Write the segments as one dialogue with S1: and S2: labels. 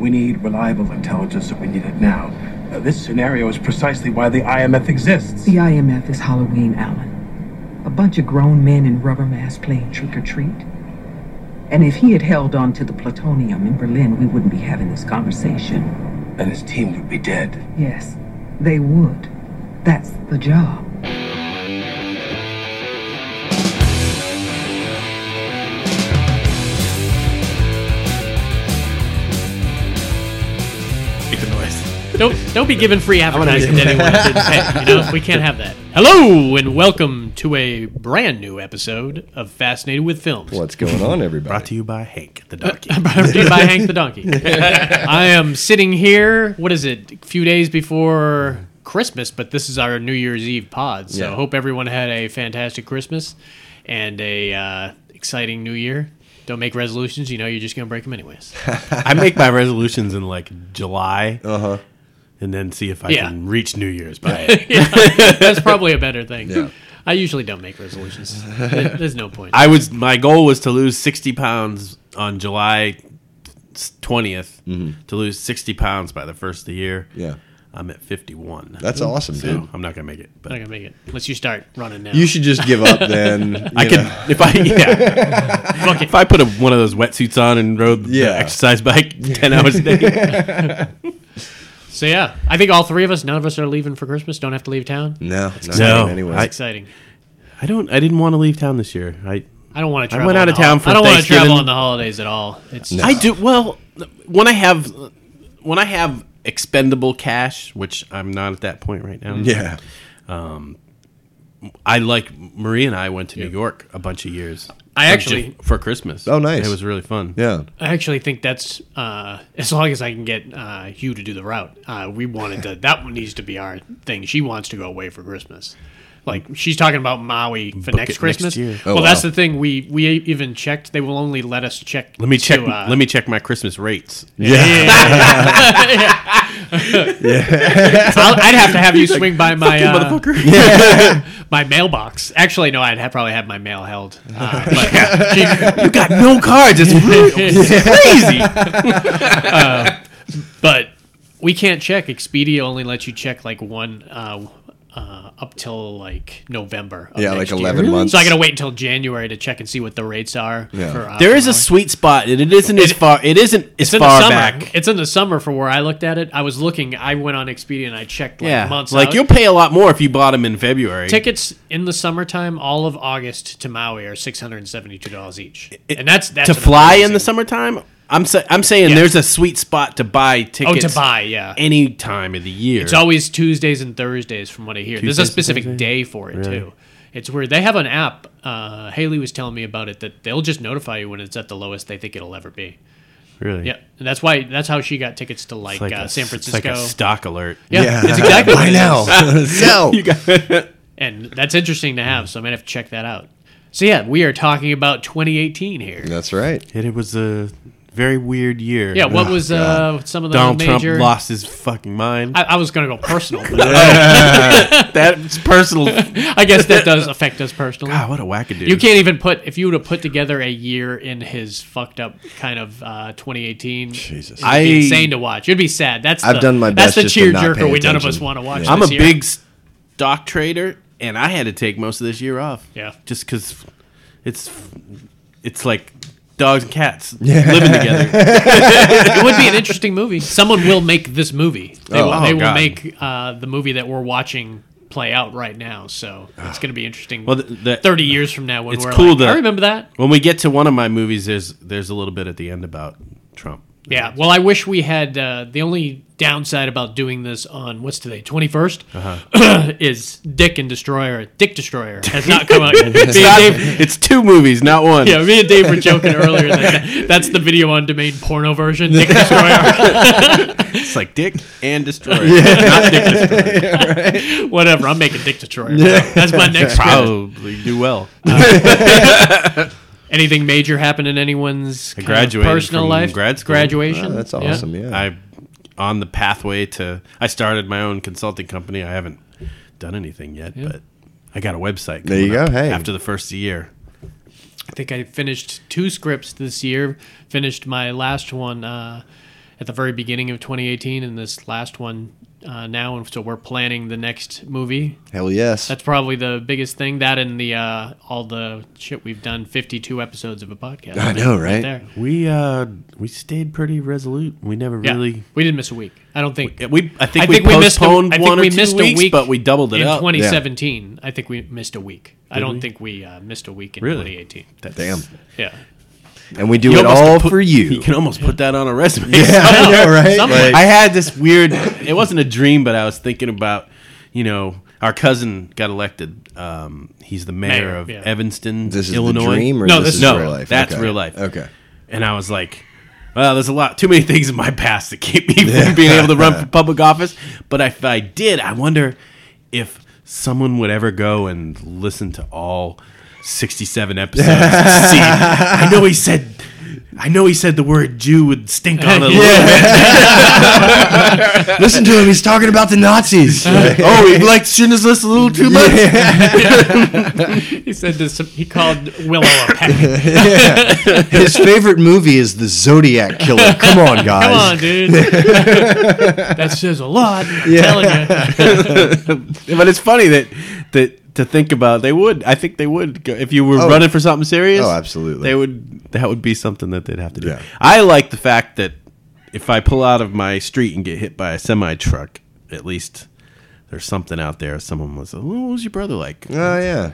S1: We need reliable intelligence, and we need it now. Uh, this scenario is precisely why the IMF exists.
S2: The IMF is Halloween, Alan. A bunch of grown men in rubber masks playing trick or treat. And if he had held on to the plutonium in Berlin, we wouldn't be having this conversation.
S1: And his team would be dead.
S2: Yes, they would. That's the job.
S3: Make the noise.
S4: Don't don't be giving free advertising to anyone. if it's pet, you know? We can't have that. Hello and welcome to a brand new episode of Fascinated with Films.
S5: What's going on,
S3: Brought
S5: everybody?
S3: to you by Hank the donkey.
S4: Brought to you by Hank the Donkey. I am sitting here. What is it? A few days before Christmas, but this is our New Year's Eve pod. So
S5: Yeah.
S4: hope everyone had a fantastic Christmas and a uh, exciting New Year. Don't make resolutions. You know you're just gonna break them anyways.
S3: I make my resolutions in like July, uh-huh. and then see if I
S4: Yeah.
S3: can reach New Year's by it.
S4: That's probably a better thing.
S5: Yeah.
S4: I usually don't make resolutions. There- There's no point.
S3: I was my goal was to lose sixty pounds on July 20th to lose sixty pounds by the first of the year.
S5: Mm-hmm. Yeah.
S3: I'm at fifty one.
S5: That's awesome, dude.
S3: so I'm not gonna make it. But
S4: I'm not gonna make it unless you start running now.
S5: You should just give up then.
S3: I
S5: you
S3: could
S5: know.
S3: if I yeah. If I put a, one of those wetsuits on and rode
S5: Yeah.
S3: the exercise bike ten hours a day,
S4: so yeah, I think all three of us, none of us are leaving for Christmas. Don't have to leave town.
S5: No, not
S3: No,
S5: Anyway,
S3: I-
S4: Exciting.
S3: I don't. I didn't want to leave town this year. I
S4: I don't want to travel.
S3: went
S4: on
S3: out of
S4: the hol-
S3: town for
S4: I don't want to travel
S3: Thanksgiving.
S4: on the holidays at all. It's
S3: I do well when I have when I have expendable cash, which I'm not at that point right now.
S5: yeah,
S3: I like Marie and I went to New York a bunch of years.
S4: I
S3: Like,
S4: actually-
S3: ju- for Christmas.
S5: Oh, nice.
S3: It was really fun.
S5: yeah.
S4: I actually think that's uh, as long as I can get uh, Hugh to do the route. Uh, we wanted to. that one needs to be our thing. She wants to go away for Christmas. Like she's talking about Maui for next
S3: it next
S4: Christmas.
S3: year.
S5: Oh,
S4: well, that's
S5: wow.
S4: the thing. We we even checked. They will only let us check.
S3: Let me
S4: to,
S3: check.
S4: uh,
S3: let me check my Christmas rates.
S4: I'll, I'd have to have you swing by my
S3: you,
S4: uh,
S3: motherfucker.
S4: my mailbox. Actually, no, I'd have, probably have my mail held. Uh, but she-
S3: You got no cards. It's real- it's crazy.
S4: Uh, but we can't check. Expedia only lets you check like one uh, uh, up till like November. of
S5: Yeah,
S4: next
S5: like
S4: year.
S5: 11 Really? months.
S4: So I gotta wait until January to check and see what the rates are.
S5: Yeah.
S4: For, uh,
S3: There is
S4: for
S3: a
S4: Maui.
S3: sweet spot, and it isn't as far. It isn't as
S4: It's in
S3: far
S4: the summer.
S3: back.
S4: It's in the summer for where I looked at it. I was looking. I went on Expedia and I checked like
S3: yeah,
S4: months.
S3: like
S4: out.
S3: you'll pay a lot more if you bought them in February.
S4: tickets in the summertime, all of August to Maui are six hundred and seventy-two dollars each, and that's that's
S3: to
S4: an
S3: fly in
S4: amazing-
S3: the summertime. I'm sa- I'm saying
S4: Yes.
S3: there's a sweet spot to buy
S4: Oh,
S3: tickets.
S4: to buy, yeah.
S3: any time of the year.
S4: It's always Tuesdays and Thursdays, from what I hear. There's
S3: Tuesdays
S4: a
S3: and
S4: specific
S3: Thursdays?
S4: day for it too. It's weird. They have an app. Uh, Haley was telling me about it that they'll just notify you when it's at the lowest they think it'll ever be.
S3: really
S4: Yeah, and that's why that's how she got tickets to like,
S3: It's like
S4: uh,
S3: a-
S4: San Francisco.
S3: It's like a stock alert.
S4: yeah,
S5: Yeah.
S4: that's exactly what
S5: I
S4: it
S5: know.
S4: is.
S5: Sell.
S4: and that's interesting to have. So I might have to check that out. So yeah, we are talking about 2018 here.
S5: That's right.
S3: And it was a very weird year.
S4: Yeah, what was uh, some of the
S3: Donald Trump
S4: major?
S3: lost his fucking mind.
S4: I, I was gonna go personal, but
S3: That's personal. God,
S4: I guess that does affect us personally.
S3: what a wackadoo.
S4: You can't even put if you would have put together a year in his fucked up kind of uh, 2018.
S5: Jesus.
S4: it'd be
S3: I-
S4: insane to watch. It'd be sad. That's
S5: I've
S4: the,
S5: done my
S4: That's
S5: best
S4: the
S5: just to not pay
S4: cheerjerker we none of us
S5: attention.
S4: want to watch.
S5: Yeah.
S3: I'm a
S4: this year.
S3: big stock trader, and I had to take most of this year off.
S4: Yeah.
S3: just because it's it's like dogs and cats living together.
S4: it would be an interesting movie. Someone will make this movie. They will,
S3: Oh,
S4: they will
S3: God.
S4: make uh, the movie that we're watching play out right now. So it's going to be interesting.
S3: Ah. Well, the- the-
S4: 30 years from now, when
S3: it's
S4: we're
S3: cool
S4: like,
S3: that-
S4: I remember that.
S3: when we get to one of my movies, there's there's a little bit at the end about Trump.
S4: Yeah. Well, I wish we had uh, the only downside about doing this on what's today, 21st,
S3: Uh-huh.
S4: is Dick and Destroyer. Dick Destroyer has not come out yet. me and Dave,
S3: It's two movies, not one.
S4: yeah, me and Dave were joking earlier that that's the video on domain porno version. Dick Destroyer.
S3: It's like Dick and Destroyer. Not Dick Destroyer.
S4: Whatever. I'm making Dick Destroyer. That's my next script.
S3: Probably do well.
S4: Anything major happen in anyone's kind of
S3: graduated
S4: personal
S3: from
S4: life?
S3: grad school.
S4: Graduation.
S5: Oh, that's
S4: Yeah.
S5: awesome. Yeah.
S3: I on the pathway to I started my own consulting company. I haven't done anything yet, but I got a website.
S5: There you
S3: coming
S5: go,
S3: up
S5: hey.
S3: After the first year.
S4: I think I finished two scripts this year. Finished my last one uh, at the very beginning of 2018, and this last one uh, now. And so we're planning the next movie.
S5: Hell yes.
S4: That's probably the biggest thing. That and the uh, all the shit we've done. 52 episodes of a podcast.
S5: I know, right?
S4: there.
S3: We uh we stayed pretty resolute. We never
S4: Yeah,
S3: really
S4: we didn't miss a week. I don't think
S3: we I think,
S4: I
S3: we
S4: think we missed a-
S3: postponed
S4: I think
S3: one or
S4: we
S3: two
S4: missed a
S3: weeks,
S4: week
S3: but we doubled it
S4: in
S3: up.
S4: 2017. I think we missed a week. I
S3: Did
S4: don't
S3: we?
S4: think we uh, missed a week in
S3: Really?
S4: 2018.
S5: Damn.
S4: Yeah.
S5: And we do
S3: You
S5: it
S3: almost
S5: all
S3: put-
S5: for
S3: You
S5: you.
S3: can almost put that on a resume.
S5: Yeah, I know, right? Like,
S3: I had this weird. It wasn't a dream, but I was thinking about, you know, our cousin got elected. Um, he's the mayor,
S4: Mayor,
S3: of
S4: yeah.
S3: Evanston,
S5: this is
S3: Illinois.
S5: the dream, or
S4: No,
S5: this,
S4: this-
S5: is
S3: no,
S5: real life.
S3: that's
S5: Okay.
S3: real life.
S5: Okay.
S3: And I was like, well, there's a lot, too many things in my past that keep me from being able to run for public office. But if I did, I wonder if someone would ever go and listen to all 67 episodes. and see, I know he said. I know he said the word Jew would stink on it a little
S5: Listen to him. He's talking about the Nazis.
S3: bit. Oh, he liked Schindler's List a little too much.
S4: He said this. He called Willow a peck.
S5: His favorite movie is the Zodiac Killer. Come on, guys.
S4: Come on, dude. that says a lot. I'm telling you.
S3: but it's funny that that to think about they would i think they would go, if you were
S5: Oh.
S3: running for something serious
S5: Oh, absolutely.
S3: they would that would be something that they'd have to do
S5: Yeah.
S3: i like the fact that if i pull out of my street and get hit by a semi truck at least there's something out there someone was oh, what was your brother like
S5: Oh yeah.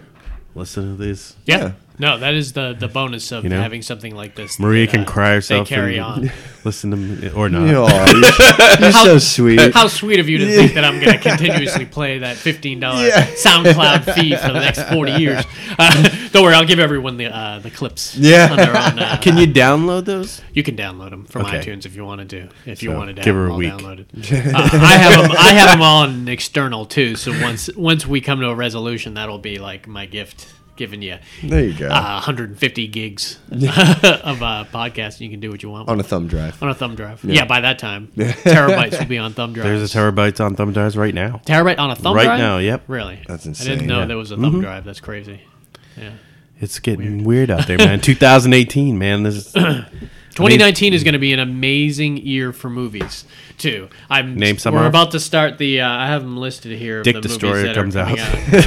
S3: listen to this
S4: Yeah. No, that is the the bonus of
S3: You know?
S4: having something like this.
S3: maria
S4: that,
S3: can
S4: uh,
S3: cry herself
S4: They carry
S3: and
S4: on.
S3: listen to me or not
S5: Aw, you're, you're so sweet.
S4: How sweet of you to think that I'm going to continuously play that $15 SoundCloud fee for the next 40 years. Uh, don't worry, I'll give everyone the uh, the clips.
S5: Yeah.
S4: On their own, uh,
S3: can you download those
S4: You can download them from
S3: Okay.
S4: iTunes if you wanted to. If you
S3: So,
S4: wanted to
S3: give
S4: have
S3: her a
S4: them all
S3: week.
S4: downloaded. Uh, I have them. I have them all on external too. So once once we come to a resolution, that'll be like my gift giving you
S5: There you go.
S4: uh, 150 gigs of uh, podcast. You can do what you want
S5: on
S4: on
S5: a thumb drive.
S4: a, thumb drive. Yeah. by that time, terabytes will be on thumb drives.
S3: there's a terabytes on thumb drives right now
S4: terabyte on a thumb
S3: Right
S4: drive
S3: now, yep. Mm-hmm.
S4: Really?
S5: That's
S4: I
S5: insane,
S4: didn't know
S5: yeah.
S4: there was a thumb drive. That's crazy. Yeah.
S3: it's getting weird, out there man 2018 man this is
S4: 2019 is going to be an amazing year for movies too. I'm
S3: Name some
S4: We're
S3: off.
S4: about to start the. Uh, I have them listed here. of
S3: Dick
S4: the movies
S3: Destroyer
S4: that are
S3: comes
S4: coming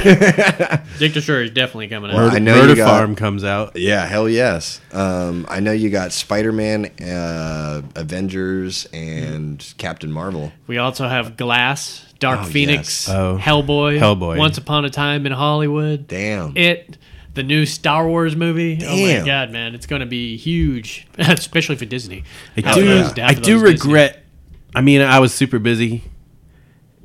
S4: Dick Destroyer is definitely coming out.
S5: I know you
S3: Murder
S5: got-
S3: farm comes out
S5: Yeah, hell yes. Um, I know you got Spider Man, uh, Avengers, and Captain Marvel.
S4: We also have Glass, Dark
S5: Oh,
S4: Phoenix,
S5: yes.
S3: Oh.
S4: Hellboy,
S3: Hellboy.
S4: Once Upon a Time in Hollywood,
S5: Damn.
S4: It, the new Star Wars movie. Oh
S5: Damn.
S4: my god, man, it's going to be huge, especially for Disney.
S3: I
S4: How
S3: do.
S4: those- half
S3: I
S4: of
S3: do
S4: those Disney-
S3: regret. I mean, I was super busy,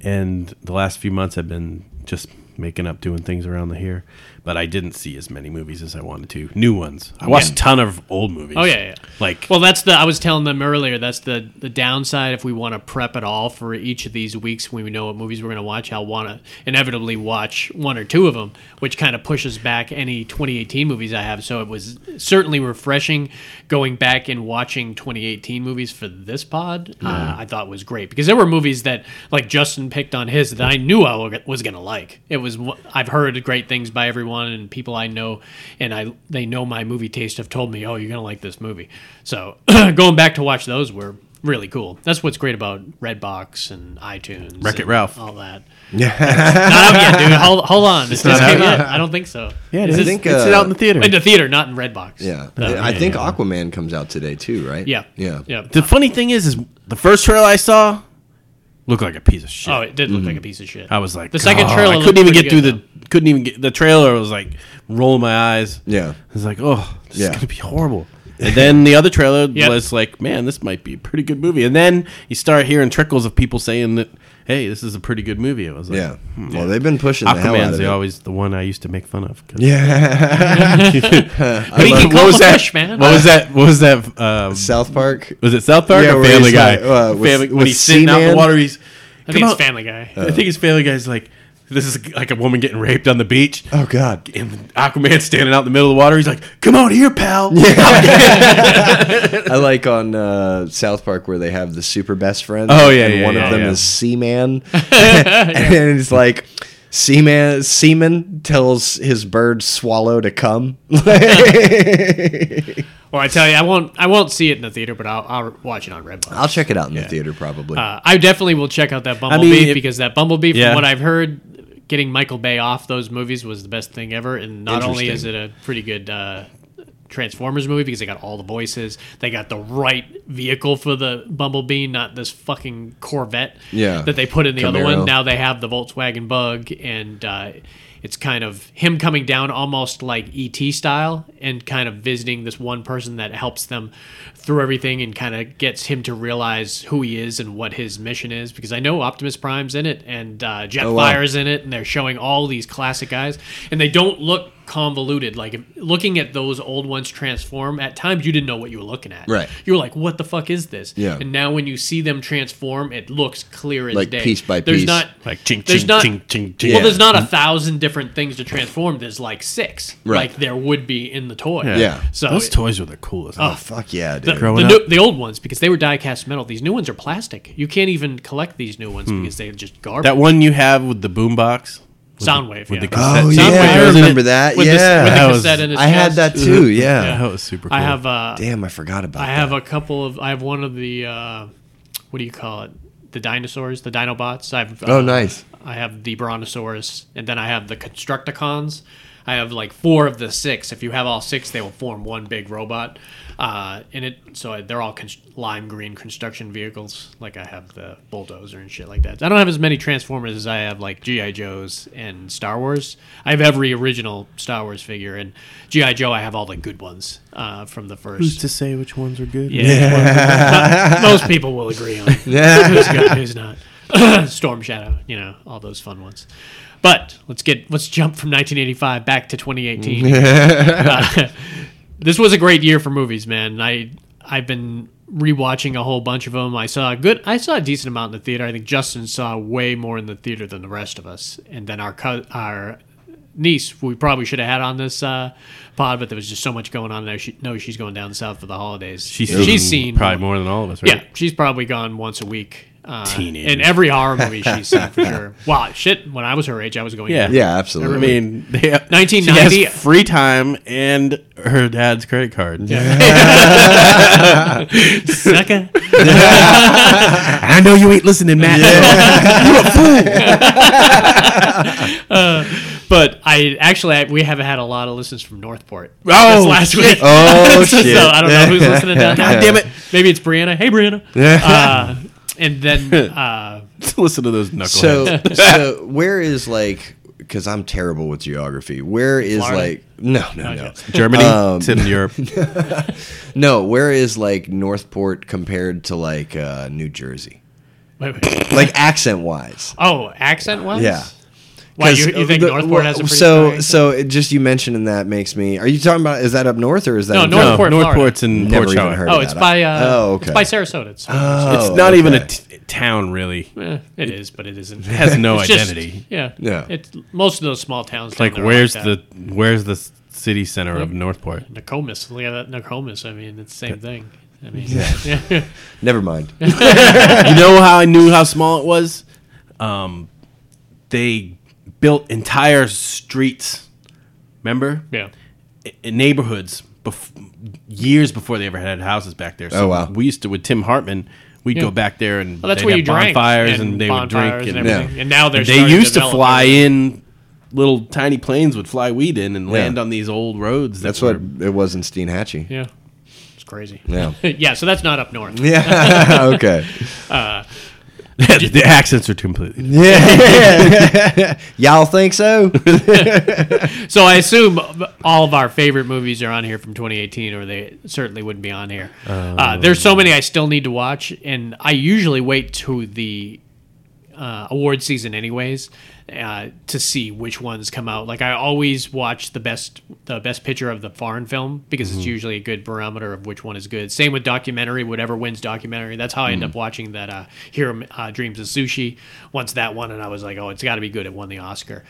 S3: and the last few months have been just making up, doing things around the here. But I didn't see as many movies as I wanted to. New ones. I watched a ton of old movies.
S4: Oh yeah, yeah.
S3: Like
S4: Well, that's the. I was telling them earlier. That's the the downside. If we want to prep at all for each of these weeks, when we know what movies we're going to watch, I'll want to inevitably watch one or two of them, which kind of pushes back any 2018 movies I have. So it was certainly refreshing going back and watching 2018 movies for this pod. Uh, I thought was great because there were movies that like Justin picked on his that I knew I wa- was going to like. It was wh- I've heard great things by everyone and people I know, and I they know my movie taste have told me, oh, you're going to like this movie. So going back to watch those were really cool. That's what's great about Redbox and iTunes,
S3: Wreck-It
S4: and
S3: Ralph.
S4: all that. Yeah, not out yet, dude. Hold, hold on, it's not out yet. I don't think so.
S3: yeah, it
S5: I
S3: is.
S5: think,
S3: it's
S5: uh,
S3: out in the theater.
S4: in the theater, not in Redbox.
S5: Yeah.
S4: Uh,
S5: I think Aquaman comes out today, too, right?
S4: yeah,
S5: Yeah.
S4: yeah.
S3: the funny thing is, is the first trailer I saw looked like a piece of shit.
S4: Oh, it did look like a piece of shit.
S3: I was like,
S4: the second
S3: "God,"
S4: trailer
S3: I
S4: looked
S3: couldn't even
S4: pretty
S3: get through
S4: good,
S3: the. Couldn't even get the trailer. Was like rolling my eyes.
S5: Yeah.
S3: I was like, oh, this
S5: Yeah.
S3: is gonna be horrible. And then the other trailer
S4: Yep.
S3: was like, man, this might be a pretty good movie. And then you start hearing trickles of people saying that, hey, this is a pretty good movie. I was like, hmm.
S5: Yeah. Well, they've been pushing the hell out
S3: Aquaman's
S5: of it.
S3: always the one I used to make fun of. 'cause-
S5: yeah.
S4: We
S3: What
S4: can call
S3: was
S4: the
S3: that?
S4: fish, man.
S3: What was that? What was that? Um,
S5: South Park.
S3: was it South Park
S5: Yeah,
S3: or
S5: where
S3: Family
S5: he's
S3: Guy?
S5: like, uh, with-
S3: Family- when
S5: with
S3: he's sitting out in the
S5: Seaman? Uh.
S3: water, he's.
S4: I think
S3: "Come
S4: it's
S3: on."
S4: Family Guy.
S3: I think his Family Guy's like, this is like a woman getting raped on the beach.
S5: Oh, God.
S3: And Aquaman standing out in the middle of the water. He's like, come on here, pal.
S5: I like on uh, South Park where they have the super best friends.
S3: Oh, yeah,
S5: and
S3: yeah,
S5: one
S3: yeah,
S5: of them
S3: yeah.
S5: is Seaman, and it's like Seaman Seaman tells his bird swallow to come.
S4: Or I tell you, I won't. I won't see it in the theater, but I'll, I'll watch it on Redbox.
S5: I'll check it out in the theater probably.
S4: Uh, I definitely will check out that Bumblebee
S3: if-
S4: because that Bumblebee, from
S3: Yeah.
S4: what I've heard, getting Michael Bay off those movies was the best thing ever. And not only is it
S5: Interesting.
S4: a pretty good uh, Transformers movie because they got all the voices, they got the right vehicle for the Bumblebee, not this fucking Corvette
S5: Yeah.
S4: that they put in the other
S5: Camaro.
S4: one. Now they have the Volkswagen Bug and. Uh, it's kind of him coming down almost like ET style and kind of visiting this one person that helps them through everything and kind of gets him to realize who he is and what his mission is. Because I know Optimus Prime's in it and uh, Jetfire's
S5: Oh, wow.
S4: in it, and they're showing all these classic guys, and they don't look convoluted. Like if, looking at those old ones transform, at times you didn't know what you were looking at.
S5: Right.
S4: You were like, "What the fuck is this?"
S5: Yeah.
S4: And now when you see them transform, it looks clear as
S5: Like
S4: day.
S5: piece by
S4: There's
S5: piece.
S4: not
S3: Like ching,
S4: There's
S3: ching,
S4: not-
S3: ching, ching, ching.
S4: well, there's not a thousand different things to transform. There's like six,
S5: Right.
S4: like there would be in the toy.
S5: Yeah.
S4: So
S3: Those
S4: it-
S3: toys were the coolest.
S4: Oh,
S5: Fuck yeah,
S4: the,
S5: dude.
S4: the,
S3: Growing
S4: new,
S3: up.
S4: the old ones because they were die-cast metal. These new ones are plastic. You can't even collect these new ones because they're just garbage.
S3: Hmm. that one you have with the boombox.
S4: Soundwave. yeah.
S3: with the cassette
S5: Oh,
S3: tape.
S5: yeah, I
S3: Wasn't it?
S5: remember that.
S4: with
S5: yeah.
S4: the, with
S3: That
S4: the
S3: was-
S4: cassette in his
S5: I had
S4: chest.
S5: that too. Yeah.
S3: Yeah, that was super cool.
S4: I have. Uh,
S5: Damn, I forgot about
S4: I
S5: that.
S4: have a couple of. I have one of the. Uh, what do you call it? The dinosaurs, the Dinobots. I've. Uh,
S5: Oh, nice.
S4: I have the Brontosaurus, and then I have the Constructicons. I have like four of the six. If you have all six, they will form one big robot. Uh, in it, so I- they're all const- lime green construction vehicles. Like I have the bulldozer and shit like that. I don't have as many Transformers as I have like GI Joes and Star Wars. I have every original Star Wars figure, and GI Joe. I have all the good ones uh, from the first.
S3: Who's to say which ones are good?
S4: Yeah. Most people will agree on who's good, who's not. Storm Shadow, you know, all those fun ones. But let's get let's jump from 1985 back to 2018. Uh, this was a great year for movies, man. I I've been rewatching a whole bunch of them. I saw a good I saw a decent amount in the theater. I think Justin saw way more in the theater than the rest of us. And then our co- our niece who we probably should have had on this uh, pod, but there was just so much going on. Now she knows she's going down south for the holidays.
S3: She's,
S4: she's seen
S3: probably more than all of us, right?
S4: yeah, she's probably gone once a week. Uh,
S3: Teenagers.
S4: in every horror movie she's seen for sure. Wow, shit! When I was her age, I was going.
S3: Yeah.
S5: Yeah,
S3: I
S5: absolutely.
S3: mean, they have,
S4: 1990
S3: she has free time and her dad's credit card.
S4: sucker.
S3: I know you ain't listening, Matt.
S4: But I actually I, we haven't had a lot of listens from Northport.
S3: Oh,
S4: This last week.
S5: Oh,
S4: so,
S5: shit.
S4: I don't know who's listening. Down
S3: God damn it.
S4: Maybe it's Brianna. Hey, Brianna.
S5: Yeah.
S4: Uh, and then uh,
S3: Listen to those knuckleheads.
S5: so, so where is like? Because I'm terrible with geography. Where is
S4: Florida?
S5: like? No, no, no,
S3: Germany,
S5: um,
S3: it's in Europe.
S5: no. Where is like Northport compared to like uh, New Jersey?
S4: wait, wait.
S5: Like accent wise.
S4: oh, accent wise.
S5: Yeah.
S4: Why you,
S5: 'Cause
S4: you think
S5: the-
S4: Northport has a pretty strong
S5: so
S4: accent?
S5: so? It just you mentioning that makes me. Are you talking about? Is that up north or is that
S4: No,
S5: in-
S4: North- Northport,
S3: no,
S4: Florida.
S3: Northport's in
S5: Never
S3: Port
S5: even
S3: Charlotte.
S5: heard
S4: Oh, it's
S5: that.
S4: by uh,
S5: Oh, okay.
S4: it's by Sarasota. It's,
S5: Oh,
S3: It's not even a
S5: okay.
S3: t- town, really. It's
S4: eh, it is, but it isn't.
S3: It has no
S4: It's just-
S3: Oh, identity.
S4: yeah,
S5: Yeah.
S4: It's most of those small towns. down
S3: like,
S4: there are
S3: where's
S4: like Mm-hmm.
S3: the where's the s- city center of
S4: that.
S3: Northport?
S4: Nokomis? Look at that Nokomis. I mean, it's the same thing. I mean,
S5: Never mind.
S3: you know how I knew how small it was? Um, they built entire streets. Remember?
S4: yeah.
S3: i- neighborhoods bef- years before they ever had houses back there. So
S5: Oh, wow.
S3: We used to with Tim Hartman. We'd go back there and
S4: Well, that's
S3: they'd
S4: where
S3: have
S4: you drank
S3: bonfires and,
S4: and
S3: they would
S4: bonfires
S3: drink
S4: and
S3: and,
S4: everything. And now they're
S3: they
S4: starting to
S3: used to
S4: develop
S3: fly
S4: it.
S3: in little tiny planes would fly weed in and land on these old roads. that
S5: That's what
S3: were-
S5: it was in Steenhatchee.
S4: Yeah. It's crazy.
S5: Yeah.
S4: yeah, so that's not up north.
S5: Yeah. okay.
S3: the accents are completely. different.
S5: Y'all think so?
S4: So I assume all of our favorite movies are on here from 2018, or they certainly wouldn't be on here. uh, there's so many I still need to watch, and I usually wait to the uh, award season, anyways, uh, to see which ones come out. Like I always watch the best, the best picture of the foreign film because
S3: Mm-hmm.
S4: it's usually a good barometer of which one is good. Same with documentary, whatever wins documentary. That's how I end
S3: Mm.
S4: up watching that. Uh, Hero uh, Dreams of Sushi. Once that one, and I was like, oh, it's got to be good. It won the Oscar.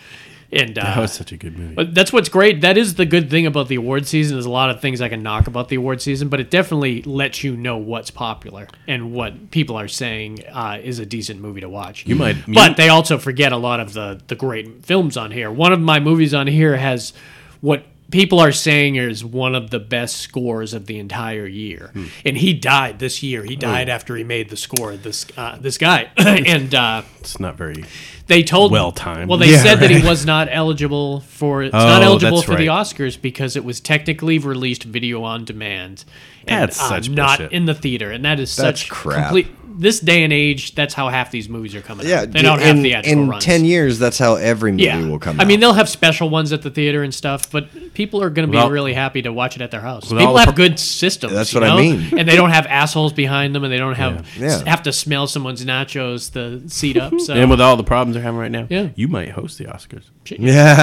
S4: And uh,
S3: That was such a good movie.
S4: but that's what's great. That is the good thing about the award season. There's a lot of things I can knock about the award season, but it definitely lets you know what's popular and what people are saying uh, is a decent movie to watch.
S3: You might-
S4: but they also forget a lot of the the great films on here. One of my movies on here has what people are saying is one of the best scores of the entire year.
S3: Hmm.
S4: And he died this year. He
S3: Oh.
S4: died after he made the score. This uh, this guy and uh,
S3: It's not very.
S4: they told
S3: Well-timed.
S4: Well, they
S3: Yeah,
S4: said that
S3: right.
S4: he was not eligible for it's
S3: Oh,
S4: not eligible
S3: that's
S4: for the
S3: right.
S4: Oscars because it was technically released video on demand.
S3: That's
S4: and,
S3: such
S4: not
S3: bullshit.
S4: in the theater, and that is
S5: That's
S4: such
S5: crap.
S4: This day and age, that's how half these movies are coming
S5: Yeah,
S4: out. They don't
S5: in,
S4: have theatrical
S5: in
S4: runs.
S5: ten years. That's how every movie will come.
S4: I
S5: out.
S4: mean, they'll have special ones at the theater and stuff, but people are going to be
S3: Well-
S4: really happy to watch it at their house.
S3: With all
S4: People
S3: the
S4: have
S3: pro-
S4: good systems.
S5: That's
S4: you
S5: what I
S4: know?
S5: mean.
S4: And they don't have assholes behind them, and they don't have
S5: Yeah. Yeah.
S4: have to smell someone's nachos to seat up. So
S3: And with all the problems they're having right now,
S4: Yeah.
S3: you might host the Oscars.
S5: yeah,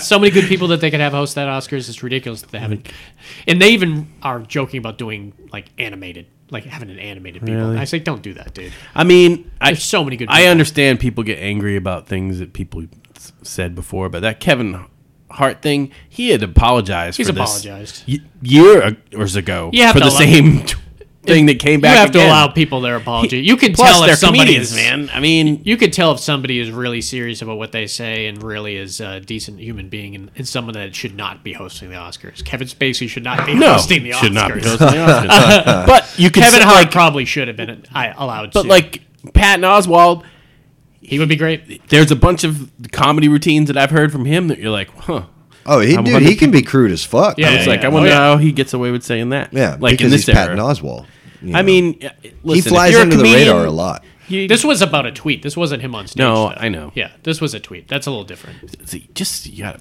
S4: so many good people that they could have host that Oscars. It's ridiculous that they haven't. And they even are joking about doing like animated, like having an animated people.
S3: Really?
S4: I say, don't do that, dude.
S3: I mean, I,
S4: There's so many good
S3: I
S4: people.
S3: understand people get angry about things that people s- said before, but that Kevin Hart thing, he had apologized.
S4: He's
S3: for this
S4: apologized.
S3: y- year years ago
S4: You have
S3: for
S4: to
S3: the
S4: allow-
S3: same t- thing that came
S4: You
S3: back.
S4: have to
S3: again.
S4: allow people their apology. You can
S3: Plus,
S4: tell
S3: they're
S4: if somebody
S3: comedians,
S4: is
S3: man. I mean,
S4: You could tell if somebody is really serious about what they say and really is a decent human being and, and someone that should not be hosting the Oscars. Kevin Spacey should not be
S3: no,
S4: hosting the Oscars.
S3: should not be hosting the Oscars. but you could
S4: Kevin
S3: say,
S4: Hart
S3: like,
S4: probably should have been uh, I, allowed
S3: but
S4: to.
S3: like Patton Oswald,
S4: he would be great.
S3: there's a bunch of comedy routines that I've heard from him that you're like, huh.
S5: oh, he
S3: I'm
S5: dude,
S3: wondering
S5: he can be crude as fuck.
S4: Yeah,
S3: I was
S4: yeah,
S3: like,
S4: yeah.
S3: I wonder
S4: Oh, yeah.
S3: how he gets away with saying that.
S5: yeah,
S3: like
S5: because
S3: in this
S5: he's Patton
S3: era.
S5: Oswald. you
S3: I
S5: know.
S3: mean, uh, listen,
S5: he
S3: if
S5: flies
S3: you're a
S5: under the
S3: comedian,
S5: radar a lot.
S3: You,
S4: This was about a tweet. This wasn't him on stage.
S3: No,
S4: though.
S3: I know.
S4: Yeah, this was a tweet. That's a little different.
S3: see, just you gotta,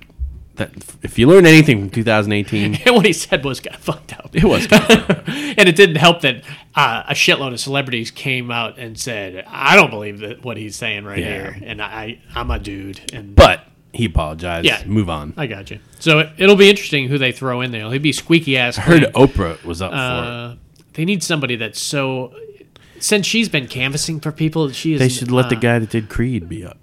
S3: that if you learn anything from 2018,
S4: And what he said was kind of fucked up.
S3: it was
S4: and it didn't help that uh, a shitload of celebrities came out and said, "I don't believe that what he's saying right
S3: Yeah.
S4: here," and I, I'm a dude. And
S3: but he apologized.
S4: Yeah.
S3: move on.
S4: I got you. So it, it'll be interesting who they throw in there. He'll be squeaky ass.
S3: I heard Oprah was up for it.
S4: Uh, they need somebody that's so. Since she's been canvassing for people, she is.
S3: They should let the
S4: uh,
S3: guy that did Creed be up,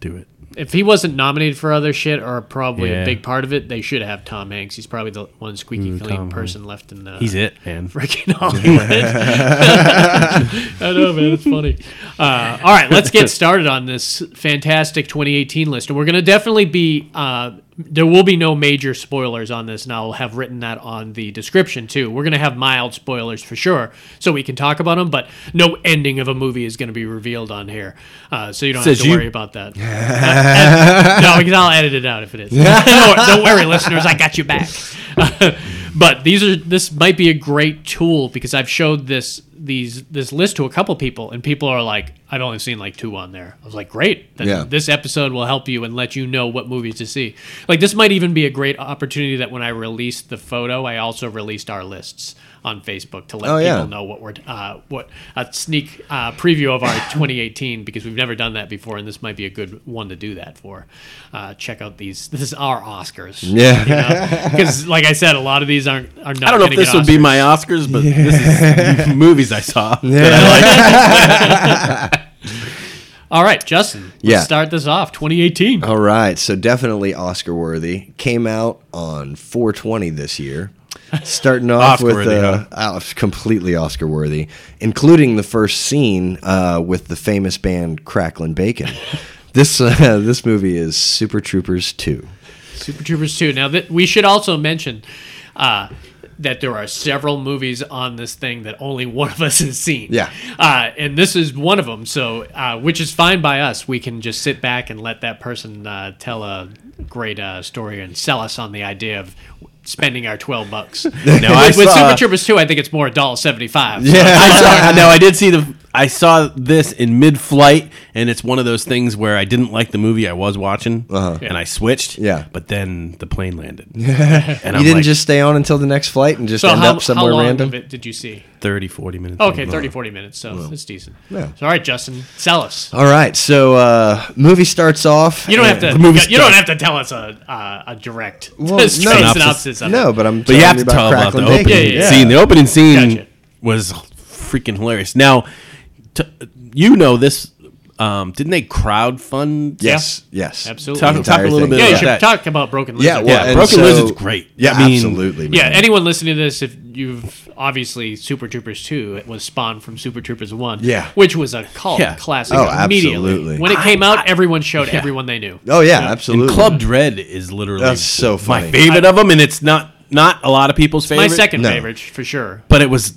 S3: do it.
S4: If he wasn't nominated for other shit, or probably
S3: Yeah. Mm,
S4: a big part of it, they should have Tom Hanks. He's probably the one squeaky clean
S3: Tom
S4: person left in the.
S3: He's it, man.
S4: freaking Hollywood. I know, man. It's funny. Uh, all right, let's get started on this fantastic 2018 list, and we're going to definitely be. Uh, there will be no major spoilers on this, and I'll have written that on the description too. We're going to have mild spoilers for sure, so we can talk about them. But no ending of a movie is going to be revealed on here, uh, so you don't
S3: Says
S4: have to
S3: you.
S4: worry about that. no, because I'll edit it out if it is. don't, don't worry, listeners, I got you back. but these are this might be a great tool because I've showed this these this list to a couple people, and people are like, "I've only seen like two on there." I was like, "Great, then
S5: Yeah.
S4: this episode will help you and let you know what movies to see." Like this might even be a great opportunity that when I released the photo, I also released our lists on Facebook to let
S5: Oh,
S4: people
S5: yeah.
S4: know what we're uh, what a sneak uh, preview of our 2018 because we've never done that before, and this might be a good one to do that for. Uh, check out these. This is our Oscars.
S5: Yeah.
S4: because like I said, a lot of these aren't are not.
S3: I don't know if
S4: gonna
S3: this
S4: get
S3: would be
S4: Oscars.
S3: my Oscars, but this is movies I saw.
S4: All right, Justin. Let's
S5: Yeah.
S4: start this off. 2018.
S5: All right, so definitely Oscar worthy. Came out on 420 this year. Starting off with
S3: Oscar-worthy,
S5: uh, uh, completely Oscar worthy, including the first scene uh, with the famous band Cracklin' Bacon. this uh, this movie is Super Troopers 2.
S4: Super Troopers 2. Now that we should also mention uh, that there are several movies on this thing that only one of us has seen.
S5: Yeah.
S4: Uh, and this is one of them. So, uh, which is fine by us. We can just sit back and let that person uh, tell a great uh, story and sell us on the idea of spending our 12 bucks.
S3: No, I
S4: with with
S3: saw-
S4: Super Troopers 2, I think it's more $1.75. So
S5: Yeah.
S3: I saw, no, I did see the. I saw this in mid-flight, and it's one of those things where I didn't like the movie I was watching,
S5: Uh-huh.
S3: and I switched.
S5: Yeah.
S3: but then the plane landed. and I'm
S5: you didn't
S3: like,
S5: just stay on until the next flight and just
S4: So
S5: end
S4: how,
S5: up somewhere
S4: how long
S5: random?
S4: of it did you see?
S3: 30, 40 minutes.
S4: Okay,
S3: in.
S4: 30, 40 minutes, so it's decent.
S5: Yeah.
S4: So, all right, Justin, sell us.
S5: All right, so uh, movie starts off.
S4: You don't have to.
S3: The movie's
S4: You don't
S3: done.
S4: have to tell us a uh, a direct
S5: Well,
S4: straight
S5: no.
S4: synopsis of
S5: No,
S4: it.
S5: but I'm.
S3: But you
S5: telling
S3: have to
S5: about
S3: tell about the
S5: Cracklin'
S3: opening
S5: Bacon.
S4: Yeah, yeah, yeah.
S3: scene. The opening scene
S4: Gotcha.
S3: was freaking hilarious. Now, t- you know this Um, didn't they crowdfund?
S5: Yes, yes,
S4: Absolutely.
S3: Talk,
S5: The
S3: talk a
S5: entire
S3: little
S5: thing.
S3: bit
S4: Yeah, you
S3: about
S4: should
S3: that.
S4: talk about Broken Lizard.
S5: Yeah, well,
S3: yeah,
S5: and
S3: Broken
S5: so-
S3: Lizard's great.
S5: Yeah,
S3: I mean,
S5: absolutely. Man.
S4: Yeah, anyone listening to this, if you've obviously Super Troopers 2, it was spawned from Super Troopers 1.
S5: Yeah.
S4: Which was a cult
S3: Yeah.
S4: classic
S5: Oh,
S4: immediately.
S5: absolutely.
S4: When it came out, everyone showed everyone they knew.
S5: Oh yeah,
S3: And
S5: absolutely.
S3: Club Dread is literally
S5: That's so funny.
S3: my favorite of them, and it's not not a lot of people's
S4: My
S3: favorite.
S4: second
S5: No.
S4: favorite, for sure.
S3: but it was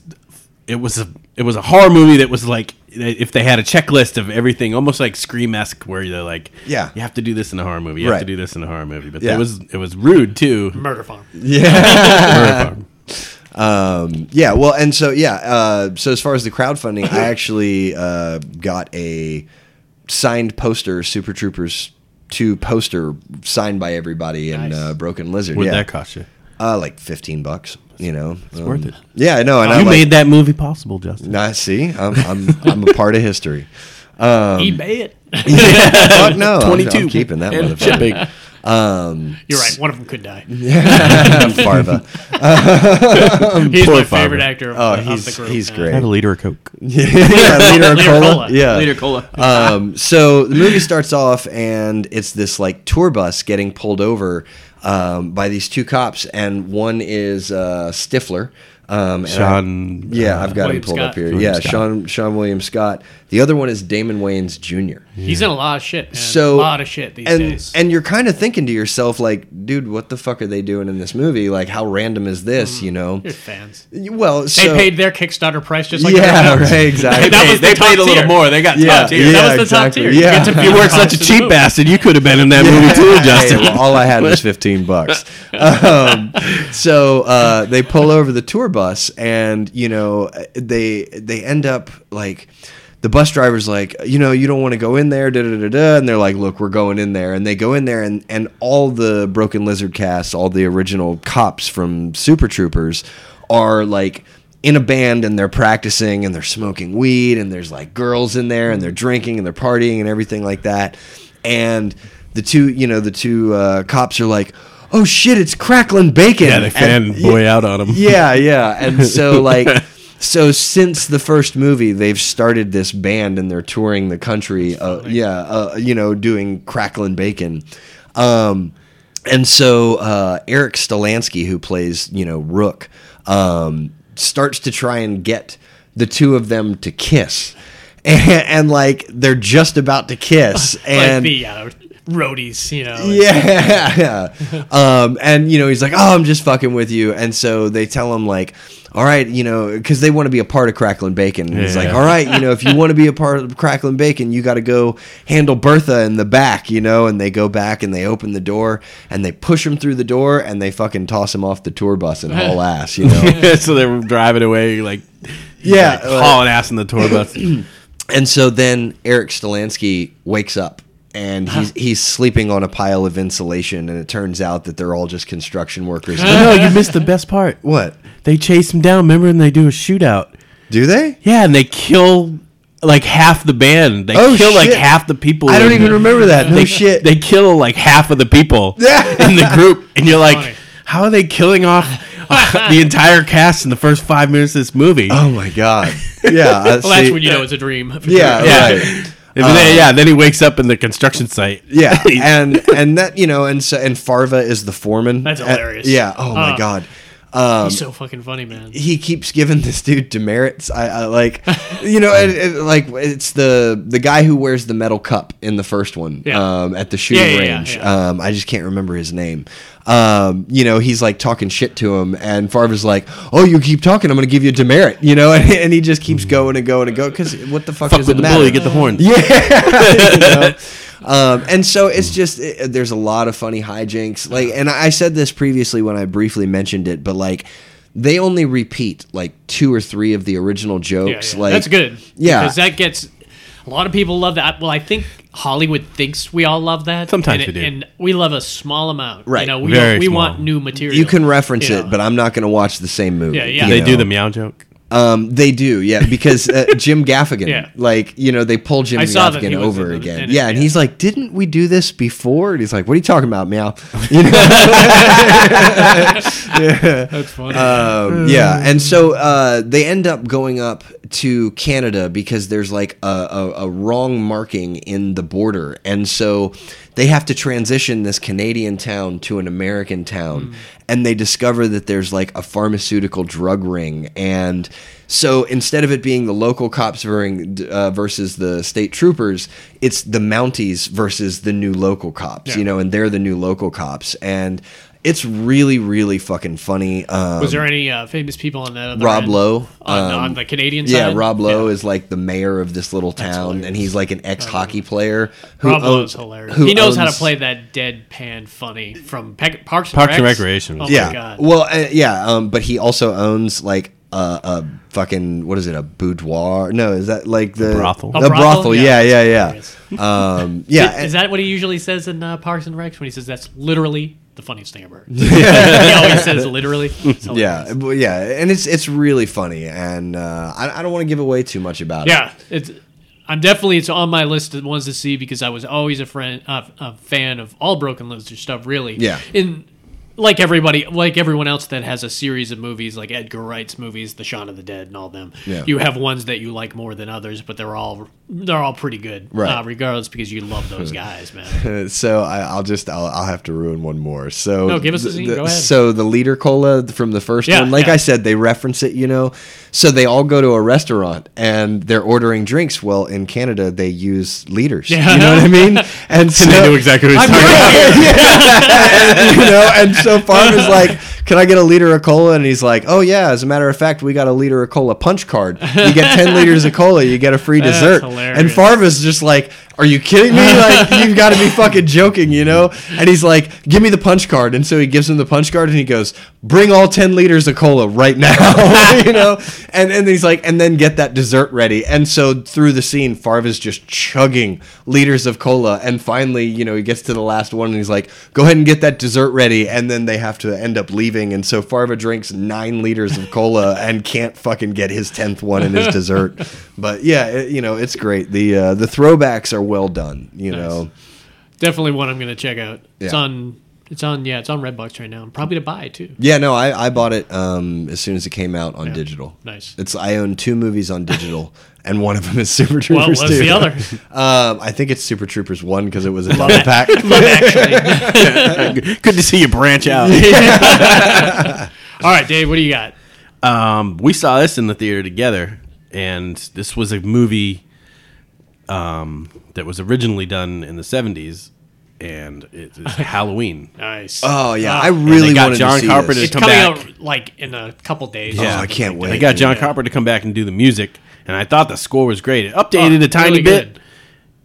S3: it was a it was a horror movie that was like if they had a checklist of everything, almost like Scream esque, where they're like,
S5: Yeah.
S3: you have to do this in a horror movie, you
S5: Right.
S3: have to do this in a horror movie. But
S5: Yeah.
S3: it was it was rude too.
S4: Murder Farm.
S5: Um, Yeah, well, and so yeah, uh, so as far as the crowdfunding, I actually uh, got a signed poster, Super Troopers two poster signed by everybody in
S4: Nice.
S5: uh, Broken Lizard.
S3: Would
S5: yeah,
S3: that cost you?
S5: uh, like fifteen bucks. You know, it's
S3: worth it.
S5: Yeah, I know. And I
S3: You
S5: like,
S3: made that movie possible, Justin.
S5: I see. I'm I'm, I'm a part of history. Um,
S4: eBay it.
S5: Fuck no, I'm- I'm
S3: 22.
S5: keeping that
S3: And
S5: motherfucker.
S3: big.
S4: You're right. One of them could die. He's
S5: Farva.
S3: Poor
S4: my
S3: Farber.
S4: favorite actor of,
S5: Oh,
S4: of
S5: he's
S4: the group.
S5: he's
S4: yeah.
S5: great.
S3: I had a liter of Coke.
S5: yeah, leader of
S4: Leader
S5: Cola.
S4: Cola.
S5: Yeah,
S3: Liter cola.
S5: um, so the movie starts off and it's this like tour bus getting pulled over um, by these two cops and one is uh, Stifler. Um, and I-
S3: Sean, uh,
S5: yeah, I've got
S4: William
S5: him pulled
S4: Scott.
S5: up here.
S3: William
S5: yeah,
S3: Scott.
S5: Sean Sean William Scott. The other one is Damon Wayans Jr.
S4: He's in a lot of shit. Man.
S5: So
S4: a lot of shit these
S5: and,
S4: days.
S5: And you're kind of thinking to yourself, like, dude, what the fuck are they doing in this movie? Like, how random is this? You know?
S4: They're fans.
S5: Well,
S4: Mm. They
S5: so
S4: paid their Kickstarter price just like
S5: yeah,
S4: everyone else.
S5: right,
S3: They
S5: exactly.
S4: That
S3: paid-
S4: was the
S3: they
S4: top
S3: paid a little
S4: tier.
S3: more. They got
S5: Yeah,
S3: top tier.
S5: yeah.
S4: that was the top
S5: exactly.
S4: tier. You
S5: Yeah.
S4: get to
S3: If you
S4: be
S3: weren't such a
S4: the
S3: cheap
S4: movie.
S3: bastard, you could have been in that movie too, Justin.
S5: Hey, well, all I had was 15 bucks. Um, so uh, they pull over the tour bus and, you know, they they end up like the bus driver's like, you know, you don't want to go in there, da da da da. And they're like, look, we're going in there. And they go in there, and, and all the Broken Lizard cast, all the original cops from Super Troopers are like, in a band and they're practicing and they're smoking weed and there's like girls in there and they're drinking and they're partying and everything like that. And the two, you know, the two uh, cops are like, "Oh shit, it's Cracklin' Bacon!"
S3: Yeah, they fan
S5: And-
S3: boy out on him.
S5: yeah, yeah. And so like so since the first movie, they've started this band and they're touring the country. Uh, yeah, uh, you know, doing cracklin' bacon. Um, and so uh, Eric Stolansky, who plays you know Rook, um, starts to try and get the two of them to kiss. And, and like they're just about to kiss,
S4: Like
S5: and
S4: the uh, roadies, you know.
S5: yeah. um, and you know, he's like, "Oh, I'm just fucking with you." And so they tell him like, "All right, you know, because they want to be a part of Cracklin' Bacon." And he's
S3: Yeah.
S5: like, "All right, you know, if you want to be a part of Cracklin' Bacon, you got to go handle Bertha in the back, you know." And they go back and they open the door and they push him through the door and they fucking toss him off the tour bus and haul ass, you know.
S3: so they're driving away, like
S5: yeah,
S3: like, hauling ass in the tour bus.
S5: And so then Eric Stolansky wakes up and he's, he's sleeping on a pile of insulation. And it turns out that they're all just construction workers.
S3: no, you missed the best part.
S5: what?
S3: They chase him down. Remember, and they do a shootout.
S5: Do they?
S3: Yeah, and they kill like half the band. They
S5: Oh,
S3: kill like
S5: shit.
S3: half the people.
S5: I don't
S3: in
S5: even
S3: the-
S5: remember that. No
S3: they,
S5: shit.
S3: They kill like half of the people in the group, and you're like,
S4: Funny.
S3: how are they killing off uh, the entire cast in the first five minutes of this movie?
S5: oh my god. Yeah. I
S4: Well, that's
S5: see. uh,
S4: when you know it's a dream.
S5: Yeah.
S3: yeah.
S5: Right.
S3: And then, yeah, then he wakes up in the construction site.
S5: Yeah, and and that you know, and so and Farva is the foreman.
S4: That's
S5: Uh,
S4: hilarious.
S5: yeah. Oh my
S4: Uh.
S5: god.
S4: He's so fucking funny, man.
S5: um, he keeps giving this dude demerits. I, I like, you know, it, it, like it's the the guy who wears the metal cup in the first one
S4: Yeah.
S5: um, at the shooting
S4: Yeah, yeah, yeah,
S5: range.
S4: yeah.
S5: Um, I just can't remember his name. Um, you know, he's like talking shit to him, and Farva's like, "Oh, you keep talking, I'm gonna give you a demerit." You know, and, and he just keeps going and going and going because what the fuck,
S3: Mm. Fuck
S5: does it
S3: with the
S5: matter?
S3: bully, get the horn.
S5: Um, and so it's just it, there's a lot of funny hijinks. Like, and I said this previously when I briefly mentioned it, but like they only repeat like two or three of the original
S4: Yeah,
S5: jokes.
S4: yeah.
S5: Like
S4: that's good.
S5: Yeah,
S4: because that gets a lot of people love that. Well, I think Hollywood thinks we all love that.
S3: Sometimes
S4: and
S3: we do.
S4: and we love a small amount.
S5: Right.
S4: You know, we
S3: Very
S4: don't- we
S3: small.
S4: want new material.
S5: you can reference
S4: you
S5: it,
S4: know.
S5: but I'm not going to watch the same movie.
S4: Yeah, yeah.
S5: you
S3: They do
S5: know?
S3: the meow joke.
S5: Um, they do, yeah, because uh, Jim Gaffigan,
S4: Yeah.
S5: like you know, they pull Jim
S4: I saw that
S5: Gaffigan
S4: he was
S5: over
S4: in the-
S5: again,
S4: in it,
S5: yeah, and
S4: yeah.
S5: he's like, "Didn't we do this before?" And he's like, "What are you talking about, meow?" You know,
S4: That's funny.
S5: Um, yeah, and so uh, they end up going up to Canada because there's like a, a, a wrong marking in the border. And so they have to transition this Canadian town to an American town. And they discover that there's like a pharmaceutical drug ring. And so instead of it being the local cops verin- uh, versus the state troopers, it's the Mounties versus the new local cops, you know, and they're the new local cops. And it's really, really fucking funny. Um,
S4: Was there any uh, famous people on that? Other
S5: Rob
S4: end?
S5: Lowe,
S4: on,
S5: um,
S4: on the Canadian
S5: yeah,
S4: side.
S5: Rob Lowe is like the mayor of this little town,
S4: hilarious.
S5: and he's like an ex hockey player. Who
S4: Rob Lowe's
S5: own-
S4: hilarious.
S5: who
S4: He knows how to
S5: owns-
S4: play that deadpan funny from Pe- Parks and
S3: Parks and
S4: Recs?
S3: Recreation.
S4: Oh
S5: yeah.
S4: my god.
S5: Well, uh, yeah, um, but he also owns like a, a fucking what is it? A boudoir? No, is that like the
S3: brothel?
S5: A brothel? Yeah, yeah, yeah.
S4: Is-
S5: Um, yeah.
S4: is
S5: and-
S4: that what he usually says in uh, Parks and Recs when he says that's literally the funniest thing ever? he always says literally. It's hilarious.
S5: yeah, well, yeah, and it's it's really funny, and uh, I, I don't want to give away too much about it.
S4: Yeah, it's. I'm definitely it's on my list of ones to see because I was always a friend, a, a fan of all Broken Lizard stuff. Really,
S5: Yeah.
S4: And like everybody, like everyone else that has a series of movies, like Edgar Wright's movies, The Shaun of the Dead, and all them.
S5: Yeah.
S4: You have ones that you like more than others, but they're all they're all pretty good,
S5: Right.
S4: Uh, regardless, because you love those guys, man.
S5: Uh, so I, I'll just I'll, I'll have to ruin one more. So
S4: No, give us a
S5: the-
S4: scene.
S5: the-
S4: Go ahead.
S5: So the leader cola from the first
S4: Yeah,
S5: one, like
S4: yeah.
S5: I said, they reference it. You know, so they all go to a restaurant and they're ordering drinks. Well, in Canada, they use leaders.
S4: Yeah.
S5: You know what I mean? And so
S3: And they knew exactly what he was talking about.
S5: and, you know, and so Farmer's like, "Can I get a liter of cola?" And he's like, "Oh yeah, as a matter of fact, we got a liter of cola punch card. You get ten liters of cola, you get a free
S4: That's
S5: dessert." And
S4: hilarious.
S5: Farmer's just like, "Are you kidding me? Like, you've got to be fucking joking, you know?" And he's like, "Give me the punch card." And so he gives him the punch card, and he goes, "Bring all ten liters of cola right now," you know. And and he's like, "And then get that dessert ready." And so through the scene, Farva's just chugging liters of cola, and finally, you know, he gets to the last one, and he's like, "Go ahead and get that dessert ready." And then they have to end up leaving, and so Farva drinks nine liters of cola and can't fucking get his tenth one in his dessert. But yeah, it, you know, it's great. The uh, the throwbacks are well done. You know,
S4: definitely one I'm gonna check out. It's
S5: Yeah.
S4: on. It's on. Yeah, it's on Redbox right now. I'm probably to buy too.
S5: yeah, no, I, I bought it um, as soon as it came out on digital.
S4: Nice.
S5: It's I own two movies on digital, and one of them is Super Troopers.
S4: Well, what's
S5: 2.
S4: the other?
S5: Um, I think it's Super Troopers one because it was a double pack.
S3: Good to see you branch out.
S4: All right, Dave, what do you got?
S3: Um, we saw this in the theater together, and this was a movie um, that was originally done in the '70s, and it is Halloween.
S4: Nice.
S5: Oh yeah,
S4: Ah.
S5: I really
S3: got
S5: wanted
S3: John
S5: to see
S3: Carpenter
S5: this.
S3: to
S4: It's
S3: come
S4: coming
S3: back.
S4: out like in a couple days.
S5: Yeah, Oh, I can't wait.
S3: They got John Carpenter to come back and do the music, and I thought the score was great. It updated a tiny
S4: Oh, really
S3: bit,
S4: good.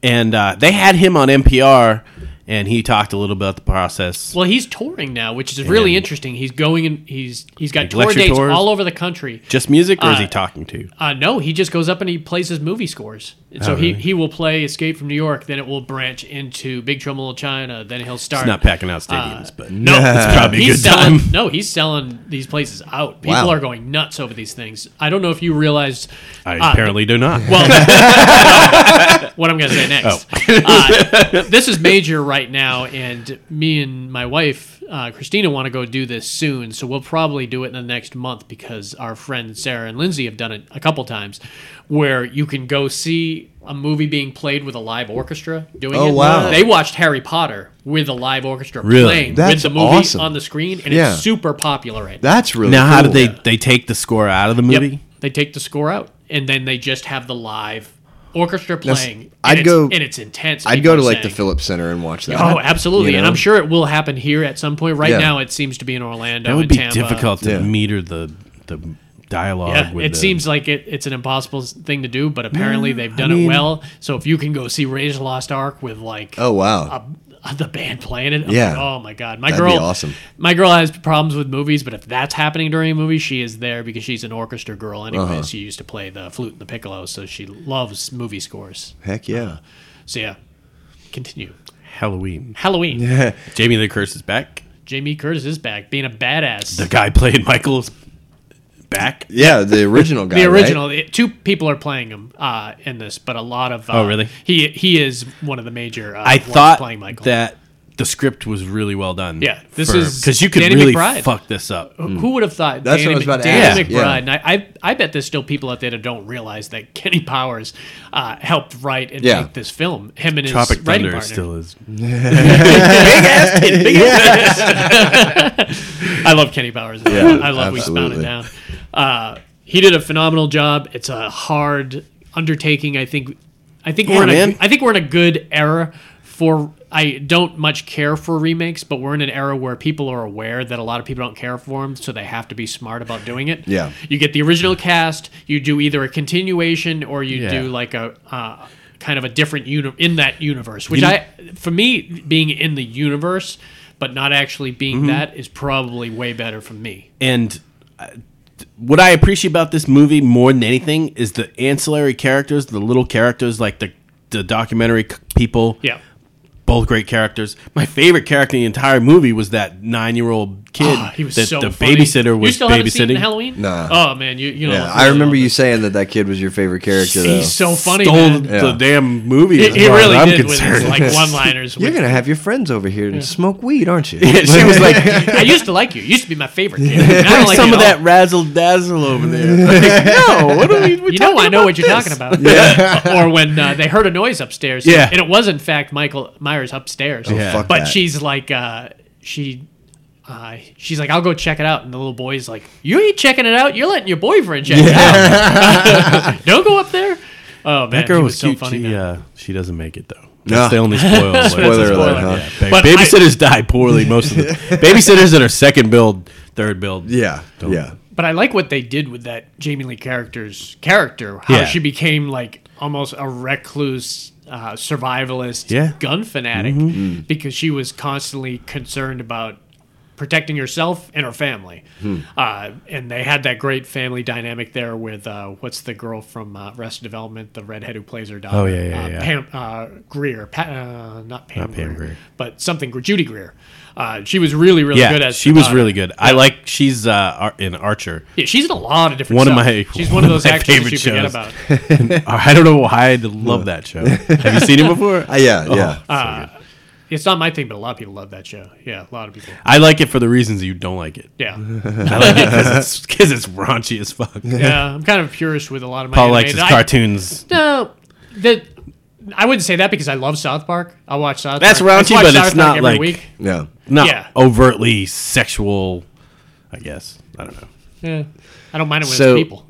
S3: and uh, they had him on NPR, and he talked a little about the process.
S4: Well, he's touring now, which is really
S3: And-
S4: interesting. He's going and he's he's got
S3: Like
S4: tour
S3: lecture
S4: dates
S3: tours?
S4: all over the country.
S3: Just music, or is he
S4: uh,
S3: talking to?
S4: Uh, no, he just goes up and he plays his movie scores.
S3: Oh,
S4: And so he, he will play Escape from New York, then it will branch into Big Trouble in Little China, then he'll start.
S3: He's not packing out stadiums, but
S4: Uh, No,
S3: it's probably a
S4: he's
S3: good
S4: selling,
S3: time.
S4: No, he's selling these places out. People
S5: Wow.
S4: are going nuts over these things. I don't know if you realized.
S3: I
S4: uh,
S3: apparently do not.
S4: Well, what I'm going to say next.
S5: Oh.
S4: Uh, this is major right now, and me and my wife, uh, Christina, want to go do this soon. So we'll probably do it in the next month because our friend Sarah and Lindsay have done it a couple times where you can go see a movie being played with a live orchestra doing
S5: Oh,
S4: it.
S5: wow.
S4: They watched Harry Potter with a live orchestra
S3: Really?
S4: playing
S5: That's
S4: with the movie
S5: awesome.
S4: on the screen, and
S5: Yeah.
S4: it's super popular right now.
S5: That's really
S3: now,
S5: Cool.
S3: how did they they take the score out of the movie?
S4: Yep. They take the score out, and then they just have the live orchestra
S5: That's-
S4: playing. and
S5: I'd
S4: it's-
S5: go-
S4: and it's intense.
S5: I'd
S4: people
S5: go to
S4: are
S5: like the
S4: saying.
S5: Phillips Center and watch that.
S4: Oh, absolutely,
S5: You
S4: and
S5: know?
S4: I'm sure it will happen here at some point. Right
S5: Yeah.
S4: now, it seems to be in Orlando.
S3: That would
S4: and
S3: be
S4: Tampa.
S3: difficult to
S5: Yeah.
S3: meter the the dialogue.
S4: Yeah,
S3: with
S4: it
S3: the,
S4: seems like it, it's an impossible s- thing to do, but apparently they've done it well. So if you can go see Raiders of the Lost Ark with like
S5: Oh wow.
S4: a, a- the band playing it. I'm
S5: Yeah.
S4: like, oh my god, my
S5: That'd be
S4: girl.
S5: awesome.
S4: My girl has problems with movies, but if that's happening during a movie, she is there because she's an orchestra girl. Anyway,
S5: Uh-huh.
S4: she used to play the flute and the piccolo, so she loves movie scores.
S5: Heck
S4: uh,
S5: yeah.
S4: So yeah, continue.
S3: Halloween.
S4: Halloween.
S3: Jamie Lee Curtis is back.
S4: Jamie Curtis is back, being a badass.
S3: The guy played Michael's back.
S5: Yeah, the original guy.
S4: the
S5: right?
S4: original. it- Two people are playing him uh, in this, but a lot of. Uh,
S3: Oh, really?
S4: He he is one of the major. Uh,
S3: I
S4: ones
S3: thought
S4: playing Michael.
S3: that the script was really well done.
S4: Yeah, this is
S3: because you could
S4: Danny
S3: really
S4: McBride.
S3: fuck this up.
S4: Who would have thought?
S5: That's what
S4: Danny,
S5: I was about to
S4: Danny
S5: ask,
S4: McBride.
S5: yeah.
S4: And I, I, I bet there's still people out there that don't realize that Kenny Powers uh, helped write and
S5: Yeah.
S4: make this film. Him and his
S3: Tropic
S4: writing
S3: Thunder
S4: partner.
S3: still is.
S4: I love Kenny Powers.
S5: Yeah,
S4: I love we
S5: absolutely.
S4: spun it down. Uh, he did a phenomenal job. It's a hard undertaking. I think. I think
S3: Yeah,
S4: we're in
S3: man.
S4: a, I think we're in a good era for. I don't much care for remakes, but we're in an era where people are aware that a lot of people don't care for them, so they have to be smart about doing it.
S5: Yeah.
S4: You get the original cast. You do either a continuation or you
S3: Yeah.
S4: do like a. Uh, kind of a different uni- in that universe which
S3: You-
S4: i for me being in the universe but not actually being
S3: Mm-hmm.
S4: that is probably way better for me
S3: And uh, what I appreciate about this movie more than anything is the ancillary characters, the little characters like the the documentary c- people.
S4: yeah
S3: both great characters. My favorite character in the entire movie was that nine year old kid.
S4: Ah, he was
S3: that
S4: so
S3: the
S4: funny.
S3: babysitter was
S4: you still haven't seen
S3: babysitting.
S4: halloween
S5: Nah.
S4: oh man you, you know
S5: Yeah, I remember you saying that that kid was your favorite character. Though.
S4: he's so funny
S3: Stole
S4: man.
S3: the
S5: Yeah.
S3: damn movie.
S4: he,
S3: as
S4: he
S3: far as
S4: really
S3: I'm
S4: did
S3: concerned.
S4: with his, like one liners
S5: You're gonna have your friends over here and smoke weed, aren't you?
S3: she was like,
S4: I used to like you. You used to be my favorite. Kid. Now I don't like
S3: some
S4: you
S3: of
S4: at
S3: that
S4: all.
S3: razzle dazzle over there. Like, no, what are we?
S4: You know, I know what you're talking about. or when uh, they heard a noise upstairs.
S3: Yeah.
S4: And it was, in fact, Michael Myers upstairs.
S3: Yeah. fuck
S4: But
S5: that.
S4: she's like, uh, she. Uh, she's like, I'll go check it out, and the little boy's like, "You ain't checking it out. You're letting your boyfriend check it out. Don't go up there." Oh man,
S3: That girl
S4: he
S3: was,
S4: was, so
S3: cute.
S4: funny.
S3: she,
S4: man.
S3: uh, she doesn't make it though.
S5: No.
S3: That's the only spoiler.
S5: Spoiler alert, huh?
S3: ba-
S4: But
S3: babysitters die poorly most of the babysitters that are second build, third build.
S5: yeah, yeah.
S4: But I like what they did with that Jamie Lee character's character. How
S3: Yeah.
S4: she became like almost a recluse, uh, survivalist,
S3: Yeah. Mm-hmm.
S4: gun fanatic because she was constantly concerned about protecting herself and her family. Uh, and they had that great family dynamic there with uh, what's the girl from uh, Arrested Development, the redhead who plays her daughter.
S3: Oh, yeah, yeah,
S4: uh,
S3: yeah.
S4: Pam uh, Greer, pa- uh, not Pam,
S3: Not Pam
S4: Greer,
S3: Grier.
S4: but something Gre- Judy Greer. Uh, she was really, really
S3: yeah,
S4: good as
S3: she
S4: the
S3: was
S4: daughter.
S3: really good. I like she's uh, Ar- in Archer.
S4: Yeah, she's in a lot of different.
S3: One of
S4: stuff.
S3: my-
S4: she's one of those
S3: my
S4: actors that
S3: favorite
S4: you forget
S3: shows.
S4: about.
S3: I don't know why I love that show. Have you seen it before?
S5: Uh, yeah, yeah.
S4: It's not my thing, but a lot of people love that show. Yeah, a lot of people.
S3: I like it for the reasons you don't like it.
S4: Yeah,
S3: I like it because it's, 'cause it's raunchy as fuck.
S4: yeah. I'm kind of purist with a lot of my.
S3: Paul
S4: anime.
S3: likes his
S4: I-
S3: cartoons.
S4: No, that I wouldn't say that because I love South Park. I watch South.
S3: That's
S4: Park. I
S3: raunchy,
S4: watch
S3: but
S4: South Park
S3: it's not
S4: every
S3: like-
S4: week.
S5: yeah.
S3: Not
S4: Yeah.
S3: overtly sexual, I guess. I don't know.
S4: Yeah. I don't mind it when
S5: So-
S4: it's people.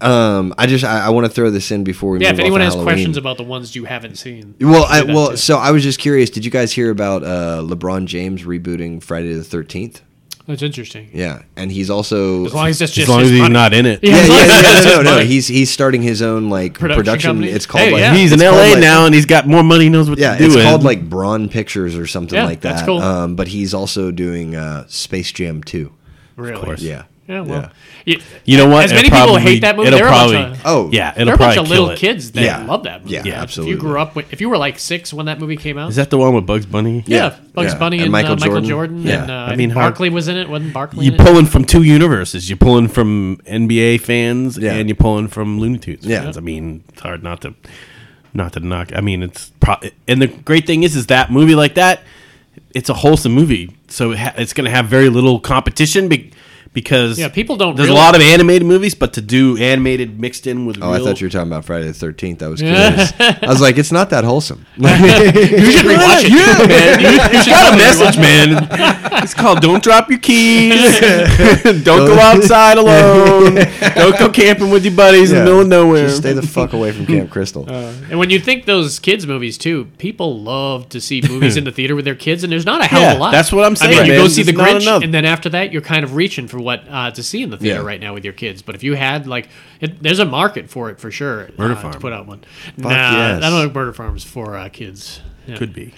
S5: Um, I just I, I want to throw this in before we
S4: yeah,
S5: move
S4: if anyone
S5: off
S4: has
S5: of
S4: questions
S5: Halloween.
S4: about the ones you haven't seen,
S5: well, I,
S4: do that
S5: well,
S4: too.
S5: so I was just curious. Did you guys hear about uh, LeBron James rebooting Friday the Thirteenth?
S4: that's interesting.
S5: Yeah, and he's also
S4: As long as that's
S3: As
S4: just
S3: long
S4: his
S3: as he's
S4: money.
S3: not in it.
S5: yeah,
S4: as
S5: yeah,
S4: long as
S5: yeah,
S4: that's
S5: no,
S4: his
S5: no, no.
S4: money.
S5: He's he's starting his own like
S4: Production
S5: production.
S4: company?
S5: It's called
S4: Hey,
S5: like
S4: yeah.
S3: He's
S5: it's
S3: in
S5: called,
S3: LA
S5: like-
S3: now and he's got more money, knows what
S5: Yeah,
S3: to do.
S5: it's called
S3: and-
S5: like Braun Pictures or something
S4: Yeah,
S5: like that.
S4: that's cool.
S5: Um, but he's also doing uh, Space Jam Two.
S4: Really?
S3: course.
S5: Yeah.
S4: Yeah. Well. yeah,
S3: you know what?
S4: As
S3: It'll
S4: many people
S3: probably-
S4: hate that movie,
S3: it'll
S4: they're a bunch
S3: probably,
S4: of-
S5: Oh.
S3: yeah,
S4: there
S3: it'll
S4: are a bunch
S3: probably
S4: of little
S3: kill it.
S4: kids that
S5: Yeah.
S4: love that movie.
S5: Yeah,
S4: If
S5: absolutely.
S4: you grew up, with, if you were like six when that movie came out,
S3: Is that the one with Bugs Bunny?
S4: Yeah, Bugs
S5: Yeah.
S4: Bunny and, Michael, uh, Jordan. Michael Jordan.
S5: Yeah.
S4: and uh,
S3: I mean, how-
S4: Barkley was in it. Wasn't Barkley?
S3: You're
S4: in it?
S3: pulling from two universes. You're pulling from NBA fans
S5: Yeah.
S3: and you're pulling from Looney Tunes
S5: Yeah.
S3: fans. I mean, it's hard not to not to knock. I mean, it's pro- and the great thing is, is that movie like that, it's a wholesome movie, so it ha- it's going to have very little competition be- because
S4: Yeah, people don't
S3: There's
S4: realize-
S3: a lot of animated movies, but to do animated mixed in with
S5: Oh,
S3: real,
S5: I thought you were talking about Friday the Thirteenth. I was curious. I was like, it's not that wholesome.
S4: you should rewatch it.
S3: yeah, man. You, you got a message, man. It's called "Don't Drop Your Keys." Don't go outside alone. Don't go camping with your buddies in the middle of nowhere.
S5: Just stay the fuck away from Camp Crystal.
S4: And when you think those kids movies too, people love to see movies in the theater with their kids, and there's not a hell of a
S3: Yeah,
S4: lot.
S3: that's what I'm
S4: I
S3: saying,
S4: mean, you
S3: man.
S4: go see the
S3: There's not
S4: Grinch,
S3: enough.
S4: and then after that, you're kind of reaching for what uh, to see in the theater
S5: Yeah.
S4: right now with your kids. But if you had like, it, there's a market for it for sure.
S3: Murder
S4: uh,
S3: Farm.
S4: to put out one. nah,
S5: yes.
S4: I don't think Murder Farm's for uh, kids. Yeah.
S3: Could be.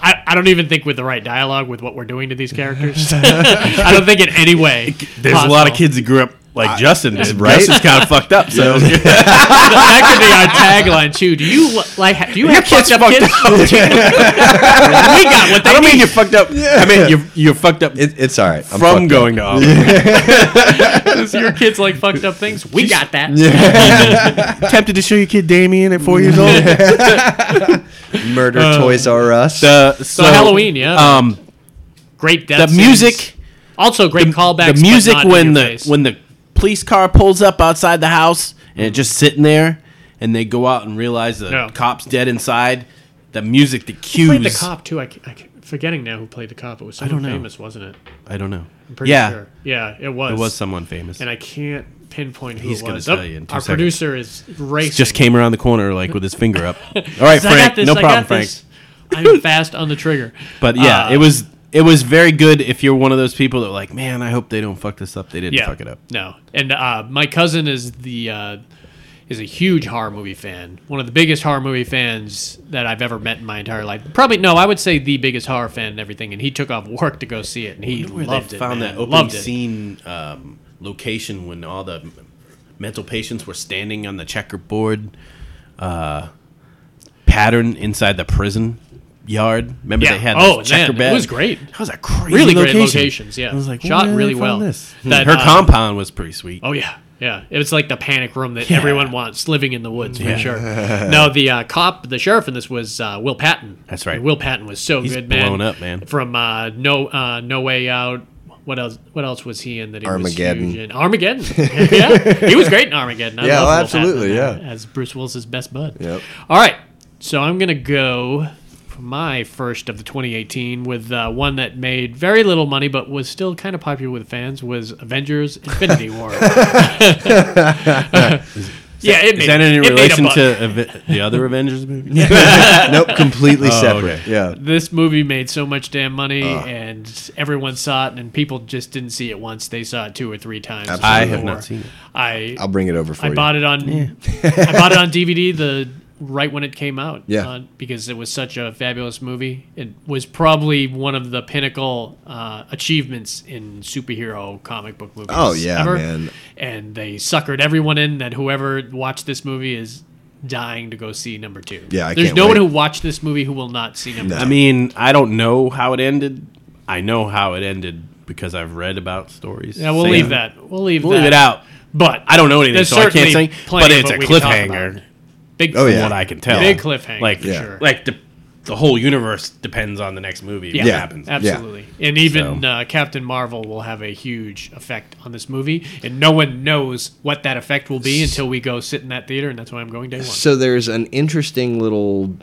S4: I, I don't even think with the right dialogue with what we're doing to these characters. I don't think in any way.
S3: There's a lot of
S4: possible.
S3: kids that grew up like Justin did.
S5: right.
S3: Justin's kind of fucked up. So
S4: that could be our tagline too. Do you like? ha- Do you have
S3: kids
S4: fucked up kids? we got what
S3: I
S4: they
S3: don't mean
S4: need.
S3: you're fucked up. I mean you're you're fucked up
S5: It, it's all right. I'm fucked
S3: from
S5: up.
S3: going to Auburn.
S4: Your kids like fucked up things. We got that.
S3: Tempted to show your kid Damien at four years old.
S5: murder Toys R Us.
S3: Uh, so,
S4: Halloween, yeah.
S3: Um,
S4: Great death.
S3: the
S4: scenes.
S3: music.
S4: Also great callbacks.
S3: the music
S4: but not in
S3: when
S4: your
S3: the
S4: face.
S3: when the police car pulls up outside the house and it's just sitting there, and they go out and realize the
S4: Yeah.
S3: cop's dead inside. The music, the cues.
S4: played the cop too. I, ca- I ca- forgetting now who played the cop. It was someone
S3: don't know.
S4: famous, wasn't it?
S3: I don't know.
S4: I'm pretty
S3: yeah,
S4: sure. Yeah, it was.
S3: it was someone famous.
S4: And I can't pinpoint who
S3: He's
S4: it
S3: gonna
S4: was.
S3: tell you in two
S4: Our
S3: seconds.
S4: producer is racing.
S3: just came around the corner like with his finger up. All
S4: I got
S3: right, Frank.
S4: this,
S3: no
S4: I
S3: problem,
S4: got
S3: Frank.
S4: this. I'm fast on the trigger.
S3: But yeah,
S4: Uh,
S3: it was it was very good. If you're one of those people that are like, man, I hope they don't fuck this up. They didn't
S4: yeah,
S3: fuck it up.
S4: No, and uh, my cousin is the uh, is a huge horror movie fan. One of the biggest horror movie fans that I've ever met in my entire life. Probably no, I would say the biggest horror fan and everything. And he took off work to go see it, and he
S3: Where
S4: loved
S3: they
S4: it.
S3: found
S4: man.
S3: that open
S4: loved it.
S3: scene um, location when all the m- mental patients were standing on the checkerboard uh, pattern inside the prison yard. Remember
S4: Yeah.
S3: they had
S4: Oh,
S3: oh, checker
S4: man,
S3: bed.
S4: it was great.
S3: That was a crazy
S4: Really great
S3: location.
S4: locations, yeah.
S3: I was like,
S4: Shot
S3: where
S4: really
S3: they
S4: well.
S3: found This?
S4: That,
S3: Her
S4: uh,
S3: compound was pretty sweet.
S4: Oh yeah, yeah. It was like the panic room that
S3: Yeah.
S4: everyone wants, living in the woods for
S3: Yeah.
S4: sure. no, the uh, cop, the sheriff in this was uh, Will Patton.
S3: That's right.
S4: Will Patton was so
S3: He's
S4: good, man.
S3: blown up, man.
S4: From uh, no, uh, no way out. What else? What else was he in that he
S5: Armageddon.
S4: was huge in? Armageddon. yeah, he was great in Armageddon. I
S5: Yeah,
S4: love
S5: oh,
S4: Will
S5: absolutely,
S4: Patton, uh,
S5: yeah.
S4: As Bruce Willis's best bud.
S5: Yep.
S4: All right, so I'm gonna go. for My first of the 2018 with uh, one that made very little money but was still kind of popular with fans was Avengers Infinity War. yeah, it made,
S3: Is that in
S4: it made a
S3: relation
S4: buck.
S3: to Ave- the other Avengers movie?
S5: nope, completely separate.
S3: Oh, okay.
S5: Yeah.
S4: this movie made so much damn money and everyone saw it and people just didn't see it once they saw it two or three times
S3: I
S4: before.
S3: have not seen it.
S4: I
S5: I'll bring it over for
S4: I
S5: you.
S4: bought it on I bought it on DVD the right when it came out
S5: Yeah.
S4: uh, because it was such a fabulous movie it was probably one of the pinnacle uh, achievements in superhero comic book movies
S5: Oh, yeah,
S4: ever.
S5: man.
S4: and they suckered everyone in that whoever watched this movie is dying to go see number two
S5: Yeah, I
S4: there's
S5: can't
S4: no one
S5: wait.
S4: who watched this movie who will not see number
S5: No.
S4: two
S3: I mean, I don't know how it ended. I know how it ended because I've read about stories.
S4: Yeah, we'll
S3: saying-
S4: leave that. We'll leave
S3: We'll
S4: that.
S3: leave it out.
S4: But
S3: I don't know anything,
S4: There's
S3: so I can't
S4: certainly
S3: say.
S4: plenty
S3: But
S4: of
S3: it's a
S4: what we can talk
S3: cliffhanger,
S4: about. big
S5: Oh,
S3: from
S5: yeah.
S3: what I can tell.
S4: Big cliffhanger,
S3: like
S4: for
S5: Yeah.
S4: sure.
S3: like the the whole universe depends on the next movie.
S4: yeah,
S3: What
S5: Yeah.
S3: happens?
S4: absolutely. And even uh, Captain Marvel will have a huge effect on this movie, and no one knows what that effect will be until we go sit in that theater, and that's why I'm going day one.
S5: So there's an interesting little,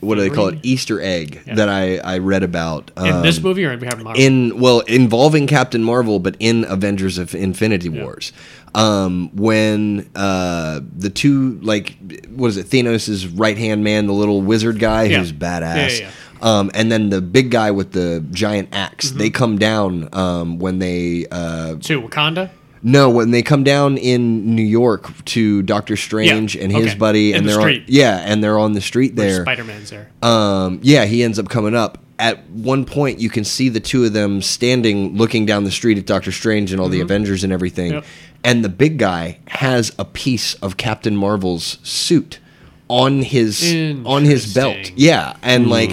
S5: what do they call it? Easter egg that I, I read about. Um,
S4: in this movie or in Captain Marvel?
S5: in well involving Captain Marvel, but in Avengers of Infinity Wars, um, when uh, the two like what is it Thanos' right hand man, the little wizard guy
S4: Yeah.
S5: who's badass.
S4: Yeah, yeah, yeah.
S5: Um, and then the big guy with the giant ax
S4: Mm-hmm.
S5: they come down um, when they uh,
S4: to Wakanda.
S5: no, when they come down in New York to Doctor Strange and his
S4: okay.
S5: buddy,
S4: In
S5: and
S4: the
S5: they're
S4: street.
S5: on, yeah, and they're on the street there
S4: Spider Man's there.
S5: um, yeah, he ends up coming up. At one point, you can see the two of them standing, looking down the street at Doctor Strange and all the Avengers and everything.
S4: Mm-hmm. Yep.
S5: And the big guy has a piece of Captain Marvel's suit on his on his belt.
S4: Interesting. Hmm.
S5: Yeah, and like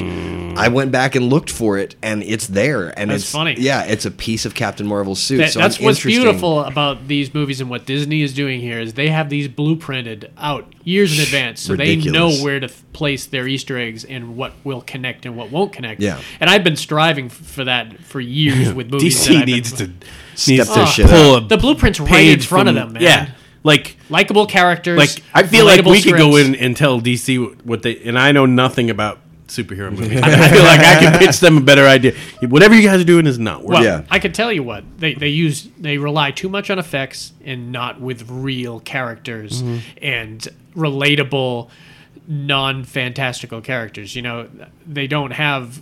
S5: I went back and looked for it, and it's there. And
S4: That's
S5: it's
S4: funny.
S5: Yeah, it's a piece of Captain Marvel's suit.
S4: That-
S5: so
S4: that's
S5: I'm
S4: what's
S5: interesting-
S4: beautiful about these movies and what Disney is doing here is they have these blueprinted out years in advance, so they know
S5: Ridiculous.
S4: where to th- place their Easter eggs and what will connect and what won't connect.
S5: Yeah.
S4: and I've been striving f- for that for years with movies. that
S3: DC
S4: I've been-
S3: needs to needs
S5: their
S3: to
S5: shit
S3: pull a
S4: the blueprints right in
S3: page
S4: front
S3: from-
S4: of them, man.
S3: Yeah, like
S4: likable characters.
S3: like I feel like
S4: relatable
S3: we could go
S4: scripts.
S3: in and tell DC what they and I know nothing about superhero movies. I feel like I could pitch them a better idea. Whatever you guys are doing is not working.
S4: Well,
S5: Yeah.
S4: I could tell you what they they use. They rely too much on effects and not with real characters
S5: Mm-hmm.
S4: and relatable, non-fantastical characters. You know, they don't have.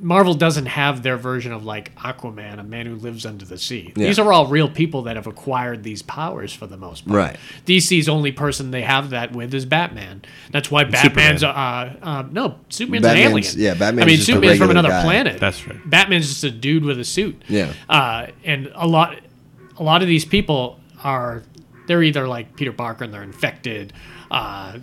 S4: Marvel doesn't have their version of like Aquaman, a man who lives under the sea. These are all real people that have acquired these powers for the most part.
S5: Right.
S4: DC's only person they have that with is Batman. That's why Batman's uh, uh no Superman's
S5: Batman's-
S4: an alien.
S5: yeah, Batman's
S4: I mean
S5: just a
S4: Superman's from
S5: regular
S4: another
S5: guy.
S4: planet.
S3: That's right.
S4: Batman's just a dude with a suit.
S5: Yeah.
S4: Uh, and a lot. a lot of these people are they're either like Peter Parker and they're infected. Uh,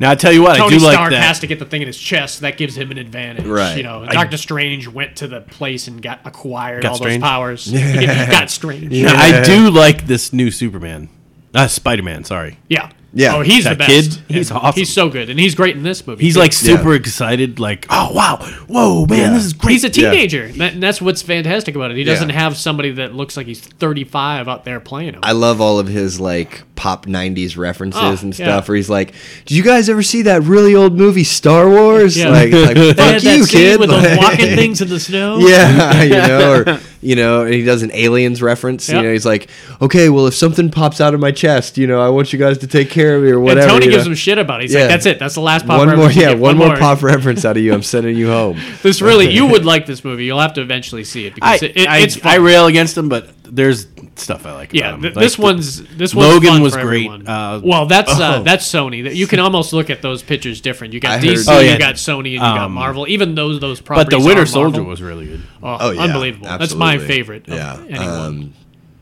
S3: Now I tell you what, I
S4: Tony
S3: do like
S4: Stark
S3: that.
S4: has to get the thing in his chest. That gives him an advantage.
S5: Right.
S4: You know,
S3: I-
S4: Doctor Strange went to the place and got acquired
S3: Got
S4: all
S3: strange?
S4: those powers. Yeah. got Strange. Yeah.
S3: Now, I do like this new Superman, uh, Spider Man. Sorry,
S4: yeah.
S5: Yeah.
S4: Oh, he's
S3: That
S4: the best.
S3: kid, he's
S4: Yeah.
S3: awesome.
S4: He's so good, and he's great in this movie.
S3: he's
S4: too.
S3: like super excited. Like, oh wow, whoa, man,
S5: Yeah.
S3: this is great.
S4: He's a teenager. That- and that's what's fantastic about it. He doesn't have somebody that looks like he's 35 out there playing him.
S5: I love all of his like pop '90s references
S4: Oh,
S5: and
S4: yeah.
S5: stuff. Where he's like, "Did you guys ever see that really old movie Star Wars?"
S4: Yeah.
S5: Like, like
S4: They
S5: fuck
S4: had that
S5: you,
S4: scene
S5: kid.
S4: with those
S5: Like-
S4: walking things in the snow.
S5: Yeah, you know, or you know, and he does an aliens reference.
S4: Yeah.
S5: You know, he's like, "Okay, well, if something pops out of my chest, you know, I want you guys to take care of me or
S4: And
S5: whatever."
S4: Tony
S5: you
S4: gives
S5: know.
S4: him shit about it. He's
S5: Yeah.
S4: like, "That's it. That's the last pop."
S5: one more,
S4: reference you
S5: yeah,
S4: get.
S5: one, more pop reference out of you. I'm sending you home.
S4: This really, you would like this movie. You'll have to eventually see it
S3: I,
S4: because it, it-
S3: I,
S4: it's fun.
S3: I rail against him, but there's stuff I like.
S4: yeah,
S3: about him.
S4: th-
S3: Like
S4: this
S3: the-
S4: one's this one's
S3: Logan
S4: fun
S3: was
S4: for
S3: great.
S4: everyone.
S3: Uh,
S4: well, that's uh,
S3: oh.
S4: that's Sony. That- You can almost look at those pictures different. You
S5: I
S4: got
S5: heard-
S4: DC,
S5: Oh,
S3: yeah.
S4: you got Sony, and you got
S3: Um,
S4: Marvel. Even those those
S3: But
S4: properties.
S3: the
S4: are
S3: Winter Soldier
S4: Marvel.
S3: was really good.
S4: oh,
S5: Oh, yeah,
S4: unbelievable. That's my
S5: absolutely.
S4: favorite. Yeah,
S5: Yeah,
S4: anyone.
S5: um,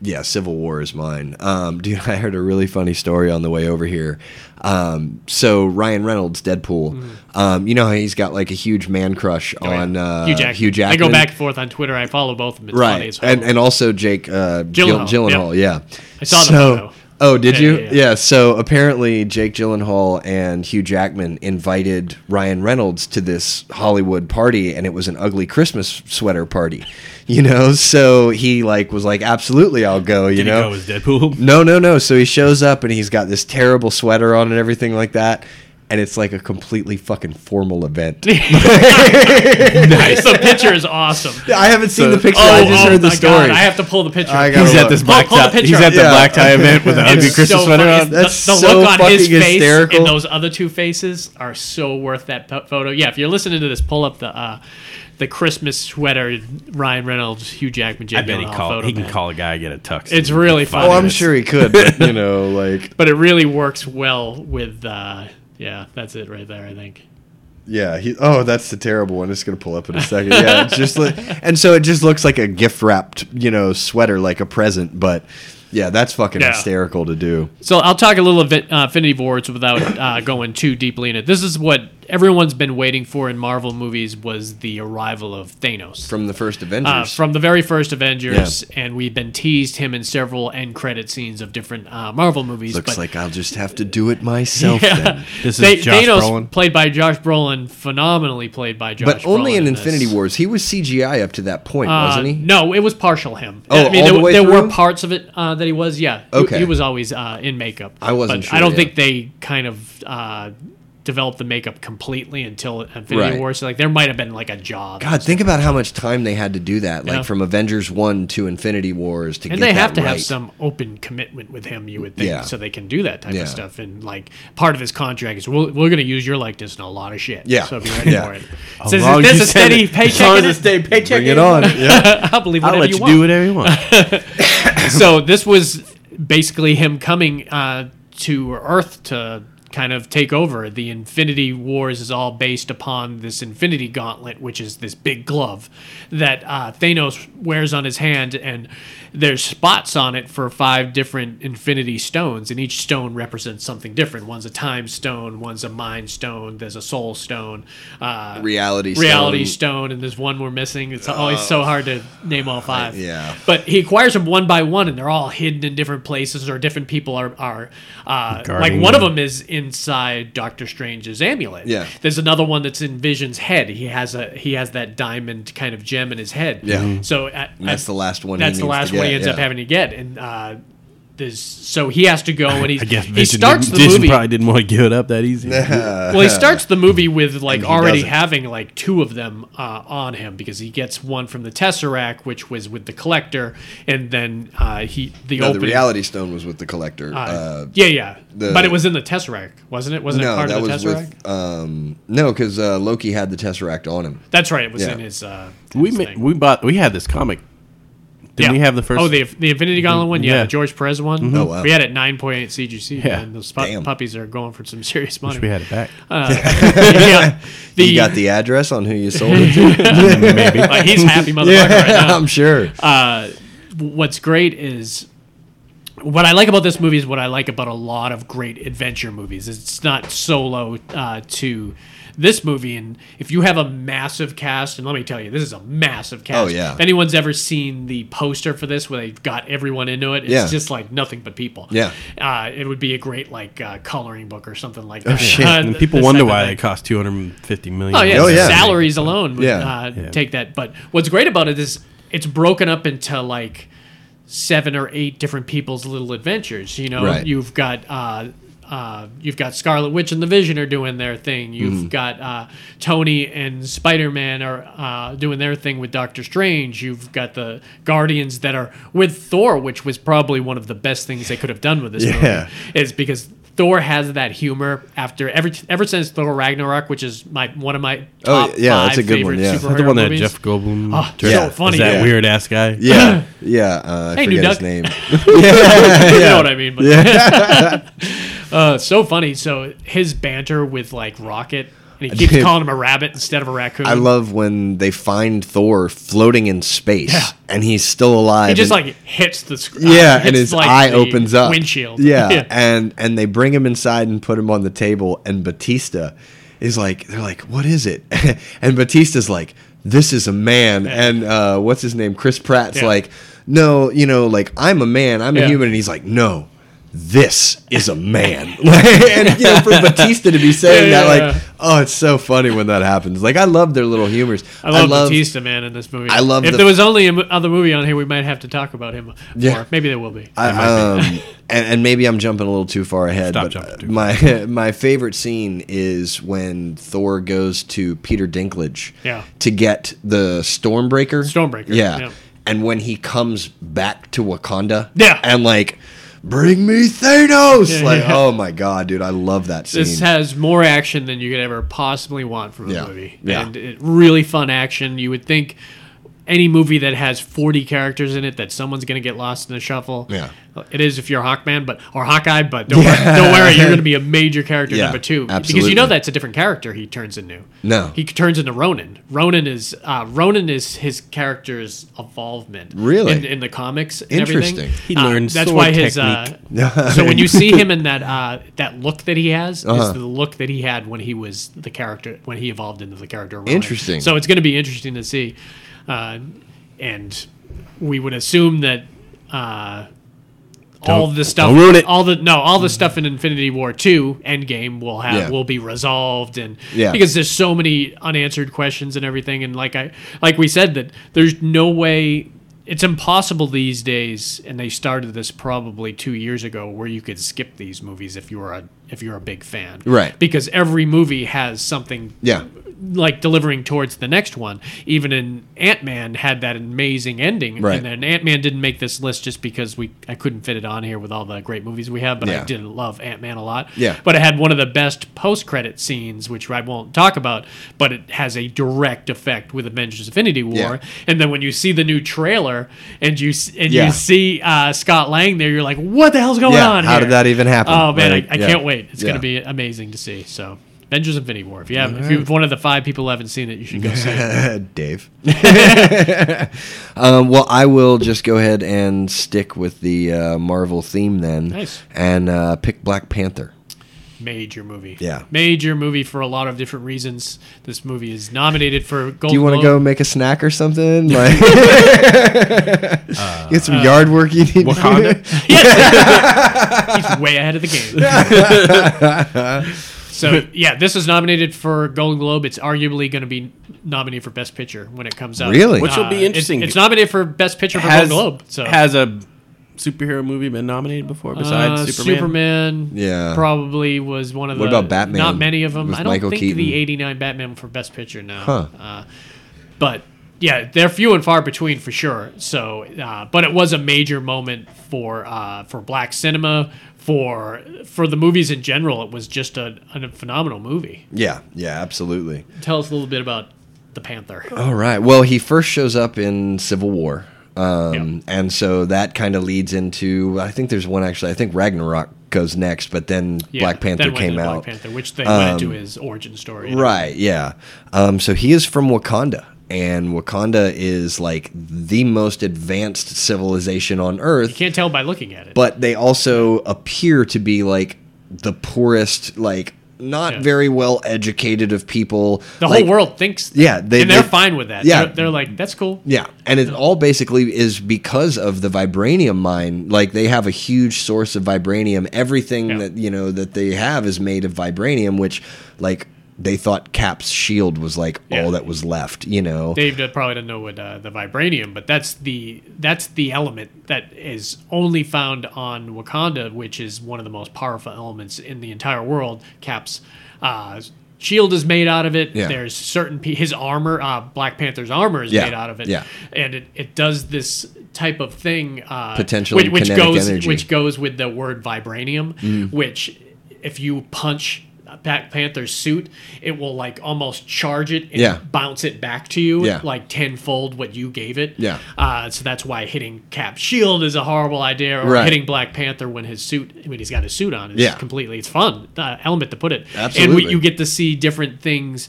S5: yeah, Civil War is mine. Um, dude, I heard a really funny story on the way over here. Um, so Ryan Reynolds, Deadpool, um, you know how he's got like a huge man crush on uh,
S4: Mm-hmm. Oh, Hugh Jackman.
S5: Hugh Jackman.
S4: I go back and forth on Twitter. I follow both of them. It's
S5: right,
S4: funny as hell.
S5: and and also Jake uh, Gyllenhaal.
S4: Gyllenhaal,
S5: Gyllenhaal yeah.
S4: I saw the
S5: so,
S4: photo.
S5: Oh, did
S4: Yeah,
S5: you?
S4: yeah,
S5: Yeah,
S4: yeah.
S5: So apparently, Jake Gyllenhaal and Hugh Jackman invited Ryan Reynolds to this Hollywood party, and it was an ugly Christmas sweater party. You know, so he like was like, "Absolutely, I'll go." You
S3: Did
S5: know,
S3: he go as Deadpool?
S5: no, no, no. So he shows up and he's got this terrible sweater on and everything like that. And it's like a completely fucking formal event.
S4: nice. the picture is awesome.
S5: I haven't seen the picture.
S4: Oh,
S5: I just
S4: oh
S5: heard the
S4: my
S5: story.
S4: God, I have to pull the picture.
S5: I
S4: up.
S5: gotta
S3: He's
S5: look.
S3: at this black
S4: Pull- pull
S3: tie.
S4: the picture
S3: He's
S4: up.
S3: at the
S5: Yeah.
S3: black tie event with an
S4: It's
S3: ugly Christmas
S4: so
S3: sweater
S4: funny.
S3: on.
S4: The-
S5: That's
S4: the,
S5: so
S4: look on his
S5: fucking
S4: face
S5: hysterical.
S4: and those other two faces are so worth that po- photo. Yeah, if you're listening to this, pull up the uh, the Christmas sweater Ryan Reynolds, Hugh Jackman, Jake
S3: I bet he
S4: Gyllenhaal
S3: call.
S4: photo,
S3: He can
S4: man.
S3: call a guy get a tux.
S4: It's
S3: and
S4: really
S3: five
S4: funny.
S5: oh, I'm
S3: minutes.
S5: sure he could, but you know, like,
S4: But it really works well with. Uh, yeah, that's it right there. I think.
S5: yeah. He, oh, that's the terrible one. It's gonna pull up in a second. Yeah, it's just like, and so it just looks like a gift wrapped, you know, sweater, like a present. But yeah, that's fucking
S4: Yeah.
S5: hysterical to do.
S4: So I'll talk a little of it, uh, Infinity Wars without uh, going too deeply in it. This is what everyone's been waiting for in Marvel movies was the arrival of Thanos.
S5: From the first
S4: uh,
S5: Avengers,
S4: from the very first Avengers, and we've been teased him in several end credit scenes of different uh, Marvel movies.
S5: looks
S4: but
S5: like I'll just have to do it myself. Then.
S3: This
S4: Tha-
S3: is Josh
S4: Thanos,
S3: Brolin.
S4: played by Josh Brolin, phenomenally played by Josh.
S5: But only
S4: Brolin
S5: in
S4: this.
S5: Infinity Wars, he was CGI up to that point,
S4: Uh,
S5: wasn't he?
S4: No, it was partial him.
S5: Oh,
S4: I mean,
S5: all
S4: there,
S5: the way
S4: there were
S5: through?
S4: parts of it uh, that he was. Yeah, He-
S5: Okay.
S4: he, was always uh, in makeup.
S5: I wasn't
S4: But
S5: sure,
S4: I don't
S5: yeah.
S4: think they kind of. Uh, developed the makeup completely until Infinity
S5: Right.
S4: Wars. So, like there might have been like a job.
S5: God, think about how much time they had to do that, like
S4: Yeah.
S5: from Avengers One to Infinity Wars to
S4: and
S5: get
S4: they have
S5: that
S4: to
S5: right.
S4: have some open commitment with him you would think
S5: Yeah.
S4: so they can do that type
S5: Yeah.
S4: of stuff and like part of his contract is we'll, we're going to use your likeness in a lot of shit
S5: Yeah.
S4: so be ready
S5: Yeah.
S4: for it
S3: As
S4: Since
S3: long as
S4: there's
S3: Oh, you
S4: a
S3: send
S4: steady
S3: it- as long
S4: paycheck
S3: as
S4: in
S3: there's a
S4: it,
S3: steady paycheck.
S5: Bring
S3: in
S5: it on. yeah.
S4: i'll believe
S3: I'll
S4: whatever
S3: let
S4: you,
S3: you
S4: want
S3: do whatever you want.
S4: so this was basically him coming uh, to Earth to kind of take over. The Infinity Wars is all based upon this Infinity Gauntlet, which is this big glove that uh, Thanos wears on his hand, and there's spots on it for five different Infinity Stones, and each stone represents something different. One's a Time Stone, one's a Mind Stone, there's a Soul Stone, uh,
S5: Reality
S4: Reality
S5: Stone. Oh.
S4: Stone, and there's one we're missing. It's always so hard to name all five.
S5: yeah.
S4: But he acquires them one by one, and they're all hidden in different places, or different people are are uh, like
S3: Guarding
S4: one of
S3: them.
S4: them is inside Doctor Strange's amulet.
S5: Yeah.
S4: There's another one that's in Vision's head. He has a he has that diamond kind of gem in his head.
S5: Yeah.
S3: Mm-hmm.
S5: Mhm.
S4: So at,
S5: And that's the last one he
S4: That's the
S5: needs
S4: last
S5: to
S4: one he
S5: get,
S4: ends up
S5: yeah.
S4: having to get, and. Uh, there's, so he has to go and he's,
S3: I guess
S4: he
S3: Vision
S4: starts
S3: didn't-
S4: the
S3: Vision
S4: movie.
S3: probably didn't want to give it up that easy.
S5: Uh,
S4: Well, he starts the movie with like
S5: Uh-huh. he
S4: already
S5: doesn't.
S4: having like two of them uh, on him because he gets one from the Tesseract, which was with the Collector, and then uh, he the
S5: No, the
S4: open
S5: Reality Stone was with the Collector. Uh,
S4: uh, yeah, yeah,
S5: the-
S4: but it was in the Tesseract, wasn't it? Wasn't it
S5: no,
S4: part
S5: that
S4: of the
S5: was
S4: Tesseract?
S5: with um, no, because uh, Loki had the Tesseract on him.
S4: That's right. It was
S5: Yeah.
S4: in his. Uh,
S3: We
S4: his
S3: ma-
S4: thing.
S3: we bought we had this comic. Didn't we have the first?
S4: Oh, the the Infinity Gauntlet one. Yeah,
S3: Yeah.
S4: the George Perez one.
S5: Oh, wow.
S4: We had it nine point eight CGC.
S3: Yeah.
S4: Yeah, and those pu-
S5: Damn.
S4: puppies are going for some serious money.
S3: Wish we had it back.
S4: yeah, the,
S5: you got the address on who you sold it to.
S4: like, he's happy motherfucker right now.
S5: I'm sure.
S4: what's great is what I like about this movie is what I like about a lot of great adventure movies. It's not solo uh, to this movie, and if you have a massive cast, and let me tell you, this is a massive cast.
S5: Oh, yeah.
S4: If anyone's ever seen the poster for this, where they've got everyone into it, it's
S5: Yeah.
S4: just like nothing but people.
S5: Yeah.
S4: Uh, it would be a great like uh, coloring book or something like that.
S5: shit.
S4: Uh,
S3: Oh, And
S4: th-
S3: people
S4: this
S3: wonder
S4: type of
S3: why
S4: thing.
S3: it cost 250 million.
S4: Oh yeah,
S5: Oh, yeah.
S4: salaries alone would
S5: Yeah.
S4: Uh,
S3: Yeah.
S4: take that. But what's great about it is it's broken up into like seven or eight different people's little adventures. You know,
S5: Right.
S4: you've got. Uh, uh, you've got Scarlet Witch and the Vision are doing their thing.
S5: Mm-hmm.
S4: You've got uh, Tony and Spider Man are uh, doing their thing with Doctor Strange. You've got the Guardians that are with Thor, which was probably one of the best things they could have done with this
S5: Yeah.
S4: movie is because Thor has that humor after ever ever since Thor Ragnarok, which is my one of my
S5: Oh,
S4: top
S5: yeah,
S4: five
S5: that's a good one,
S4: favorite
S5: yeah. Is
S4: superhero
S5: that
S3: Is that the one that
S4: movies.
S3: Jeff Goldblum?
S4: Oh, it's
S3: directed?
S4: so funny.
S3: Is that
S5: Yeah.
S3: weird ass guy?
S5: Yeah, yeah. Uh, I
S4: Hey, new
S5: forget his
S4: duck.
S5: name.
S4: you know what I mean? But, uh, so funny. So his banter with like Rocket, and he keeps
S5: Dude.
S4: calling him a rabbit instead of a raccoon.
S5: I love when they find Thor floating in space
S4: Yeah.
S5: and he's still alive.
S4: He just
S5: and-
S4: like hits the sc- uh,
S5: yeah, and
S4: hits,
S5: his
S4: like,
S5: eye
S4: the
S5: opens up.
S4: windshield.
S5: Yeah, and and they bring him inside and put him on the table, and Batista is like, they're like, what is it? and Batista's like, this is a man, and uh, what's his name? Chris Pratt's
S4: Yeah.
S5: like, no, you know, like I'm a man, I'm a
S4: Yeah.
S5: human, and he's like, no. This is a man, and you know, for Batista to be saying
S4: Yeah,
S5: that,
S4: yeah,
S5: like,
S4: yeah.
S5: oh, it's so funny when that happens. Like, I love their little humors.
S4: I love, Batista, man, in this movie.
S5: I love
S4: If
S5: the-
S4: there was only a mo- other movie on here, we might have to talk about him.
S5: Yeah.
S4: more. maybe there will be.
S5: I, um, and, and maybe I'm jumping a little too far ahead,
S3: Stop
S5: but uh,
S3: jumping too
S5: my my favorite scene is when Thor goes to Peter Dinklage
S4: Yeah.
S5: to get the Stormbreaker.
S4: Stormbreaker,
S5: Yeah.
S4: yeah.
S5: And when he comes back to Wakanda.
S4: Yeah.
S5: And like, bring me Thanos.
S4: Yeah,
S5: like,
S4: yeah.
S5: oh my god, dude, I love that scene.
S4: This has more action than you could ever possibly want from a
S5: Yeah.
S4: movie.
S5: Yeah.
S4: And it, really fun action. You would think any movie that has 40 characters in it that someone's going to get lost in the shuffle.
S5: Yeah.
S4: It is if you're Hawkman but or Hawkeye, but don't, worry, don't worry, you're going to be a major character
S5: Yeah,
S4: number 2 because
S5: absolutely.
S4: you know that's a different character he turns into.
S5: No.
S4: He turns into Ronan. Ronan is uh, Ronan is his character's involvement.
S5: Really?
S4: In, in the comics and everything.
S5: Interesting.
S3: He
S4: Uh,
S3: learns
S4: That's
S3: sword
S4: why his
S3: technique.
S4: uh, so when you see him in that uh, that look that he has,
S3: Uh-huh.
S4: is the look that he had when he was the character when he evolved into the character. Ronan.
S5: Interesting.
S4: So it's going to be interesting to see, uh, and we would assume that uh, all
S3: Don't-
S4: the stuff,
S3: don't ruin it.
S4: all the no, all the stuff in Infinity War Two Endgame will have
S5: Yeah.
S4: will be resolved, and
S5: Yeah.
S4: because there's so many unanswered questions and everything, and like I like we said that there's no way. It's impossible these days, and they started this probably two years ago, where you could skip these movies if you were a if you're a big fan,
S5: Right.
S4: Because every movie has something
S5: yeah.
S4: like delivering towards the next one. Even in Ant Man had that amazing ending,
S5: Right.
S4: and then Ant Man didn't make this list just because we I couldn't fit it on here with all the great movies we have. But
S5: Yeah.
S4: I did love Ant Man a lot.
S5: Yeah.
S4: but it had one of the best post credit scenes, which I won't talk about. But it has a direct effect with Avengers: Infinity War.
S5: Yeah.
S4: And then when you see the new trailer and you s- and
S5: Yeah.
S4: you see uh, Scott Lang there, you're like, what the hell's going
S5: Yeah,
S4: on?
S5: how did
S4: here?
S5: that even happen?
S4: Oh man,
S5: Like,
S4: I, I
S5: yeah.
S4: can't wait. It's
S5: Yeah.
S4: gonna be amazing to see. So Avengers Infinity War. If you have if you're one of the five people who haven't seen it, you should go see it.
S5: Dave. um, well, I will just go ahead and stick with the uh, Marvel theme then,
S4: Nice.
S5: and uh, pick Black Panther.
S4: Major movie.
S5: Yeah.
S4: Major movie for a lot of different reasons. This movie is nominated for Golden
S5: Do you want to go
S4: Globe.
S5: make a snack or something? Like, get some yard work you need. to do?
S3: Wakanda?
S4: He's way ahead of the game. so yeah, this was nominated for Golden Globe. It's arguably going to be nominated for Best Picture when it comes out.
S5: Really?
S3: Which will be
S4: it's-
S3: interesting.
S4: It's, nominated for Best Picture for
S3: Has,
S4: Golden Globe. So
S3: has a superhero movie been nominated before besides
S4: Uh,
S3: Superman?
S4: Superman,
S5: Yeah.
S4: probably was one of the.
S5: What about Batman
S4: Not many of them.
S5: with
S4: I don't
S5: Michael
S4: think
S5: Keaton?
S4: the '89 Batman for Best Picture now.
S5: Huh.
S4: Uh, but yeah, they're few and far between for sure. So, uh, but it was a major moment for uh, for black cinema. For for the movies in general, it was just a, a phenomenal movie.
S5: Yeah, yeah, absolutely.
S4: Tell us a little bit about the Panther.
S5: All right. Well, he first shows up in Civil War. Um,
S4: Yeah.
S5: And so that kind of leads into, I think there's one actually, I think Ragnarok goes next, but then
S4: Yeah,
S5: Black
S4: then
S5: Panther
S4: went
S5: came
S4: to
S5: out. Um,
S4: Black Panther, which they went into his origin story.
S5: Right, yeah. Um, so he is from Wakanda. and Wakanda is like the most advanced civilization on Earth
S4: You can't tell by looking at it.
S5: but they also appear to be like the poorest, like not
S4: Yeah.
S5: very well educated of people.
S4: the
S5: Like,
S4: whole world thinks, that.
S5: Yeah, they-
S4: and they're
S5: they-
S4: fine with that.
S5: yeah.
S4: they're, they're like, that's cool.
S5: Yeah, and it all basically is because of the vibranium mine. Like they have a huge source of vibranium. Everything
S4: Yeah.
S5: that you know that they have is made of vibranium, which like they thought Cap's shield was like
S4: Yeah.
S5: all that was left. You know,
S4: Dave do- probably doesn't know what uh, the vibranium, but that's the that's the element that is only found on Wakanda, which is one of the most powerful elements in the entire world. Cap's uh, shield is made out of it.
S5: Yeah.
S4: There's certain pe- his armor, uh, Black Panther's armor is
S5: Yeah,
S4: made out of it.
S5: yeah.
S4: and it, it does this type of thing. Uh,
S5: Potentially
S4: which, which
S5: kinetic
S4: goes
S5: energy. Mm.
S4: which goes with the word vibranium, which if you punch. Black Panther's suit, it will like almost charge it and
S5: Yeah.
S4: bounce it back to you
S5: Yeah.
S4: like tenfold what you gave it.
S5: Yeah.
S4: Uh, so that's why hitting Cap Shield is a horrible idea, or
S5: Right.
S4: hitting Black Panther when his suit when he's got his suit on is
S5: Yeah.
S4: completely it's fun uh, element to put it. And
S5: Absolutely.
S4: we, you get to see different things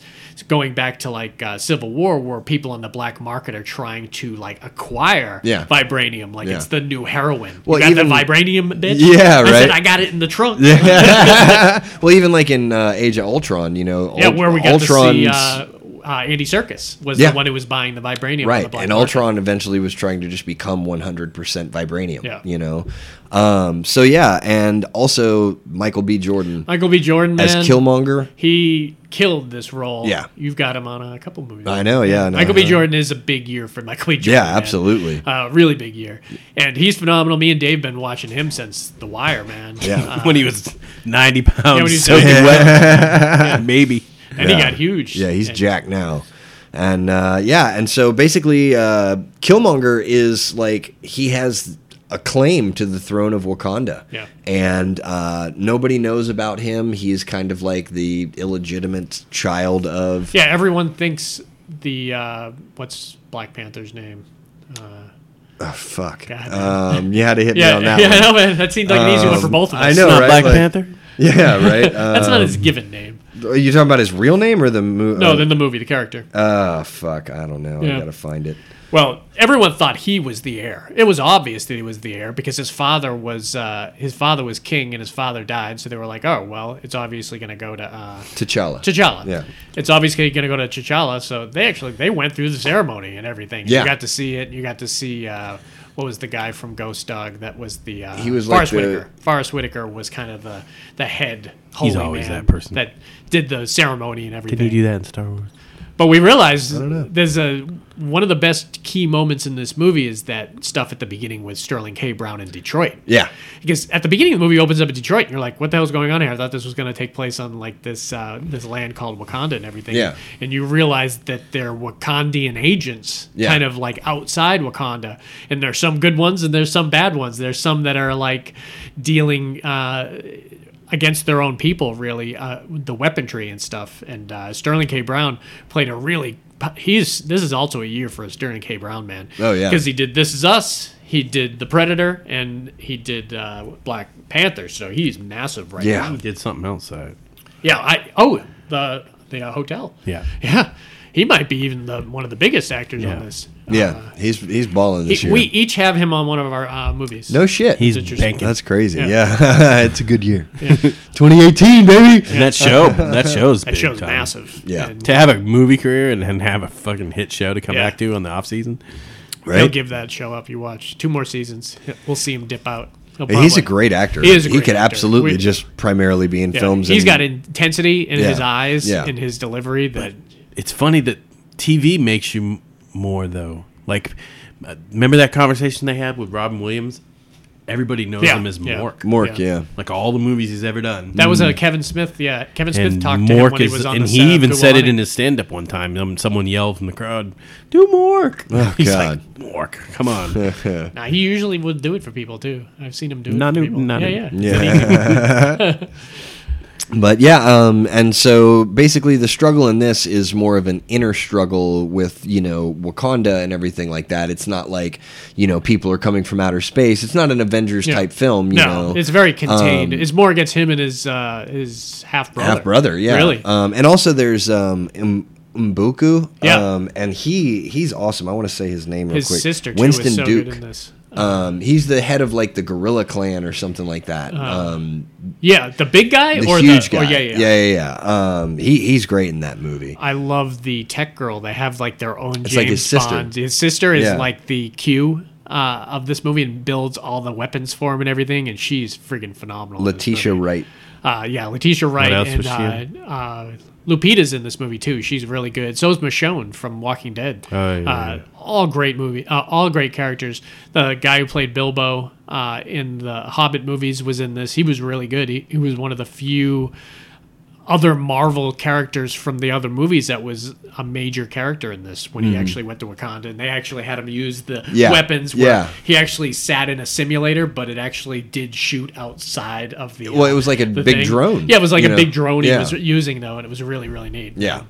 S4: going back to like uh, Civil War, where people on the black market are trying to like acquire
S5: Yeah.
S4: vibranium, like
S5: Yeah.
S4: it's the new heroin.
S5: Well,
S4: you got
S5: even-
S4: the vibranium, bitch.
S5: Yeah,
S4: I said,
S5: right.
S4: I got it in the trunk.
S5: well, even like in uh, Age of Ultron, you know,
S4: Yeah,
S5: Ult-
S4: where we got to see
S5: Ultron's-
S4: uh, uh, Andy Circus was
S5: Yeah.
S4: the one who was buying the vibranium. on the
S5: right
S4: black
S5: and
S4: market.
S5: ultron eventually was trying to just become 100% vibranium
S4: Yeah.
S5: you know um, so yeah and also michael b jordan
S4: Michael B. Jordan man,
S5: as killmonger
S4: He killed this role.
S5: Yeah.
S4: you've got him on a couple movies.
S5: i know yeah I know,
S4: Michael B.
S5: yeah.
S4: Jordan is a big year for Michael B. Jordan.
S5: yeah
S4: man.
S5: absolutely
S4: Uh, really big year, and he's phenomenal. Me and Dave been watching him since The Wire, man.
S5: Yeah.
S4: Uh,
S3: when he was 90 pounds
S4: yeah, when he's
S3: soaking
S4: done-
S3: wet, maybe.
S4: and he
S5: Yeah.
S4: got huge.
S5: yeah he's
S4: And-
S5: jack now and uh, yeah and so basically uh, killmonger is like he has a claim to the throne of wakanda
S4: Yeah.
S5: and uh, nobody knows about him he's kind of like the illegitimate child of
S4: Yeah, everyone thinks the uh, what's Black Panther's name?
S5: Oh, fuck.
S4: God.
S5: Um, you had to hit
S4: Yeah,
S5: me on that
S4: yeah,
S5: one. Um,
S4: no, man, that seemed like an easy one for both of us.
S5: I know,
S3: Not
S5: right?
S3: Black
S5: Like-
S3: Panther.
S5: Yeah, right. Uh,
S4: That's not his given name.
S5: are you talking about his real name or the movie?
S4: No, then the movie, the character.
S5: Ah, fuck. I don't know. I
S4: Yeah.
S5: gotta find it.
S4: Well, everyone thought he was the heir. It was obvious that he was the heir because his father was uh, his father was king and his father died. So they were like, "Oh, well, it's obviously going to go to uh,
S5: T'Challa.
S4: T'Challa.
S5: Yeah.
S4: It's obviously going to go to T'Challa." So they actually they went through the ceremony and everything.
S5: Yeah.
S4: You got to see it. You got to see uh, what was the guy from Ghost Dog that was the uh,
S5: He was like
S4: Forrest
S5: the-
S4: Whitaker. Forrest Whitaker was kind of the the head. Holy
S3: He's always
S4: man
S3: that person.
S4: that did the ceremony and everything.
S3: Did he do that in Star Wars?
S4: But we realize there's a one of the best key moments in this movie is that stuff at the beginning with Sterling K. Brown in Detroit.
S5: Yeah.
S4: Because at the beginning, the movie opens up in Detroit, and you're like, "What the hell's going on here?" I thought this was going to take place on like this uh, this land called Wakanda and everything.
S5: Yeah.
S4: And you realize that they're Wakandian agents,
S5: Yeah.
S4: kind of like outside Wakanda, and there's some good ones and there's some bad ones. There's some that are like dealing uh, against their own people, really, uh, the weaponry and stuff. And uh, Sterling K. Brown played a really he's this is also a year for Sterling K. Brown, man.
S5: Oh, yeah.
S4: because he did This Is Us. He did The Predator and he did uh, Black Panther, so he's massive right
S5: Yeah.
S4: now.
S3: He did something else. uh,
S4: Yeah, I oh the the uh, hotel.
S3: Yeah.
S4: yeah, he might be even the one of the biggest actors
S3: Yeah.
S4: on this.
S5: Yeah, he's he's balling this
S4: Uh, He-
S5: year.
S4: we each have him on one of our uh, movies.
S5: no shit.
S3: He's
S4: interesting.
S3: banking.
S5: That's crazy. Yeah,
S4: Yeah.
S5: it's a good year. 2018, baby.
S3: And that show, that show's
S4: that
S3: big
S4: show's
S3: time.
S4: massive.
S5: Yeah.
S4: and
S3: To have a movie career and then have a fucking hit show to come
S4: Yeah.
S3: back to on the off season.
S4: he'll
S5: Right.
S4: give that show up. You watch two more seasons. We'll see him dip out. He'll
S5: And he's a
S4: probably-
S5: great actor.
S4: He is a great
S5: could
S4: actor.
S5: absolutely
S4: We-
S5: just primarily be in
S4: Yeah,
S5: films.
S4: He's
S5: and-
S4: got intensity in
S5: Yeah.
S4: his eyes,
S5: Yeah.
S4: in his delivery. That
S3: It's funny that TV makes you m- more though. Like, uh, remember that conversation they had with Robin Williams? Everybody knows
S4: Yeah,
S3: him as
S4: yeah.
S3: Mork.
S5: Mork. Yeah.
S4: Yeah.
S3: Like all the movies he's ever done.
S4: that was a Kevin Smith. Yeah, Kevin Smith
S3: mm. and
S4: talked
S3: Mork
S4: to him when
S3: is,
S4: he was on
S3: and
S4: the set
S3: he
S4: of
S3: even said it
S4: Kuwani.
S3: in his stand up one time. Um, Someone yelled from the crowd, "Do Mork!"
S5: Oh,
S3: he's
S5: God.
S3: like, "Mork, come on!"
S4: Nah, he usually would do it for people too. I've seen him do it.
S3: Not
S4: for
S3: who-
S4: people.
S3: not
S4: yeah,
S3: who-
S4: yeah,
S5: Yeah. but yeah, um, and so basically the struggle in this is more of an inner struggle with, you know, Wakanda and everything like that. It's not like, you know, people are coming from outer space. It's not an Avengers
S4: Yeah.
S5: type film, you
S4: no,
S5: know. um,
S4: it's very contained. it's more against him and his uh, his half brother.
S5: half brother, yeah. Oh,
S4: Really,
S5: Um, and also there's um, Im- Mbuku.
S4: Yeah.
S5: Um, and he he's awesome. I want to say his name real
S4: His
S5: quick.
S4: sister too
S5: Winston
S4: is so
S5: Duke.
S4: good in this.
S5: Um, he's the head of like the Gorilla Clan or something like that.
S4: Uh-huh.
S5: um,
S4: Yeah, the big guy
S5: the
S4: or
S5: huge
S4: the
S5: guy.
S4: Or yeah, yeah,
S5: yeah, yeah, yeah. Um, he he's great in that movie.
S4: I love the tech girl. They have like their own James
S5: like his sister.
S4: Bond. His sister is
S5: Yeah.
S4: like the Q uh, of this movie and builds all the weapons for him and everything. And she's freaking phenomenal. in this
S5: Letitia
S4: movie.
S5: Wright.
S4: Uh, yeah, Letitia Wright.
S3: else
S4: and,
S3: was she in?
S4: uh, uh, Lupita's in this movie too. She's really good. So is Michonne from Walking Dead.
S3: Oh, yeah,
S4: uh,
S3: yeah.
S4: All great movie. Uh, all great characters. The guy who played Bilbo uh, in the Hobbit movies was in this. He was really good. He, he was one of the few other Marvel characters from the other movies that was a major character in this
S3: Hmm.
S4: when he actually went to Wakanda and they actually had him use the
S5: Yeah.
S4: weapons where
S5: Yeah.
S4: he actually sat in a simulator but it actually did shoot outside of the
S5: Well, it was like a
S4: the
S5: big drone,
S4: yeah it was like
S5: you
S4: a
S5: know?
S4: big drone
S5: Yeah.
S4: he was using though and it was really really neat
S5: Yeah.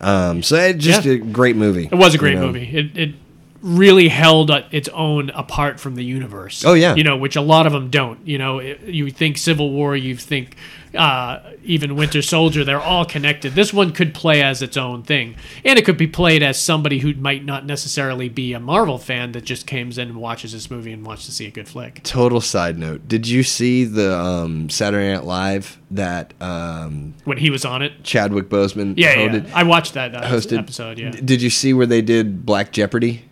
S5: Um, so it just
S4: Yeah.
S5: a great movie.
S4: it was a great
S5: you know?
S4: movie it, it really held uh, its own apart from the universe
S5: Oh, yeah.
S4: you know which a lot of them don't you know it, you think civil war you think uh, even winter soldier they're all connected this one could play as its own thing and it could be played as somebody who might not necessarily be a marvel fan that just comes in and watches this movie and wants to see a good flick
S5: Total side note: Did you see the um, Saturday Night Live that um,
S4: when he was on it
S5: Chadwick Boseman
S4: yeah, yeah,
S5: hosted?
S4: i watched that uh,
S5: Oh, hosted?
S4: episode yeah
S5: D- Did you see where they did Black Jeopardy?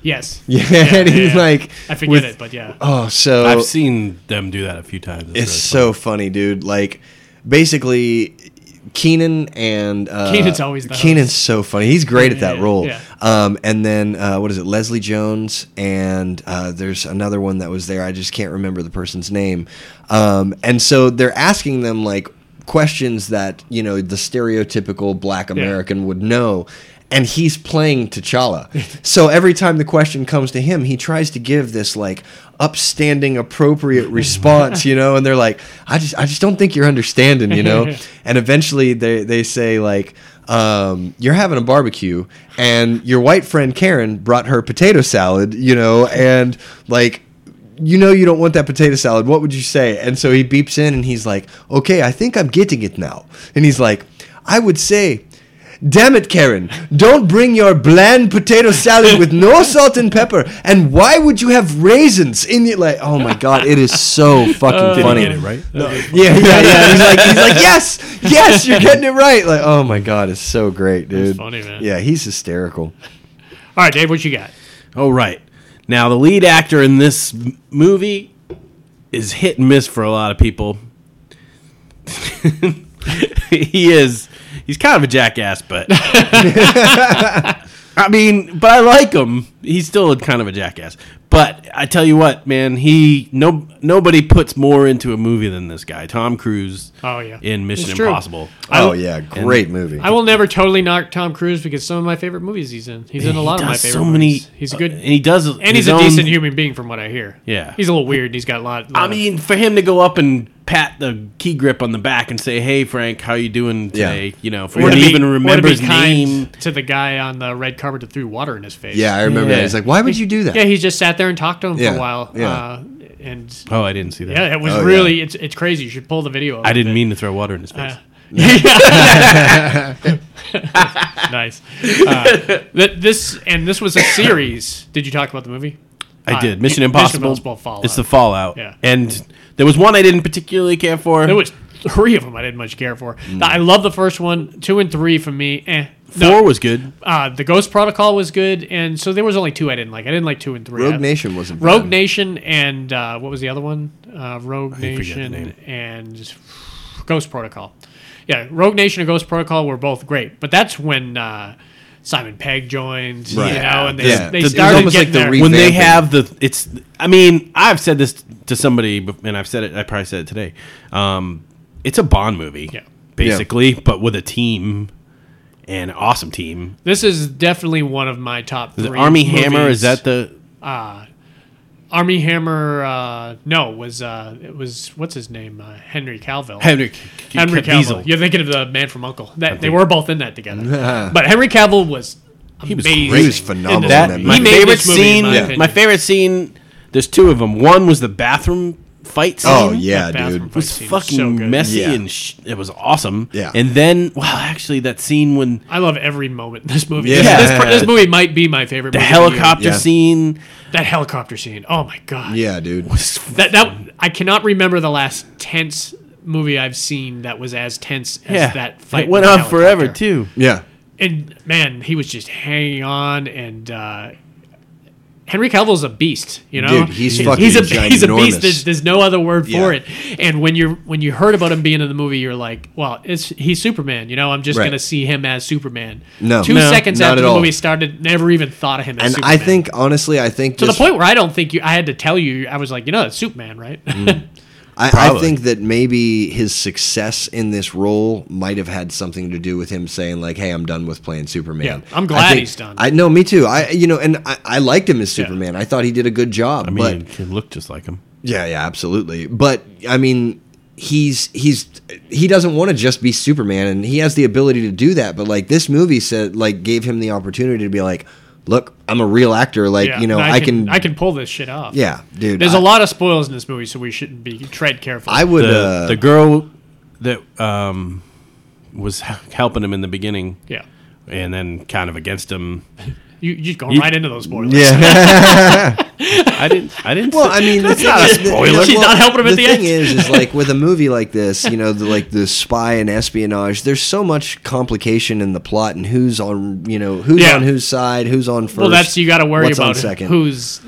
S4: yes
S5: Yeah, and he's
S4: yeah.
S5: like,
S4: I forget
S5: with-
S4: it, but yeah.
S5: Oh, so
S3: I've seen them do that a few times.
S5: it's
S3: really
S5: so funny, dude. Like, basically, Keenan and uh,
S4: Keenan's always the
S5: Keenan's so funny. He's great at
S4: Yeah,
S5: that
S4: yeah,
S5: role.
S4: yeah.
S5: Um, and then uh, what is it? Leslie Jones and uh, there's another one that was there. I just can't remember the person's name. Um, and so they're asking them like questions that you know the stereotypical Black American would know. And he's playing T'Challa. So every time the question comes to him, he tries to give this like upstanding, appropriate response, you know, and they're like, I just I just don't think you're understanding, you know? and eventually they, they say like, um, you're having a barbecue and your white friend Karen brought her potato salad, you know, and like you know you don't want that potato salad. What would you say? And so he beeps in and he's like, "Okay, I think I'm getting it now." And he's like, "I would say, damn it, Karen, don't bring your bland potato salad with no salt and pepper. And why would you have raisins in it? Like, oh my god, it is
S4: Uh,
S5: so fucking
S3: fun.
S5: funny."
S3: Didn't get it right.
S5: Yeah, yeah, yeah. He's like, he's like, yes, yes, you're getting it right. Like, oh my god, it's so great, dude.
S4: funny, man.
S5: Yeah, he's hysterical.
S4: All right, Dave, what you got?
S3: Oh, right. Now, the lead actor in this m- movie is hit and miss for a lot of people. he is. He's kind of a jackass, but. I mean, but I like him. He's still kind of a jackass. But I tell you what, man, he no nobody puts more into a movie than this guy, Tom Cruise.
S4: Oh, yeah.
S3: in Mission
S4: It's true.
S3: Impossible.
S5: Oh yeah, great movie.
S4: I will never totally knock Tom Cruise because some of my favorite movies he's in. He's in a
S3: He
S4: lot of my
S3: does
S4: favorite
S3: so many-
S4: movies. He's a good
S3: and he does,
S4: and he's a decent human being from what I hear.
S3: Yeah.
S4: He's a little weird. and He's got a lot, lot
S3: I
S4: of-
S3: mean, for him to go up and pat the key grip on the back and say, "Hey, Frank, how you doing
S5: Yeah.
S3: today?" You know, for
S4: or
S3: him
S4: to
S3: to
S4: be-
S3: even
S4: or to
S3: remember
S4: be
S3: his name.
S4: to the guy on the red carpet that threw water in his face.
S5: yeah, I remember that.
S3: Yeah.
S5: He's like, why would you do that?
S4: Yeah, he just sat there and talked to him for
S5: Yeah,
S4: a while.
S5: yeah.
S4: Uh, and
S3: Oh, I didn't see that.
S4: yeah, it was
S5: Oh, yeah.
S4: really it's it's crazy. You should pull the video. Up
S3: I didn't mean to throw water in his face.
S4: Yeah. nice. Uh, th- this and this was a series. Did you talk about the movie?
S3: I
S4: Uh,
S3: did.
S4: Mission
S3: Mission Impossible.
S4: Impossible Fallout.
S3: It's the Fallout.
S4: Yeah.
S3: And there was one I didn't particularly care for.
S4: There was three of them I didn't much care for. I love the first one. Two and three for me. Eh.
S3: Mm. Four
S4: No,
S3: was good.
S4: uh, the Ghost Protocol was good, and so there was only two I didn't like. I didn't like two and three. I-
S5: Rogue Nation wasn't.
S4: Rogue
S5: bad.
S4: Nation, and uh, what was the other one? Uh, Rogue
S3: forget the name.
S4: Nation and Ghost Protocol. Yeah, Rogue Nation and Ghost Protocol were both great, but that's when uh, Simon Pegg joined,
S5: Right.
S4: you know, and they,
S5: Yeah.
S4: they
S5: It was
S4: started
S5: almost
S4: getting
S5: like the
S4: their-
S5: re-
S3: when they
S5: revamping.
S3: have the it's i mean i've said this to somebody bef- and i've said it i probably said it today um it's a bond movie
S4: Yeah.
S3: basically but with a team an awesome team
S4: This is definitely one of my top
S3: the
S4: three.
S3: army hammer
S4: movies.
S3: is that the
S4: Army Hammer? Uh, no, was uh, it was what's his name? Uh, Henry Calville.
S3: henry
S4: Henry Cavill.
S3: Caviezel.
S4: You're thinking of the Man from Uncle. That they were both in that together. but Henry Cavill was
S3: He was
S4: amazing.
S3: great. He
S5: was
S4: in
S5: phenomenal
S4: this
S5: in that
S3: that
S5: movie.
S4: movie.
S3: my
S4: He made
S3: favorite
S4: this movie, in
S3: scene
S4: my
S3: my,
S4: opinion.
S3: favorite scene there's two of them one was the bathroom fight scene.
S5: Oh yeah,
S4: bathroom
S5: dude.
S3: It was
S4: Fight scene was
S3: fucking
S4: so good.
S3: messy
S5: Yeah.
S3: and sh- it was awesome.
S5: Yeah.
S3: And then, wow, actually, that scene when
S4: I love every moment in this movie.
S5: Yeah.
S4: This, pr- this movie might be my favorite.
S3: the
S4: movie of year.
S3: helicopter
S5: Yeah.
S3: scene
S4: That helicopter scene. Oh my god.
S5: Yeah, dude.
S4: That that I cannot remember the last tense movie I've seen that was as tense as
S3: yeah,
S4: that fight.
S3: it went
S4: with
S3: on
S4: the
S3: forever
S4: helicopter.
S3: too.
S5: Yeah.
S4: And man, he was just hanging on and. uh Henry Cavill's a beast, you know.
S5: Dude, he's
S4: He-
S5: fucking
S4: he's a he's a
S5: ginormous.
S4: beast. There's, there's no other word
S5: Yeah.
S4: for it. And when you're when you heard about him being in the movie, you're like, well, it's he's Superman. You know, I'm just
S5: Right.
S4: gonna see him as Superman.
S5: No.
S4: two
S5: No,
S4: seconds
S5: not
S4: after
S5: at
S4: the
S5: all.
S4: movie started, never even thought of him. as
S5: And
S4: Superman.
S5: I think honestly, I think
S4: to the
S5: just,
S4: point where I don't think you. I had to tell you. I was like, you know, that's Superman, right?
S5: Mm, I, I
S3: Probably.
S5: think that maybe his success in this role might have had something to do with him saying like, "Hey, I'm done with playing Superman."
S4: Yeah, I'm
S5: I
S4: glad
S5: think-
S4: he's done.
S5: I know, me too. I you know, and I, I liked him as Superman. I thought he did a good job.
S3: I
S5: but
S3: mean, it looked just like him.
S5: Yeah, yeah, absolutely. But I mean, he's he's he doesn't want to just be Superman, and he has the ability to do that. But like this movie said, like gave him the opportunity to be like, look, I'm a real actor. Like
S4: Yeah,
S5: you know,
S4: and
S5: I, can,
S4: I can pull this shit off.
S5: yeah, dude.
S4: there's
S5: a
S4: a lot of spoils in this movie, so we shouldn't be tread carefully.
S5: I would.
S3: The,
S5: uh,
S3: the girl that um, was h- helping him in the beginning,
S4: yeah,
S3: and then kind of against him.
S4: you you going right into those spoilers.
S5: yeah.
S3: I didn't. I didn't.
S5: well,
S3: say-
S5: I mean, that's not
S4: a spoiler. She's not helping him at the
S5: thing
S4: end.
S5: is, is like with a movie like this, you know, the, like the spy and espionage. There's so much complication in the plot and who's on, you know, who's
S4: Yeah.
S5: on whose side, who's on first.
S4: well, that's you got to worry
S5: what's on
S4: about
S5: second.
S4: who's.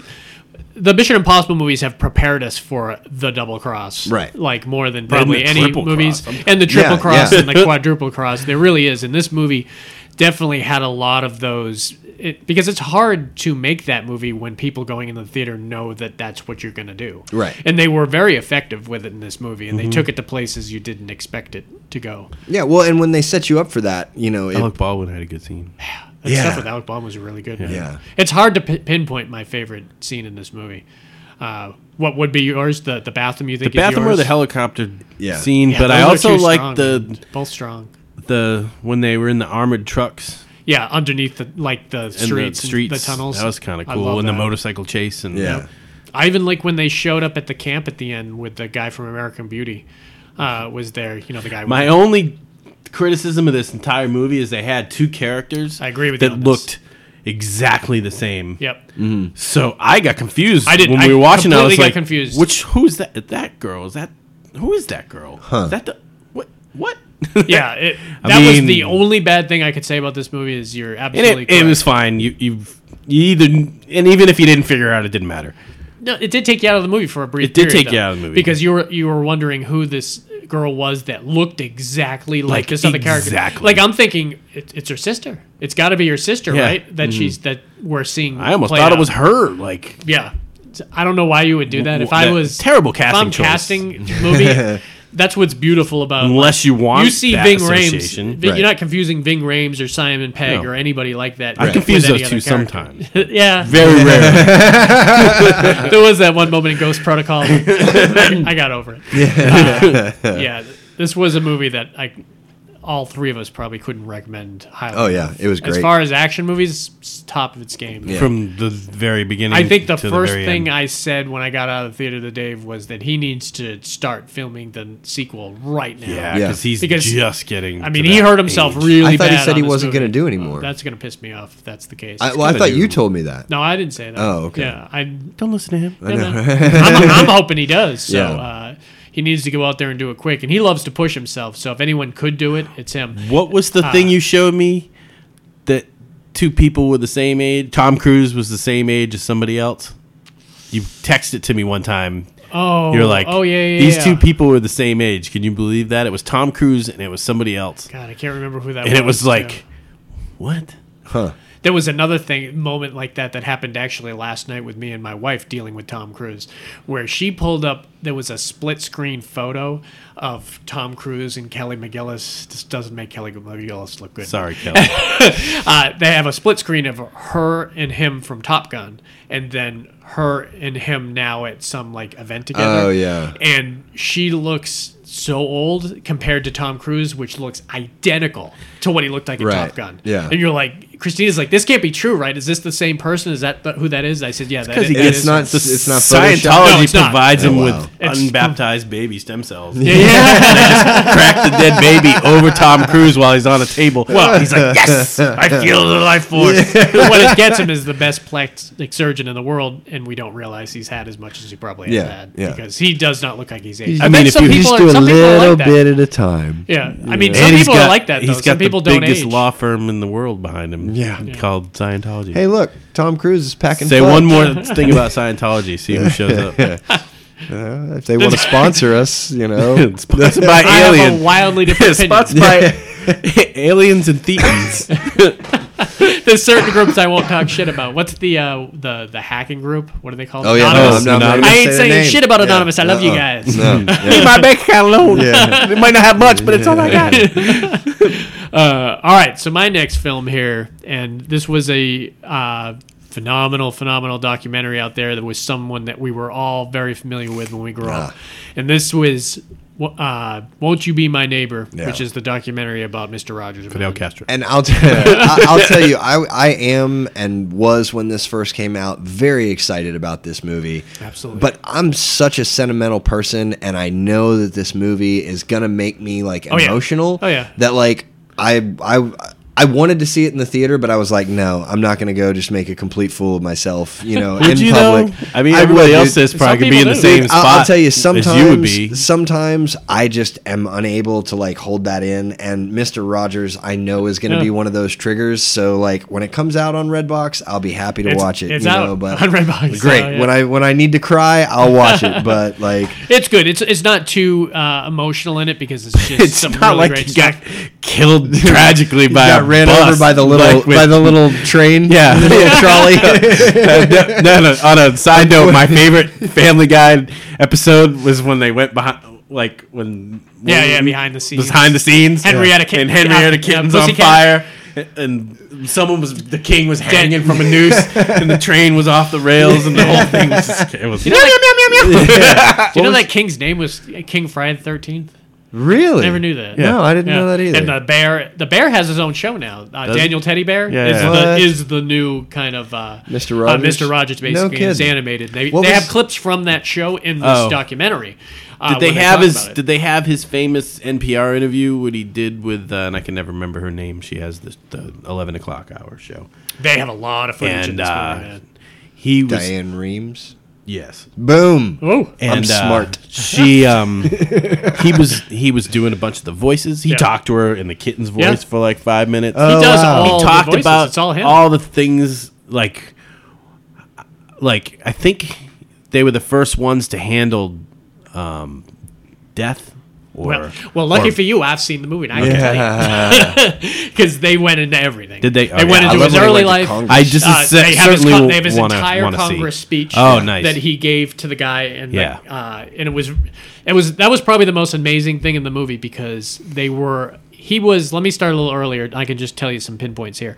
S4: The Mission Impossible movies have prepared us for the double cross,
S5: Right.
S4: Like more than probably
S3: the
S4: any
S3: triple
S4: movies,
S3: cross, I'm-
S4: and the triple
S5: Yeah,
S4: cross
S5: yeah.
S4: and the quadruple cross. There really is, and this movie definitely had a lot of those. It, because it's hard to make that movie when people going in the theater know that that's what you're going to do,
S5: Right. Mm-hmm.
S4: And they were very effective with it in this movie, and they took it to places you didn't expect it to go.
S5: yeah. Well, and when they set you up for that, you know, it,
S3: Alec Baldwin had a good scene.
S4: That
S5: Yeah.
S4: stuff with Alec Baldwin was really good. man.
S5: Yeah.
S4: it's hard to p- pinpoint my favorite scene in this movie. Uh, what would be yours? The the bathroom you think
S3: The bathroom
S4: is
S3: or
S4: yours?
S3: the helicopter
S5: Yeah.
S3: scene,
S4: Yeah,
S3: but I
S4: those are
S3: also
S4: two
S3: like
S4: strong,
S3: the
S4: man. both strong.
S3: the when they were in the armored trucks
S4: Yeah, underneath the like the
S3: and
S4: streets,
S3: the
S4: and
S3: streets,
S4: the tunnels.
S3: That was kind of
S4: I
S3: cool.
S4: love
S3: And the
S4: that.
S3: motorcycle chase and
S5: yeah.
S4: I even like when they showed up at the camp at the end with the guy from American Beauty. Uh, was there? You know, the guy. with
S3: My
S4: the-
S3: only criticism of this entire movie is they had two characters.
S4: I agree with you
S3: that
S4: on this.
S3: looked exactly the same.
S4: Yep.
S3: Mm-hmm. So I got confused.
S4: I did-
S3: when
S4: I
S3: we were watching. I was
S4: completely got
S3: like,
S4: confused.
S3: Which who's that? That girl is that? Who is that girl? Is that the what? What?
S4: Yeah. It,
S3: I
S4: that was
S3: mean-
S4: the only bad thing I could say about this movie is you're
S3: and
S4: absolutely.
S3: it, it
S4: correct.
S3: was fine. You you you either and even if you didn't figure it out, it didn't matter.
S4: No, it did take you out of the movie for a brief.
S3: It did
S4: period,
S3: take you
S4: though,
S3: out of the movie.
S4: because you were you were wondering who this girl was that looked exactly like,
S3: Like,
S4: this other character.
S3: exactly.
S4: Like I'm thinking, it, it's her sister. It's got to be her sister,
S3: Yeah. Mm-hmm.
S4: right? That she's that we're seeing.
S3: I almost
S4: play
S3: thought
S4: out.
S3: it was her. Like
S4: Yeah, I don't know why you would do that. If
S3: w-
S4: I
S3: that
S4: was
S3: terrible
S4: if I'm
S3: casting choice.
S4: casting movie, that's what's beautiful about.
S3: unless you want
S4: you see
S3: that
S4: Ving Rhames,
S3: association.
S4: Ving-
S5: Right.
S4: you're not confusing Ving Rhames or Simon Pegg
S3: No.
S4: or anybody like that.
S3: I
S4: with
S3: confuse
S4: any
S3: those
S4: other
S3: two
S4: character.
S3: sometimes.
S4: yeah,
S3: Very rarely.
S4: there was that one moment in Ghost Protocol. I got over it. Uh, yeah, this was a movie that I, all three of us probably couldn't recommend highly.
S5: Oh yeah, it was great.
S4: As far as action movies, it's top of its game.
S5: Yeah.
S3: from the very beginning.
S4: I think the
S3: to
S4: first
S3: very
S4: thing
S3: end.
S4: I said when I got out of the theater to Dave was that he needs to start filming the sequel right now.
S3: yeah,
S5: Yeah.
S3: because he's
S4: Because-
S3: just getting.
S4: I
S3: to
S4: mean, he
S3: that
S4: hurt himself
S3: age.
S4: really
S5: I thought
S4: bad.
S5: he said
S4: on
S5: he
S4: this
S5: wasn't
S4: movie.
S5: going to do anymore.
S4: That's going to piss me off if that's the case.
S5: I, well, I
S3: gotta
S5: thought
S3: do-
S5: you told me that.
S4: no, I didn't say that.
S5: Oh, okay.
S4: Yeah, I
S3: Don't listen to him.
S4: Yeah, man. I'm, I'm hoping he does. So
S5: Yeah.
S4: uh, he needs to go out there and do it quick. And he loves to push himself. So if anyone could do it, it's him.
S3: What was
S4: Uh.
S3: the thing you showed me that two people were the same age? Tom Cruise was the same age as somebody else. You texted it to me one time.
S4: Oh,
S3: You're like,
S4: oh yeah, yeah.
S3: These
S4: yeah.
S3: two people were the same age. Can you believe that? It was Tom Cruise and it was somebody else.
S4: God, I can't remember who that was.
S3: And it was
S4: too.
S3: like, what?
S5: Huh.
S4: there was another thing moment like that that happened actually last night with me and my wife dealing with Tom Cruise, where she pulled up. There was a split screen photo of Tom Cruise and Kelly McGillis. This doesn't make Kelly McGillis look good.
S3: Sorry, Kelly.
S4: uh, they have a split screen of her and him from Top Gun, and then her and him now at some like event together.
S5: Oh, yeah.
S4: And she looks so old compared to Tom Cruise, which looks identical to what he looked like in
S5: Right.
S4: Top Gun.
S5: Yeah.
S4: And you're like, Christina's like, this can't be true, right? Is this the same person? Is that th- who that is? I said, yeah, that
S3: 'cause
S4: is.
S3: he
S4: that
S5: It's
S4: is
S5: not.
S4: her."
S5: s- It's not Photoshop.
S4: No,
S3: Scientology
S4: it's not.
S3: provides him
S5: Oh,
S3: with
S5: wow.
S4: It's-
S3: unbaptized baby stem cells.
S4: Yeah, yeah.
S3: Crack the dead baby over Tom Cruise while he's on a table. Well, he's like, yes, I feel the life force.
S4: what it gets him is the best plastic surgeon in the world, and we don't realize he's had as much as he probably has
S5: Yeah,
S4: had
S5: yeah.
S4: because he does not look like he's aged.
S3: I mean,
S4: bet
S3: if
S4: some
S3: you-
S4: people
S5: Just
S4: are-
S5: do a
S4: some people are
S5: little
S4: like that.
S5: bit at a time.
S4: Yeah, I mean,
S3: And
S4: some
S3: he's
S4: people
S3: got-
S4: are like that. Though.
S3: He's got
S4: some people
S3: the
S4: don't
S3: biggest
S4: age.
S3: law firm in the world behind him.
S5: Yeah.
S3: called Scientology.
S5: Hey, look, Tom Cruise is packing.
S3: Say
S5: fun.
S3: one more thing about Scientology. See who shows up.
S5: Uh, if they want to sponsor us, you know.
S3: Sponsored by
S4: I have a
S3: aliens.
S4: wildly different opinion.
S3: Sponsored by aliens and Thetans.
S4: There's certain groups I won't talk shit about. What's the uh, the the hacking group? What are they called?
S5: Oh yeah, no, I'm
S4: Anonymous.
S5: not, I'm not
S3: Anonymous.
S5: gonna
S4: I ain't
S5: say the
S4: saying
S5: name.
S4: shit about
S5: Yeah.
S4: Anonymous. I love you
S5: Uh-uh.
S4: guys.
S5: No, yeah.
S3: my bank account alone.
S5: Yeah.
S3: It might not have much, but it's all I got.
S4: Uh, all right, so my next film here, and this was a uh, phenomenal, phenomenal documentary out there that was someone that we were all very familiar with when we grew
S5: Ah.
S4: up. And this was uh, Won't You Be My Neighbor,
S5: Yeah.
S4: which is the documentary about Mr. Rogers.
S3: Fidel Castro.
S5: And I'll t- I- I'll tell you, I I am and was when this first came out very excited about this movie.
S4: Absolutely.
S5: But I'm such a sentimental person, and I know that this movie is gonna make me like
S4: yeah.
S5: emotional.
S4: Oh, yeah.
S5: That like I I. I wanted to see it in the theater, but I was like, no, I'm not going to go just make a complete fool of myself, you know, in public.
S3: I mean,
S5: would,
S3: everybody else
S5: dude.
S3: is probably
S4: Some
S3: could be in
S4: people
S3: the
S4: do.
S3: same
S5: I'll-
S3: spot.
S5: I'll tell you,
S3: as
S5: sometimes
S3: you would be.
S5: sometimes I just am unable to like hold that in, and Mister Rogers I know is going to
S4: Yeah.
S5: be one of those triggers. So like when it comes out on Redbox, I'll be happy to
S4: It's-
S5: watch it.
S4: it's
S5: you
S4: out
S5: know, but
S4: on Redbox,
S5: Great.
S4: so, yeah.
S5: When I when I need to cry, I'll watch it. But like
S4: It's good. It's it's not too uh, emotional in it because it's just
S3: It's
S4: some
S3: not
S4: really
S3: like
S4: great
S3: he
S4: stuff.
S3: got killed tragically by
S5: got
S3: a
S5: ran
S3: bus,
S5: over by the little
S3: like with-
S5: by the little train.
S3: Yeah.
S5: yeah, trolley.
S3: no, no, no, On a side note, my favorite Family Guy episode was when they went behind, like when
S4: Yeah, yeah,
S3: when-
S4: behind the scenes.
S3: behind the scenes.
S4: Henrietta Kit-
S3: and Henrietta
S4: yeah,
S3: Kitten's
S4: yeah,
S3: on
S4: Pussycat.
S3: fire, and someone was the king was hanging from a noose, and the train was off the rails, and the whole thing was just, it was.
S4: Do you know that King's name was King Friday the Thirteenth?
S5: really?
S4: Never knew that.
S5: No, I didn't know that either.
S4: And uh, the bear, the bear has his own show now. Uh,
S3: Does-
S4: Daniel Teddy Bear
S3: Yeah,
S4: is,
S3: yeah.
S5: What?
S4: The, is the new kind of uh,
S5: Mr.
S4: uh,
S5: Rogers?
S4: Mr. Rogers,
S5: No
S4: basically, and it's
S5: kidding.
S4: animated. They,
S5: What
S4: they
S5: was-
S4: have clips from that show in this
S3: Oh.
S4: documentary. Uh,
S3: Did they
S4: when
S3: have
S4: talk
S3: his?
S4: about it.
S3: Did they have his famous NPR interview? What he did with, uh, and I can never remember her name. She has this, the eleven o'clock hour show,
S4: They have a lot of footage in
S3: and
S4: this
S3: uh,
S4: movie. Man.
S3: he was
S5: Diane Reems.
S3: yes,
S5: Boom.
S4: Oh,
S3: and uh,
S5: smart.
S3: she um, he was he was doing a bunch of the voices. He
S4: Yeah.
S3: talked to her in the kitten's voice
S4: Yeah.
S3: for like five minutes.
S4: he does
S5: wow.
S4: all
S3: he
S4: the
S3: talked
S4: voices.
S3: about
S4: it's all him.
S3: the things like like I think they were the first ones to handle um, death or
S4: well, well, lucky
S3: or-
S4: for you, I've seen the movie. And I
S5: Yeah.
S4: because they went into everything.
S3: Did they- oh,
S4: they went
S3: yeah, I
S4: into
S5: love when
S4: his
S5: they
S4: early
S5: went to
S4: life.
S5: Congress.
S3: I just
S4: Uh,
S3: cer-
S4: they have his,
S3: certainly
S4: con- they have his
S3: wanna,
S4: entire
S3: wanna see.
S4: Congress speech.
S3: Oh, nice.
S4: That he gave to the guy, and
S3: Yeah.
S4: the, uh, and it was, it was that was probably the most amazing thing in the movie because they were. He was. Let me start a little earlier. I can just tell you some pinpoints here.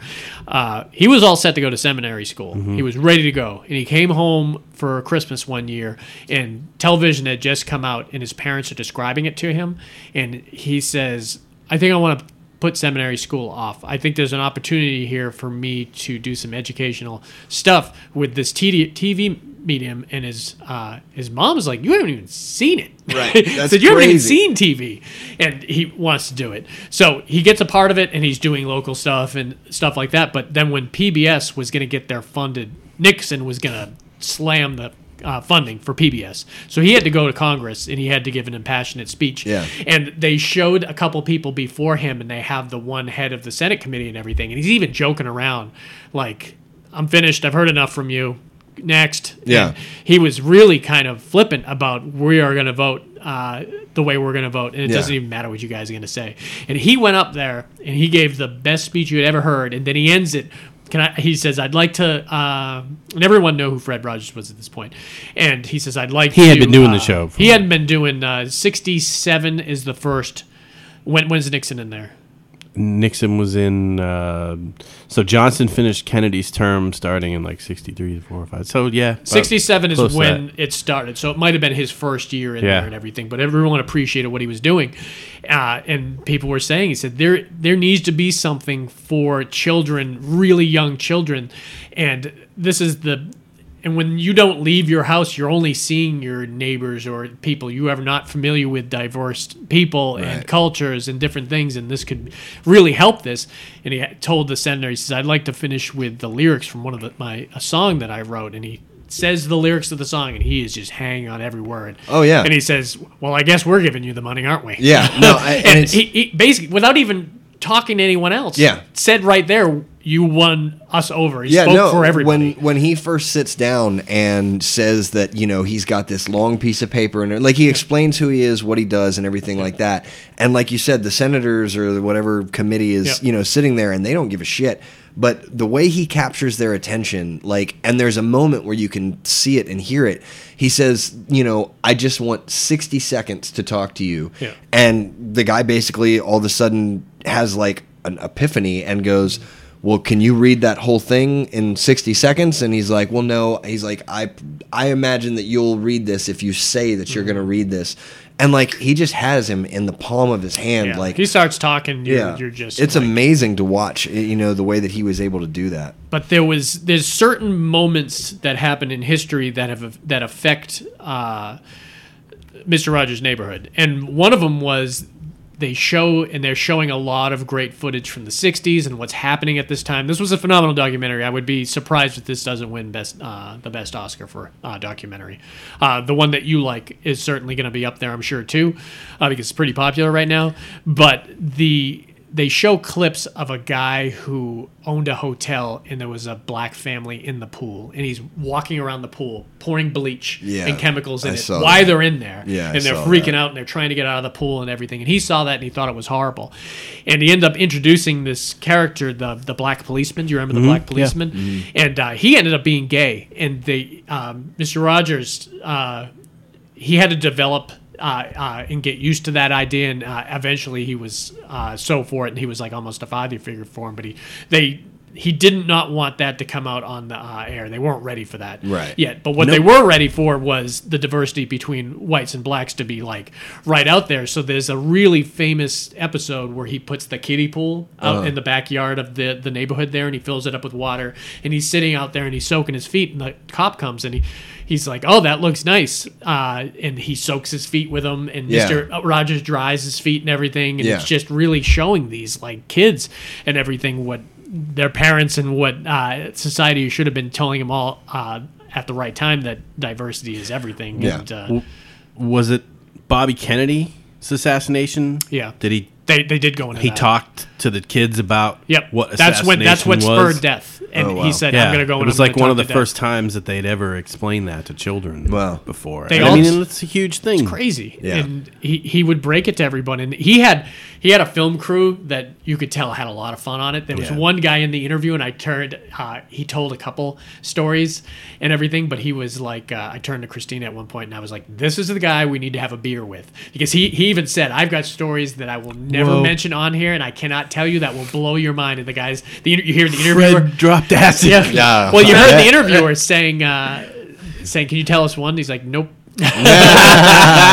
S4: Uh, he was all set to go to seminary school.
S3: Mm-hmm.
S4: He was ready to go, and he came home for Christmas one year, and television had just come out, and his parents are describing it to him, and he says, "I think I want to." put seminary school off. I think there's an opportunity here for me to do some educational stuff with this TD TV medium. And his uh, his mom's like, you haven't even seen it.
S5: Right.
S4: So
S5: That's
S4: you haven't even
S5: crazy.
S4: seen TV, and he wants to do it. So he gets a part of it, and he's doing local stuff and stuff like that. But then when PBS was going to get their funded, Nixon was going to slam the. Uh, funding for PBS, so he had to go to Congress and he had to give an impassionate speech
S5: Yeah.
S4: and they showed a couple people before him and they have the one head of the senate committee and everything and he's even joking around like i'm finished i've heard enough from you next
S5: Yeah.
S4: And he was really kind of flippant about we are going to vote uh, the way we're going to vote and it
S5: Yeah.
S4: doesn't even matter what you guys are going to say and he went up there and he gave the best speech you had ever heard and then he ends it can I, he says i'd like to uh, and everyone know who fred rogers was at this point and he says i'd like
S3: He had
S4: to,
S3: been doing the
S4: uh,
S3: show for
S4: he hadn't been doing uh, 67 is the first when when's nixon in there
S3: Nixon was in. Uh, so Johnson finished Kennedy's term starting in like 63, 4, 5. So yeah. about
S4: 67
S3: close
S4: is
S3: to
S4: when
S3: that.
S4: it started. So it might have been his first year in
S3: Yeah.
S4: there and everything, but everyone appreciated what he was doing. Uh, and people were saying, he said, there, there needs to be something for children, really young children. And this is the. And when you don't leave your house, you're only seeing your neighbors or people you are not familiar with, diverse people and
S5: Right.
S4: cultures and different things. And this could really help this. And he told the senator, he says, "I'd like to finish with the lyrics from one of the, my a song that I wrote." And he says the lyrics of the song, and he is just hanging on every word.
S5: Oh, yeah.
S4: And he says, "Well, I guess we're giving you the money, aren't we?"
S5: Yeah, no, I-
S4: and
S5: and it's-
S4: he, he basically, without even talking to anyone else,
S5: Yeah.
S4: said right there, "You won us over." He
S5: yeah,
S4: spoke
S5: no.
S4: for everybody.
S5: When when he first sits down and says that you know he's got this long piece of paper and like he explains who he is, what he does, and everything like that. And like you said, the senators or whatever committee is
S4: Yep.
S5: you know sitting there and they don't give a shit. But the way he captures their attention, like, and there's a moment where you can see it and hear it. He says, you know, I just want 60 seconds to talk to you.
S4: Yeah.
S5: And the guy basically all of a sudden has like an epiphany and goes, "Well, can you read that whole thing in 60 seconds?" And he's like, "Well, no." He's like, "I I imagine that you'll read this if you say that you're
S4: Mm-hmm.
S5: going to read this." And like he just has him in the palm of his hand
S4: Yeah.
S5: like
S4: he starts talking, you're,
S5: yeah.
S4: you're just
S5: It's
S4: like-
S5: amazing to watch, you know, the way that he was able to do that.
S4: but there was there's certain moments that happen in history that have that affect uh, Mr. Rogers' neighborhood, and one of them was they show and they're showing a lot of great footage from the 60s and what's happening at this time this was a phenomenal documentary i would be surprised if this doesn't win best uh, the best oscar for uh, documentary uh, the one that you like is certainly going to be up there i'm sure too uh, because it's pretty popular right now but the they show clips of a guy who owned a hotel and there was a black family in the pool and he's walking around the pool pouring bleach
S5: Yeah,
S4: and chemicals in
S5: I
S4: it
S5: saw
S4: why
S5: that.
S4: they're in there
S5: Yeah, I
S4: and they're
S5: saw
S4: freaking
S5: that.
S4: out and they're trying to get out of the pool and everything and he saw that and he thought it was horrible and he ended up introducing this character the the black policeman do you
S5: Mm-hmm.
S4: remember the black policeman and uh, he ended up being gay and they um, mr rogers uh, he had to develop uh, uh, and get used to that idea, and uh, eventually he was uh, so for it, and he was like almost a father figure for him. But he, they, he did not want that to come out on the uh, air. They weren't ready for that
S5: Right.
S4: yet. But what they were ready for was the diversity between whites and blacks to be like right out there. So there's a really famous episode where he puts the kiddie pool out
S5: Uh.
S4: in the backyard of the the neighborhood there, and he fills it up with water, and he's sitting out there and he's soaking his feet, and the cop comes and he he's like, "Oh, that looks nice," uh, and he soaks his feet with him, and
S5: Yeah.
S4: Mister Rogers dries his feet and everything, and it's
S5: Yeah.
S4: just really showing these like kids and everything what their parents and what uh, society should have been telling them all uh, at the right time that diversity is everything.
S5: Yeah.
S4: and, uh,
S3: Was it Bobby Kennedy's assassination?
S4: Yeah.
S3: Did he?
S4: they they did go into
S3: He
S4: that.
S3: talked to the kids about
S4: Yep,
S3: what
S4: that's when that's what
S3: assassination was?
S4: spurred death, and
S5: Oh, wow.
S4: he said, "I'm going to go."
S3: It
S4: and
S3: was
S4: I'm
S3: like
S4: gonna
S3: one
S4: talk
S3: of the
S4: to death."
S3: first times that they'd ever explained that to children
S5: Wow.
S3: before.
S4: They
S3: And
S4: all-
S3: I mean, it's a huge thing.
S4: crazy.
S5: Yeah.
S4: And he, he would break it to everyone. And he had he had a film crew that you could tell had a lot of fun on it. There was
S3: Yeah.
S4: one guy in the interview, and I turned. Uh, he told a couple stories and everything, but he was like, uh, I turned to Christina at one point, and I was like, "This is the guy we need to have a beer with," because he he even said, "I've got stories that I will never
S3: Whoa.
S4: mention on here, and I cannot tell you that will blow your mind." And the guys, the inter- you hear the interviewer,
S3: Fred dropped acid.
S4: yeah.
S5: Yeah.
S4: Well, you heard the interviewer saying, uh, saying, "Can you tell us one?" He's like, "Nope."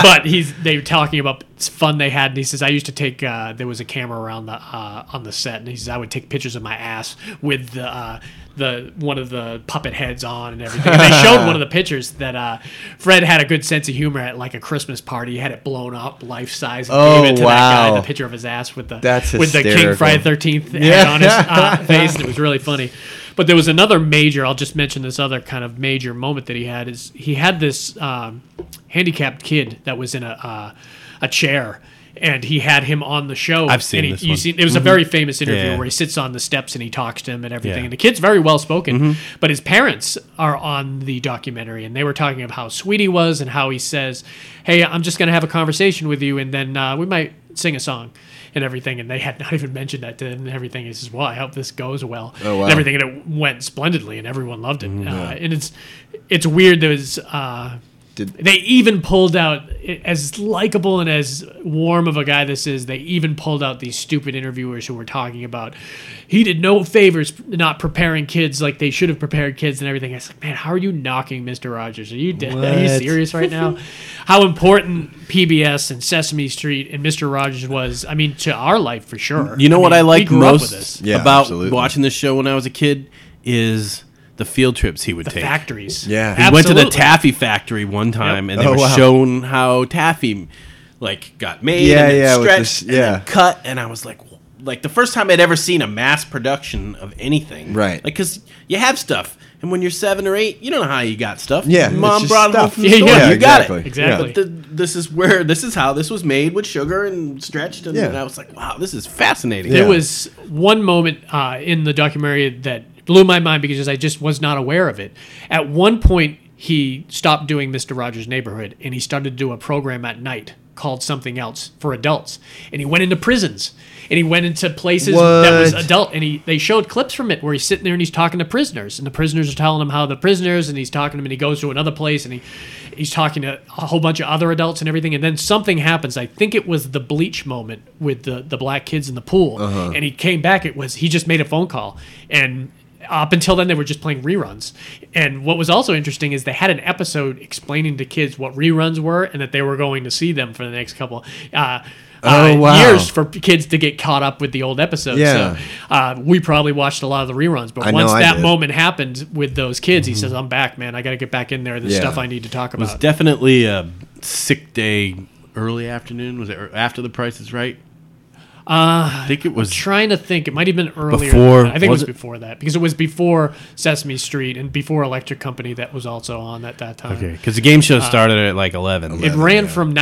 S4: but he's they were talking about fun they had, and he says, "I used to take uh, there was a camera around the uh, on the set, and he says I would take pictures of my ass with the." Uh, the one of the puppet heads on and everything. And they showed one of the pictures that uh, Fred had a good sense of humor at like a Christmas party. He had it blown up life size and
S5: Oh,
S4: gave it to that guy,
S5: wow.
S4: the picture of his ass with the
S5: That's
S4: with the King
S5: hysterical.
S4: Friday Thirteenth head on his uh, face. and It was really funny. But there was another major. I'll just mention this other kind of major moment that he had is he had this um, handicapped kid that was in a uh, a chair. And he had him on the show.
S3: I've seen
S4: and he,
S3: this
S4: you
S3: one. Mm-hmm.
S4: seen- it was a very famous interview
S3: Yeah.
S4: where he sits on the steps and he talks to him and everything.
S3: Yeah.
S4: And the kid's very well spoken,
S5: Mm-hmm.
S4: but his parents are on the documentary and they were talking of how sweet he was and how he says, "Hey, I'm just going to have a conversation with you, and then uh, we might sing a song." And everything, and they had not even mentioned that to him. And everything, he says, "Well, I hope this goes well."
S5: Oh, wow. Mm-hmm.
S4: And everything, and it went splendidly, and everyone loved it. Uh, and it's it's weird. There was uh,
S5: Did
S4: They even pulled out, as likable and as warm of a guy this is, they even pulled out these stupid interviewers who were talking about he did no favors not preparing kids like they should have prepared kids and everything. I was like, man, how are you knocking Mr. Rogers? Are you, dead? are you
S5: What?
S4: serious right now? how important PBS and Sesame Street and Mr. Rogers was, I mean, to our life for sure.
S3: You know what
S4: mean,
S3: I
S4: we
S3: like
S4: grew up with
S3: most
S4: this.
S5: Yeah,
S3: about
S5: absolutely.
S3: watching this show when I was a kid is the field trips he would take.
S4: Factories.
S5: Yeah.
S3: He went to the
S4: Absolutely.
S3: taffy factory one time, and they
S5: Oh,
S3: were
S5: wow.
S3: shown how taffy like got made.
S5: Yeah,
S3: and then
S5: yeah, with
S3: stretched
S5: this-
S3: and then
S5: yeah.
S3: cut. And I was like, w- like the first time I'd ever seen a mass production of anything.
S5: Right.
S3: like because you have stuff, and when you're seven or eight, you don't know how you got stuff.
S5: Yeah, it's
S3: mom
S5: just
S3: brought it home
S5: stuff.
S3: from the
S4: Yeah,
S3: store.
S4: yeah.
S3: you got
S5: Exactly.
S3: it
S4: Exactly.
S3: But the, this is where this is how this was made with sugar and stretched, and,
S5: Yeah.
S3: and I was like, wow, this is fascinating.
S5: Yeah.
S4: There was one moment uh, in the documentary that blew my mind because I just was not aware of it. At one point, he stopped doing Mr. Rogers' Neighborhood and he started to do a program at night called something else for adults. And he went into prisons and he went into places that was
S5: What?
S4: adult. And he they showed clips from it where he's sitting there and he's talking to prisoners and the prisoners are telling him how the prisoners and he's talking to them and he goes to another place and he he's talking to a whole bunch of other adults and everything. And then something happens. I think it was the bleach moment with the the black kids in the pool.
S5: Uh-huh.
S4: And he came back. It was he just made a phone call and up until then they were just playing reruns and what was also interesting is they had an episode explaining to kids what reruns were and that they were going to see them for the next couple uh,
S5: Oh,
S4: uh,
S5: wow.
S4: years for kids to get caught up with the old episodes
S5: Yeah.
S4: so uh, we probably watched a lot of the reruns but
S5: I know
S4: once
S5: I
S4: that
S5: did. Mm-hmm.
S4: moment happened with those kids he says i'm back man i gotta get back in there there's
S5: Yeah.
S4: stuff i need to talk
S3: It was
S4: about
S3: definitely a sick day early afternoon. Was it er- after the price is right? Uh, I think it was.
S4: trying to think it might have been earlier than
S3: Before-
S4: that. i think
S3: was
S4: it
S3: it-
S4: was before that because it was before sesame street and before electric company that was also on at that time
S3: Okay, because the game
S4: uh,
S3: show started at like 11.
S4: It ran from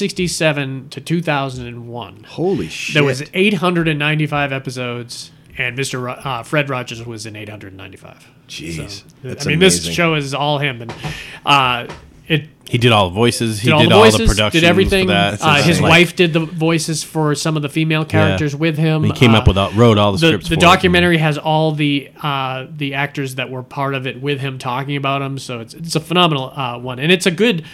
S4: 1967 to 2001.
S5: holy shit.
S4: There was 895 episodes, and Mr. Ro- uh, Fred Rogers was in 895.
S5: Jeez, that's
S4: I
S5: amazing.
S4: mean, this show is all him, and uh, it
S3: he did all the voices. He
S4: did all the
S3: all
S4: voices,
S3: the production.
S4: did everything.
S3: For that.
S4: Uh, his
S5: insane.
S3: Like,
S4: wife did the voices for some of the female characters with him.
S3: He came
S4: Uh,
S3: up with all, wrote all the,
S4: the,
S3: scripts.
S4: the
S3: for it.
S4: documentary has all the uh, the actors that were part of it with him talking about him. So it's it's a phenomenal uh, one, and it's a good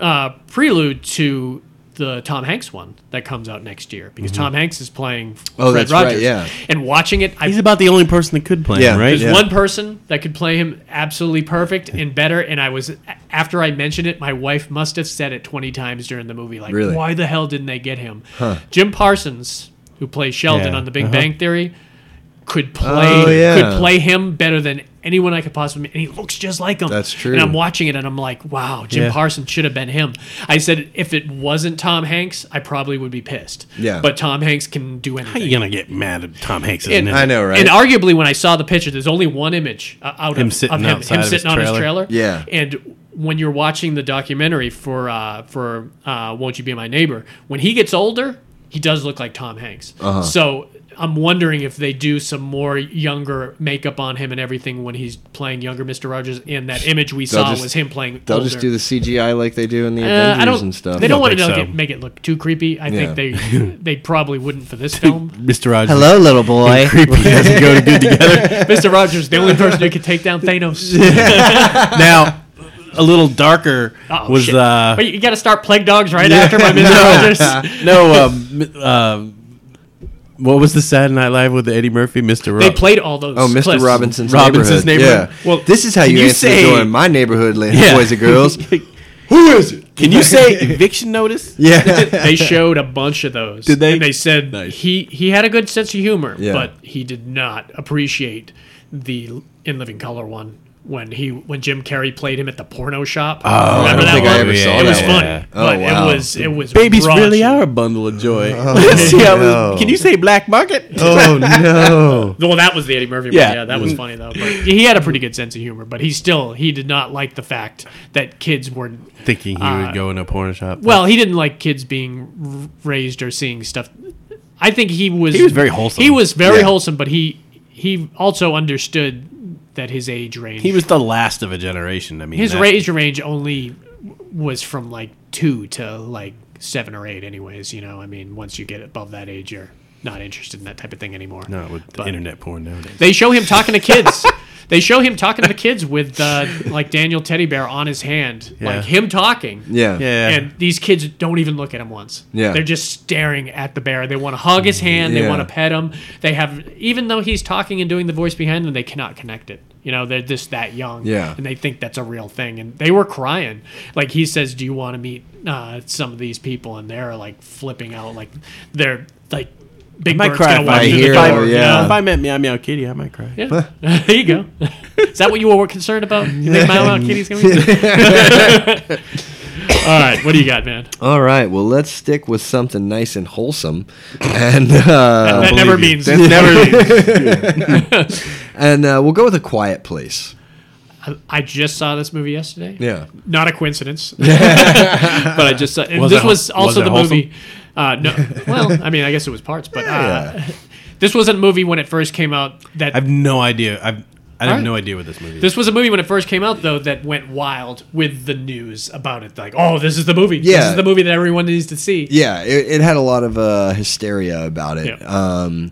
S4: uh, prelude to the Tom Hanks one that comes out next year because
S3: Mm-hmm.
S4: Tom Hanks is playing
S5: Oh,
S4: Fred
S5: that's right,
S4: Rogers.
S5: yeah.
S4: and watching it, I
S3: He's about the only person that could play
S5: Yeah,
S3: him, right?
S4: there's
S5: yeah.
S4: one person that could play him absolutely perfect and better, and I was after I mentioned it, my wife must have said it 20 times during the movie, like,
S5: Really?
S4: why the hell didn't they get him? Jim Parsons, who plays Sheldon
S3: Yeah,
S4: on The Big
S3: uh-huh.
S4: Bang Theory, could play
S5: Oh, yeah.
S4: could play him better than anyone I could possibly, and he looks just like him.
S5: That's true.
S4: And I'm watching it, and I'm like, wow, Jim
S3: Yeah.
S4: Parsons should have been him. I said if it wasn't Tom Hanks, I probably would be pissed.
S5: Yeah.
S4: but Tom Hanks can do anything.
S3: How you gonna get mad at Tom Hanks?
S4: And-
S3: isn't it?
S5: I know, right?
S4: And arguably, when I saw the picture, there's only one image uh, out
S3: Him
S4: of
S3: sitting
S4: of him,
S3: outside
S4: him
S3: of his
S4: sitting on his
S3: trailer?
S4: trailer.
S5: Yeah.
S4: And when you're watching the documentary for uh, for uh, Won't You Be My Neighbor, when he gets older, he does look like Tom Hanks.
S5: Uh-huh.
S4: So I'm wondering if they do some more younger makeup on him and everything when he's playing younger Mr. Rogers. And that image we saw
S5: just-
S4: was him playing.
S5: They'll
S4: older.
S5: just do the CGI like they do in the
S4: Uh,
S5: Avengers
S4: I don't.
S5: and stuff.
S4: They don't, want to
S3: think so.
S4: make, it, make it look too creepy. I
S5: Yeah.
S4: think they they probably wouldn't for this film.
S3: Mr. Rogers.
S5: little boy.
S3: Creepy doesn't go good together.
S4: Mr. Rogers, the only person who could take down Thanos.
S3: Now, a little darker
S4: Oh,
S3: was
S4: shit.
S3: uh,
S4: Wait, you got to start plague dogs right after my Mr. Rogers.
S3: no, um, m- uh, what was the Saturday Night Live with Eddie Murphy, Mister?
S4: They played all those.
S5: Oh, Mr.
S4: clips.
S5: Robinson's,
S3: Robinson's
S5: neighborhood.
S3: neighborhood.
S5: Yeah.
S3: Well,
S5: Well, this is how
S3: can
S5: you,
S3: you
S5: answer
S3: say-
S5: the door in my neighborhood, la- boys and girls.
S3: Who is it? Can you say eviction notice?
S5: yeah.
S4: They showed a bunch of those. Did
S3: they?
S4: And they said
S3: Nice.
S4: he he had a good sense of humor,
S5: Yeah.
S4: but he did not appreciate the In Living Color one when he when Jim Carrey played him at the porno shop. Oh,
S5: I
S4: Remember
S5: don't
S4: that
S5: think I
S4: one?
S5: ever saw
S4: it was
S5: that
S3: one.
S4: funny,
S3: Yeah.
S4: but
S5: Oh, wow.
S4: it was it was
S3: Babies
S4: raw
S3: really
S4: shit.
S3: are a bundle of joy. Let's see how it- Can you say black market?
S5: Oh no.
S4: Well, that was the Eddie Murphy.
S3: Yeah. Mm-hmm.
S4: one. yeah, that was funny though. But he had a pretty good sense of humor, but he still he did not like the fact that kids were.
S3: Thinking he
S4: Uh,
S3: would go in a porn shop.
S4: Well, he didn't like kids being r- raised or seeing stuff. I think he was.
S3: He was very wholesome.
S4: He was very
S5: Yeah.
S4: wholesome, but he he also understood that his age range.
S3: he was the last of a generation. I mean,
S4: his
S3: that-
S4: age range only w- was from like two to like seven or eight. Anyways, you know, I mean, once you get above that age, you're not interested in that type of thing anymore.
S3: Not with the
S4: But-
S3: internet porn nowadays.
S4: They show him talking to kids. They show him talking to the kids with uh, like Daniel Teddy Bear on his hand,
S3: Yeah.
S4: like him talking.
S5: Yeah.
S3: Yeah.
S4: And these kids don't even look at him once.
S5: Yeah.
S4: They're just staring at the bear. They want to hug his hand. They
S5: Yeah.
S4: want to pet him. They have, even though he's talking and doing the voice behind them, they cannot connect it. You know, they're just that young.
S5: Yeah.
S4: And they think that's a real thing. And they were crying. Like he says, Do you want to meet uh, some of these people? And they're like flipping out. Like they're like, Big
S3: might
S4: Bird's
S3: cry
S4: gonna
S3: if
S4: walk
S3: I
S4: through
S5: hear
S4: the door.
S5: or,
S4: you
S5: yeah.
S4: know?
S3: If I met Meow Meow Kitty, I might cry.
S4: Yeah. there you go. Is that what you were concerned about? You think Milo and Kitty's gonna be? All right, what do you got, man?
S5: All right. Well, let's stick with something nice and wholesome, and uh,
S4: that never
S3: Believe you.
S4: means
S3: That's never means.
S5: and uh, we'll go with a quiet place.
S4: I, I just saw this movie yesterday.
S5: Yeah.
S4: Not a coincidence. but I just saw and
S3: Was
S4: this
S3: it-
S4: was also
S3: was it
S4: the movie. Uh, no, well, I mean, I guess it was parts, but uh,
S5: Yeah.
S4: this was a movie when it first came out that
S3: I have no idea. I've I
S4: All
S3: have
S4: right.
S3: no idea what this movie is.
S4: This was a movie when it first came out, though, that went wild with the news about it. Like, oh, this is the movie. This
S5: Yeah.
S4: is the movie that everyone needs to see.
S5: Yeah, it, it had a lot of uh, hysteria about it.
S4: Yeah.
S5: Um,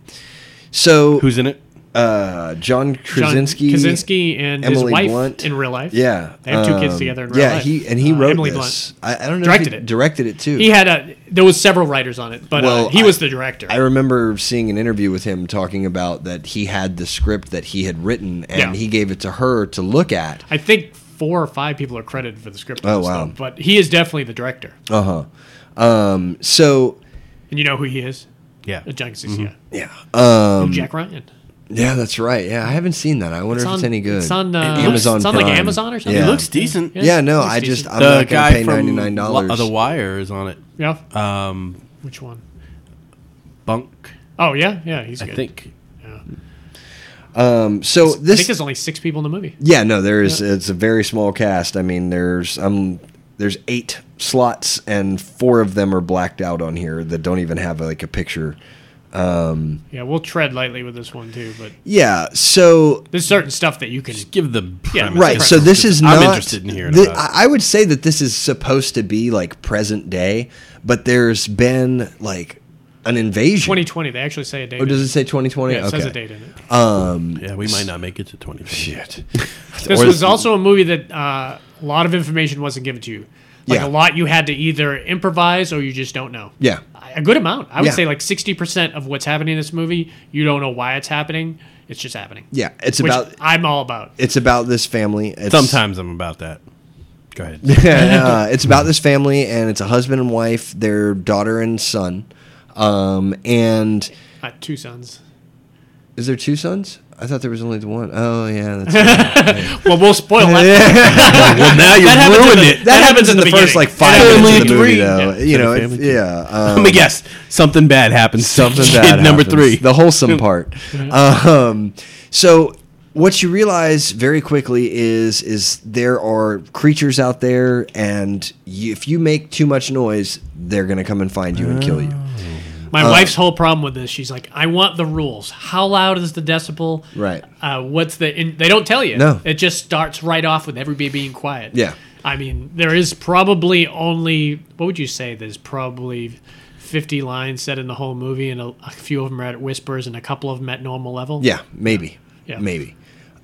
S5: so
S3: Who's in it?
S5: uh, John
S4: John
S5: Krasinski?
S4: Krasinski and
S5: Emily
S4: his wife
S5: Blunt.
S4: in real life.
S5: Yeah,
S4: They have two kids
S5: um,
S4: together in real
S5: yeah,
S4: life.
S5: he and he
S4: Uh,
S5: wrote
S4: Emily
S5: this.
S4: Blunt.
S5: I, I don't know.
S4: Directed
S5: if he
S4: it.
S5: Directed it too.
S4: He had a. There was several writers on it, but
S5: Well,
S4: uh, he
S5: I-
S4: was the director.
S5: I remember seeing an interview with him talking about that he had the script that he had written and
S4: Yeah.
S5: he gave it to her to look at.
S4: I think four or five people are credited for the script. on
S5: Oh,
S4: this,
S5: wow.
S4: though, but he is definitely the director,
S5: Uh huh. Um, so
S4: and you know who he is?
S3: Yeah.
S4: Uh, John Krasinski. yeah.
S5: yeah, um,
S4: Jack Ryan.
S5: yeah, that's right. Yeah, I haven't seen that. I wonder if it's any good.
S4: It's on uh,
S5: Amazon
S4: It's on like
S5: Prime.
S4: Amazon or something.
S5: Yeah.
S3: It looks decent.
S5: yeah, no,
S4: Looks
S5: I just
S4: decent.
S5: I'm
S3: The
S5: not
S3: guy
S5: gonna pay
S3: from
S5: ninety nine dollars.
S3: Lo- The Wire is on it.
S4: yeah.
S3: Um,
S4: Which one?
S3: Bunk,
S4: Oh yeah, yeah. He's
S3: I
S4: good.
S3: think.
S5: Um, so
S4: I think
S5: this,
S4: there's only six people in the movie.
S5: yeah, no, there is. It's a very small cast. I mean, there's um, there's eight slots and four of them are blacked out on here that don't even have like a picture.
S4: Yeah, we'll tread lightly with this one too, but
S5: Yeah, so
S4: there's certain stuff that you can.
S3: Give the premise.
S5: right, so this is
S3: I'm
S5: not.
S3: interested in hearing
S5: thi-
S3: about. it.
S5: I I would say that this is supposed to be like present day, but there's been like an invasion.
S4: 2020. They actually say a date.
S5: oh, does
S4: in
S5: it say 2020?
S4: Yeah, it
S5: okay.
S4: says a date in it.
S3: Yeah, we might not make it to 20. Shit.
S4: This
S5: Or-
S4: was also a movie that uh, a lot of information wasn't given to you. Like
S5: Yeah.
S4: a lot you had to either improvise or you just don't know.
S5: Yeah.
S4: A good amount. I would
S5: Yeah.
S4: say like 60% of what's happening in this movie, you don't know why it's happening. It's just happening.
S5: Yeah, it's
S4: Which
S5: about
S4: I'm all about.
S5: it's about this family. It's,
S3: Sometimes I'm about that. Go ahead.
S5: uh, it's about this family, and it's a husband and wife, their daughter and son. Um, and
S4: Uh, two sons.
S5: is there two sons? I thought there was only the one. Oh yeah, that's right.
S4: Well, we'll spoil that.
S3: well, now you're
S4: happens in
S3: ruining
S4: the-
S3: it.
S4: That happens in the
S5: first
S4: beginning.
S5: like five
S3: Family
S5: minutes of the movie,
S3: tree.
S5: though.
S4: Yeah.
S5: You know,
S3: Family
S5: it,
S3: tree.
S5: yeah. Um,
S3: Let me guess. Something bad happens.
S5: something
S3: Kid
S5: bad happens.
S3: number three.
S5: the wholesome part
S4: Mm-hmm.
S5: um, so what you realize very quickly is is there are creatures out there and you, if you make too much noise they're going to come and find you and kill
S4: Oh.
S5: you
S4: My
S5: Uh,
S4: wife's whole problem with this, she's like, I want the rules. How loud is the decibel?
S5: Right.
S4: Uh, what's the? And they don't tell you.
S5: No.
S4: It just starts right off with everybody being quiet.
S5: Yeah.
S4: I mean, there is probably only what would you say? There's probably. 50 lines said in the whole movie, and a, a few of them are at whispers, and a couple of them at normal level.
S5: yeah maybe
S4: Yeah.
S5: maybe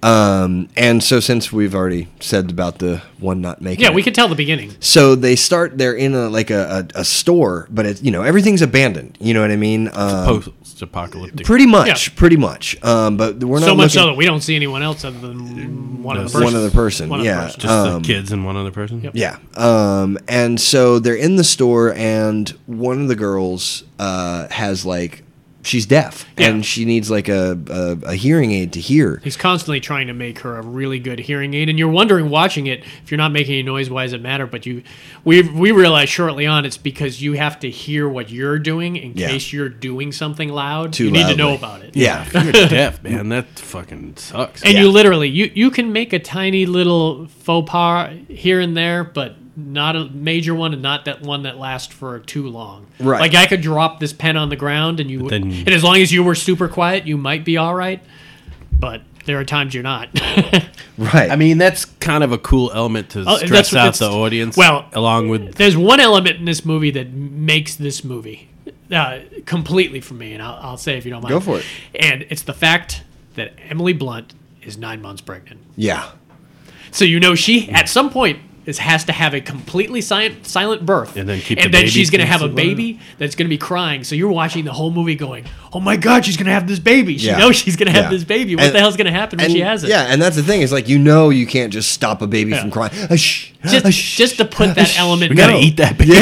S5: um, and so since we've already said about the one not making
S4: Yeah,
S5: it,
S4: we could tell the beginning.
S5: so they start they're in a like a, a, a store but it's you know everything's abandoned you know what i mean um,
S3: Post apocalyptic.
S5: pretty much
S4: Yeah.
S5: pretty much um, but we're not
S4: So much
S5: looking-
S4: so that we don't see anyone else other than one of the
S3: One
S4: persons.
S5: other person,
S4: One other
S5: yeah.
S4: person.
S3: Just
S5: um,
S3: the kids and one other person.
S4: Yep.
S5: Yeah. Um, and so they're in the store, and one of the girls uh, has like, she's deaf,
S4: Yeah.
S5: and she needs like a, a, a hearing aid to hear.
S4: He's constantly trying to make her a really good hearing aid, and you're wondering, watching it, if you're not making any noise, why does it matter? But you, we we realize shortly on, it's because you have to hear what you're doing in
S5: Yeah.
S4: case you're doing something loud.
S5: Too
S4: you need to know
S5: loudly.
S4: about it.
S5: Yeah.
S3: You're deaf, man. That fucking sucks.
S4: and you literally you you can make a tiny little faux pas here and there, but not a major one, and not that one that lasts for too long.
S5: Right.
S4: Like I could drop this pen on the ground, and you,
S3: then-
S4: and as long as you were super quiet, you might be all right. But there are times you're not.
S5: Right.
S3: I mean, that's kind of a cool element to
S4: Oh, that's
S3: stress
S4: what
S3: out
S4: it's-
S3: the audience.
S4: well,
S3: along with
S4: there's one element in this movie that makes this movie uh, completely for me, and I'll, I'll say if you don't mind.
S5: Go for it.
S4: And it's the fact that Emily Blunt is nine months pregnant.
S5: Yeah.
S4: So you know she at some point is has to have a completely silent, silent birth,
S3: And then keep the
S4: and then
S3: baby
S4: she's gonna have a
S3: alive.
S4: baby that's gonna be crying. So you're watching the whole movie going, "Oh my god, she's gonna have this baby. She
S5: Yeah.
S4: knows she's gonna have
S5: Yeah.
S4: this baby. What
S5: And-
S4: the hell's gonna happen when
S5: and,
S4: she has it?"
S5: Yeah, and that's the thing. It's like you know you can't just stop a baby from crying. Ah, shh, ah,
S4: Just,
S5: shh.
S4: just to put that element
S3: We gotta
S4: No.
S3: eat that. Baby.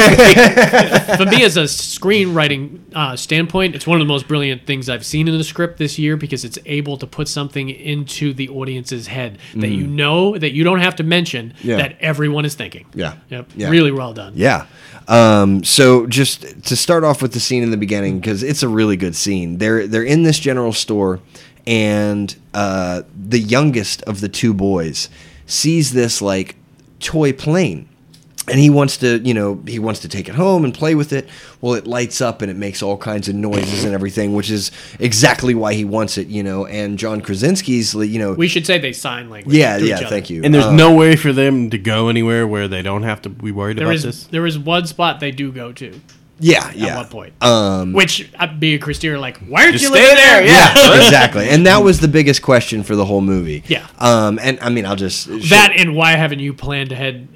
S4: for me as a screenwriting uh, standpoint it's one of the most brilliant things i've seen in the script this year because it's able to put something into the audience's head that you know that you don't have to mention
S5: Mm-hmm. Yeah.
S4: that everyone is thinking
S5: Yeah.
S4: yep
S5: Yeah.
S4: really well done
S5: Yeah. Um, so just to start off with the scene in the beginning because it's a really good scene. They're they're in this general store, and uh, the youngest of the two boys sees this like toy plane, and he wants to you know he wants to take it home and play with it. Well, it lights up and it makes all kinds of noises and everything, which is exactly why he wants it. You know, and John Krasinski's you know.
S4: we should say they sign language
S5: yeah,
S4: to each
S5: yeah,
S4: other.
S5: thank you.
S3: And there's
S5: Uh,
S3: no way for them to go anywhere where they don't have to be worried
S4: there
S3: about
S4: is
S3: this.
S4: there is one spot they do go to
S5: yeah, yeah. Um,
S4: at one point which uh, me and christy are like why aren't
S3: Just
S4: you
S3: stay
S4: living
S3: there, yeah.
S5: yeah, exactly. And that was the biggest question for the whole movie.
S4: Yeah.
S5: Um, and I mean, I'll just
S4: That and why haven't you planned ahead?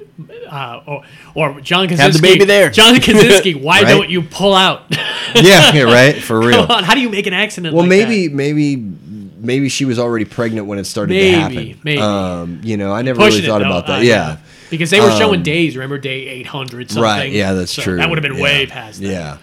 S4: Uh, or, or John Kaczynski.
S3: the baby there.
S4: John Kaczynski. Why
S5: Right?
S4: don't you pull out?
S5: Yeah, yeah, right, for real.
S4: Come on, how do you make an accident?
S5: Well,
S4: like
S5: maybe,
S4: that?
S5: maybe, maybe she was already pregnant when it started
S4: Maybe,
S5: to happen.
S4: maybe.
S5: Um, you know, I never
S4: pushing
S5: really thought
S4: it, though,
S5: about that.
S4: uh,
S5: yeah. Um,
S4: because they were showing days. Remember day eight hundred something.
S5: Right. Yeah, that's
S4: So
S5: true.
S4: That would have been
S5: Yeah.
S4: way past. That.
S5: Yeah.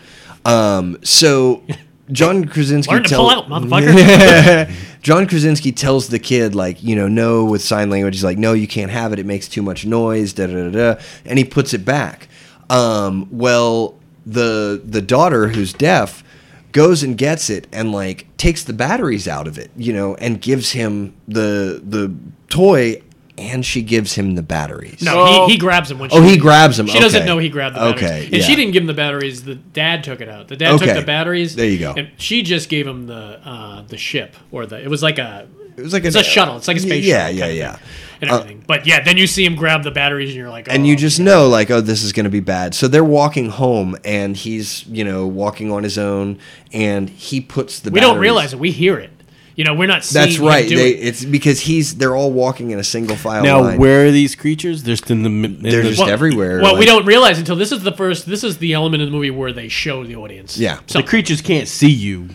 S5: Um, so John Krasinski
S4: learn to
S5: tell-
S4: pull out, motherfucker.
S5: John Krasinski tells the kid, like, you know, no with sign language. He's like, no, you can't have it. It makes too much noise, da da da, da. And he puts it back. Um, well, the the daughter who's deaf goes and gets it and like takes the batteries out of it, you know, and gives him the the toy and she gives him the batteries.
S4: no, he, he grabs him when she.
S5: Oh, he grabs them.
S4: She doesn't
S5: Okay.
S4: know he grabbed the batteries.
S5: Okay,
S4: and she
S5: yeah.
S4: didn't give him the batteries. The dad took it out. The dad
S5: Okay.
S4: took the batteries.
S5: There you go.
S4: And she just gave him the uh, the ship or the. It was like a.
S5: It was like
S4: It's a shuttle. It's like a space
S5: Yeah,
S4: shuttle
S5: yeah,
S4: kind of
S5: yeah.
S4: thing and everything. but yeah, then you see him grab the batteries, and you're like,
S5: Uh, and
S4: oh,
S5: you just know like oh this is going to be bad so they're walking home and he's you know walking on his own and he puts the
S4: we don't
S5: batteries-
S4: realize it. We hear it. You know, we're not. Seeing
S5: that's
S4: him
S5: right
S4: do
S5: they,
S4: it.
S5: it's because he's they're all walking in a single file
S3: Now,
S5: line.
S3: where are these creatures? They're just in the. mi- In
S5: They're
S3: the
S5: just everywhere
S4: Well, we
S5: like-
S4: don't realize until this is the first. This is the element in the movie where they show the audience. uh,
S5: Yeah.
S3: the creatures can't see you.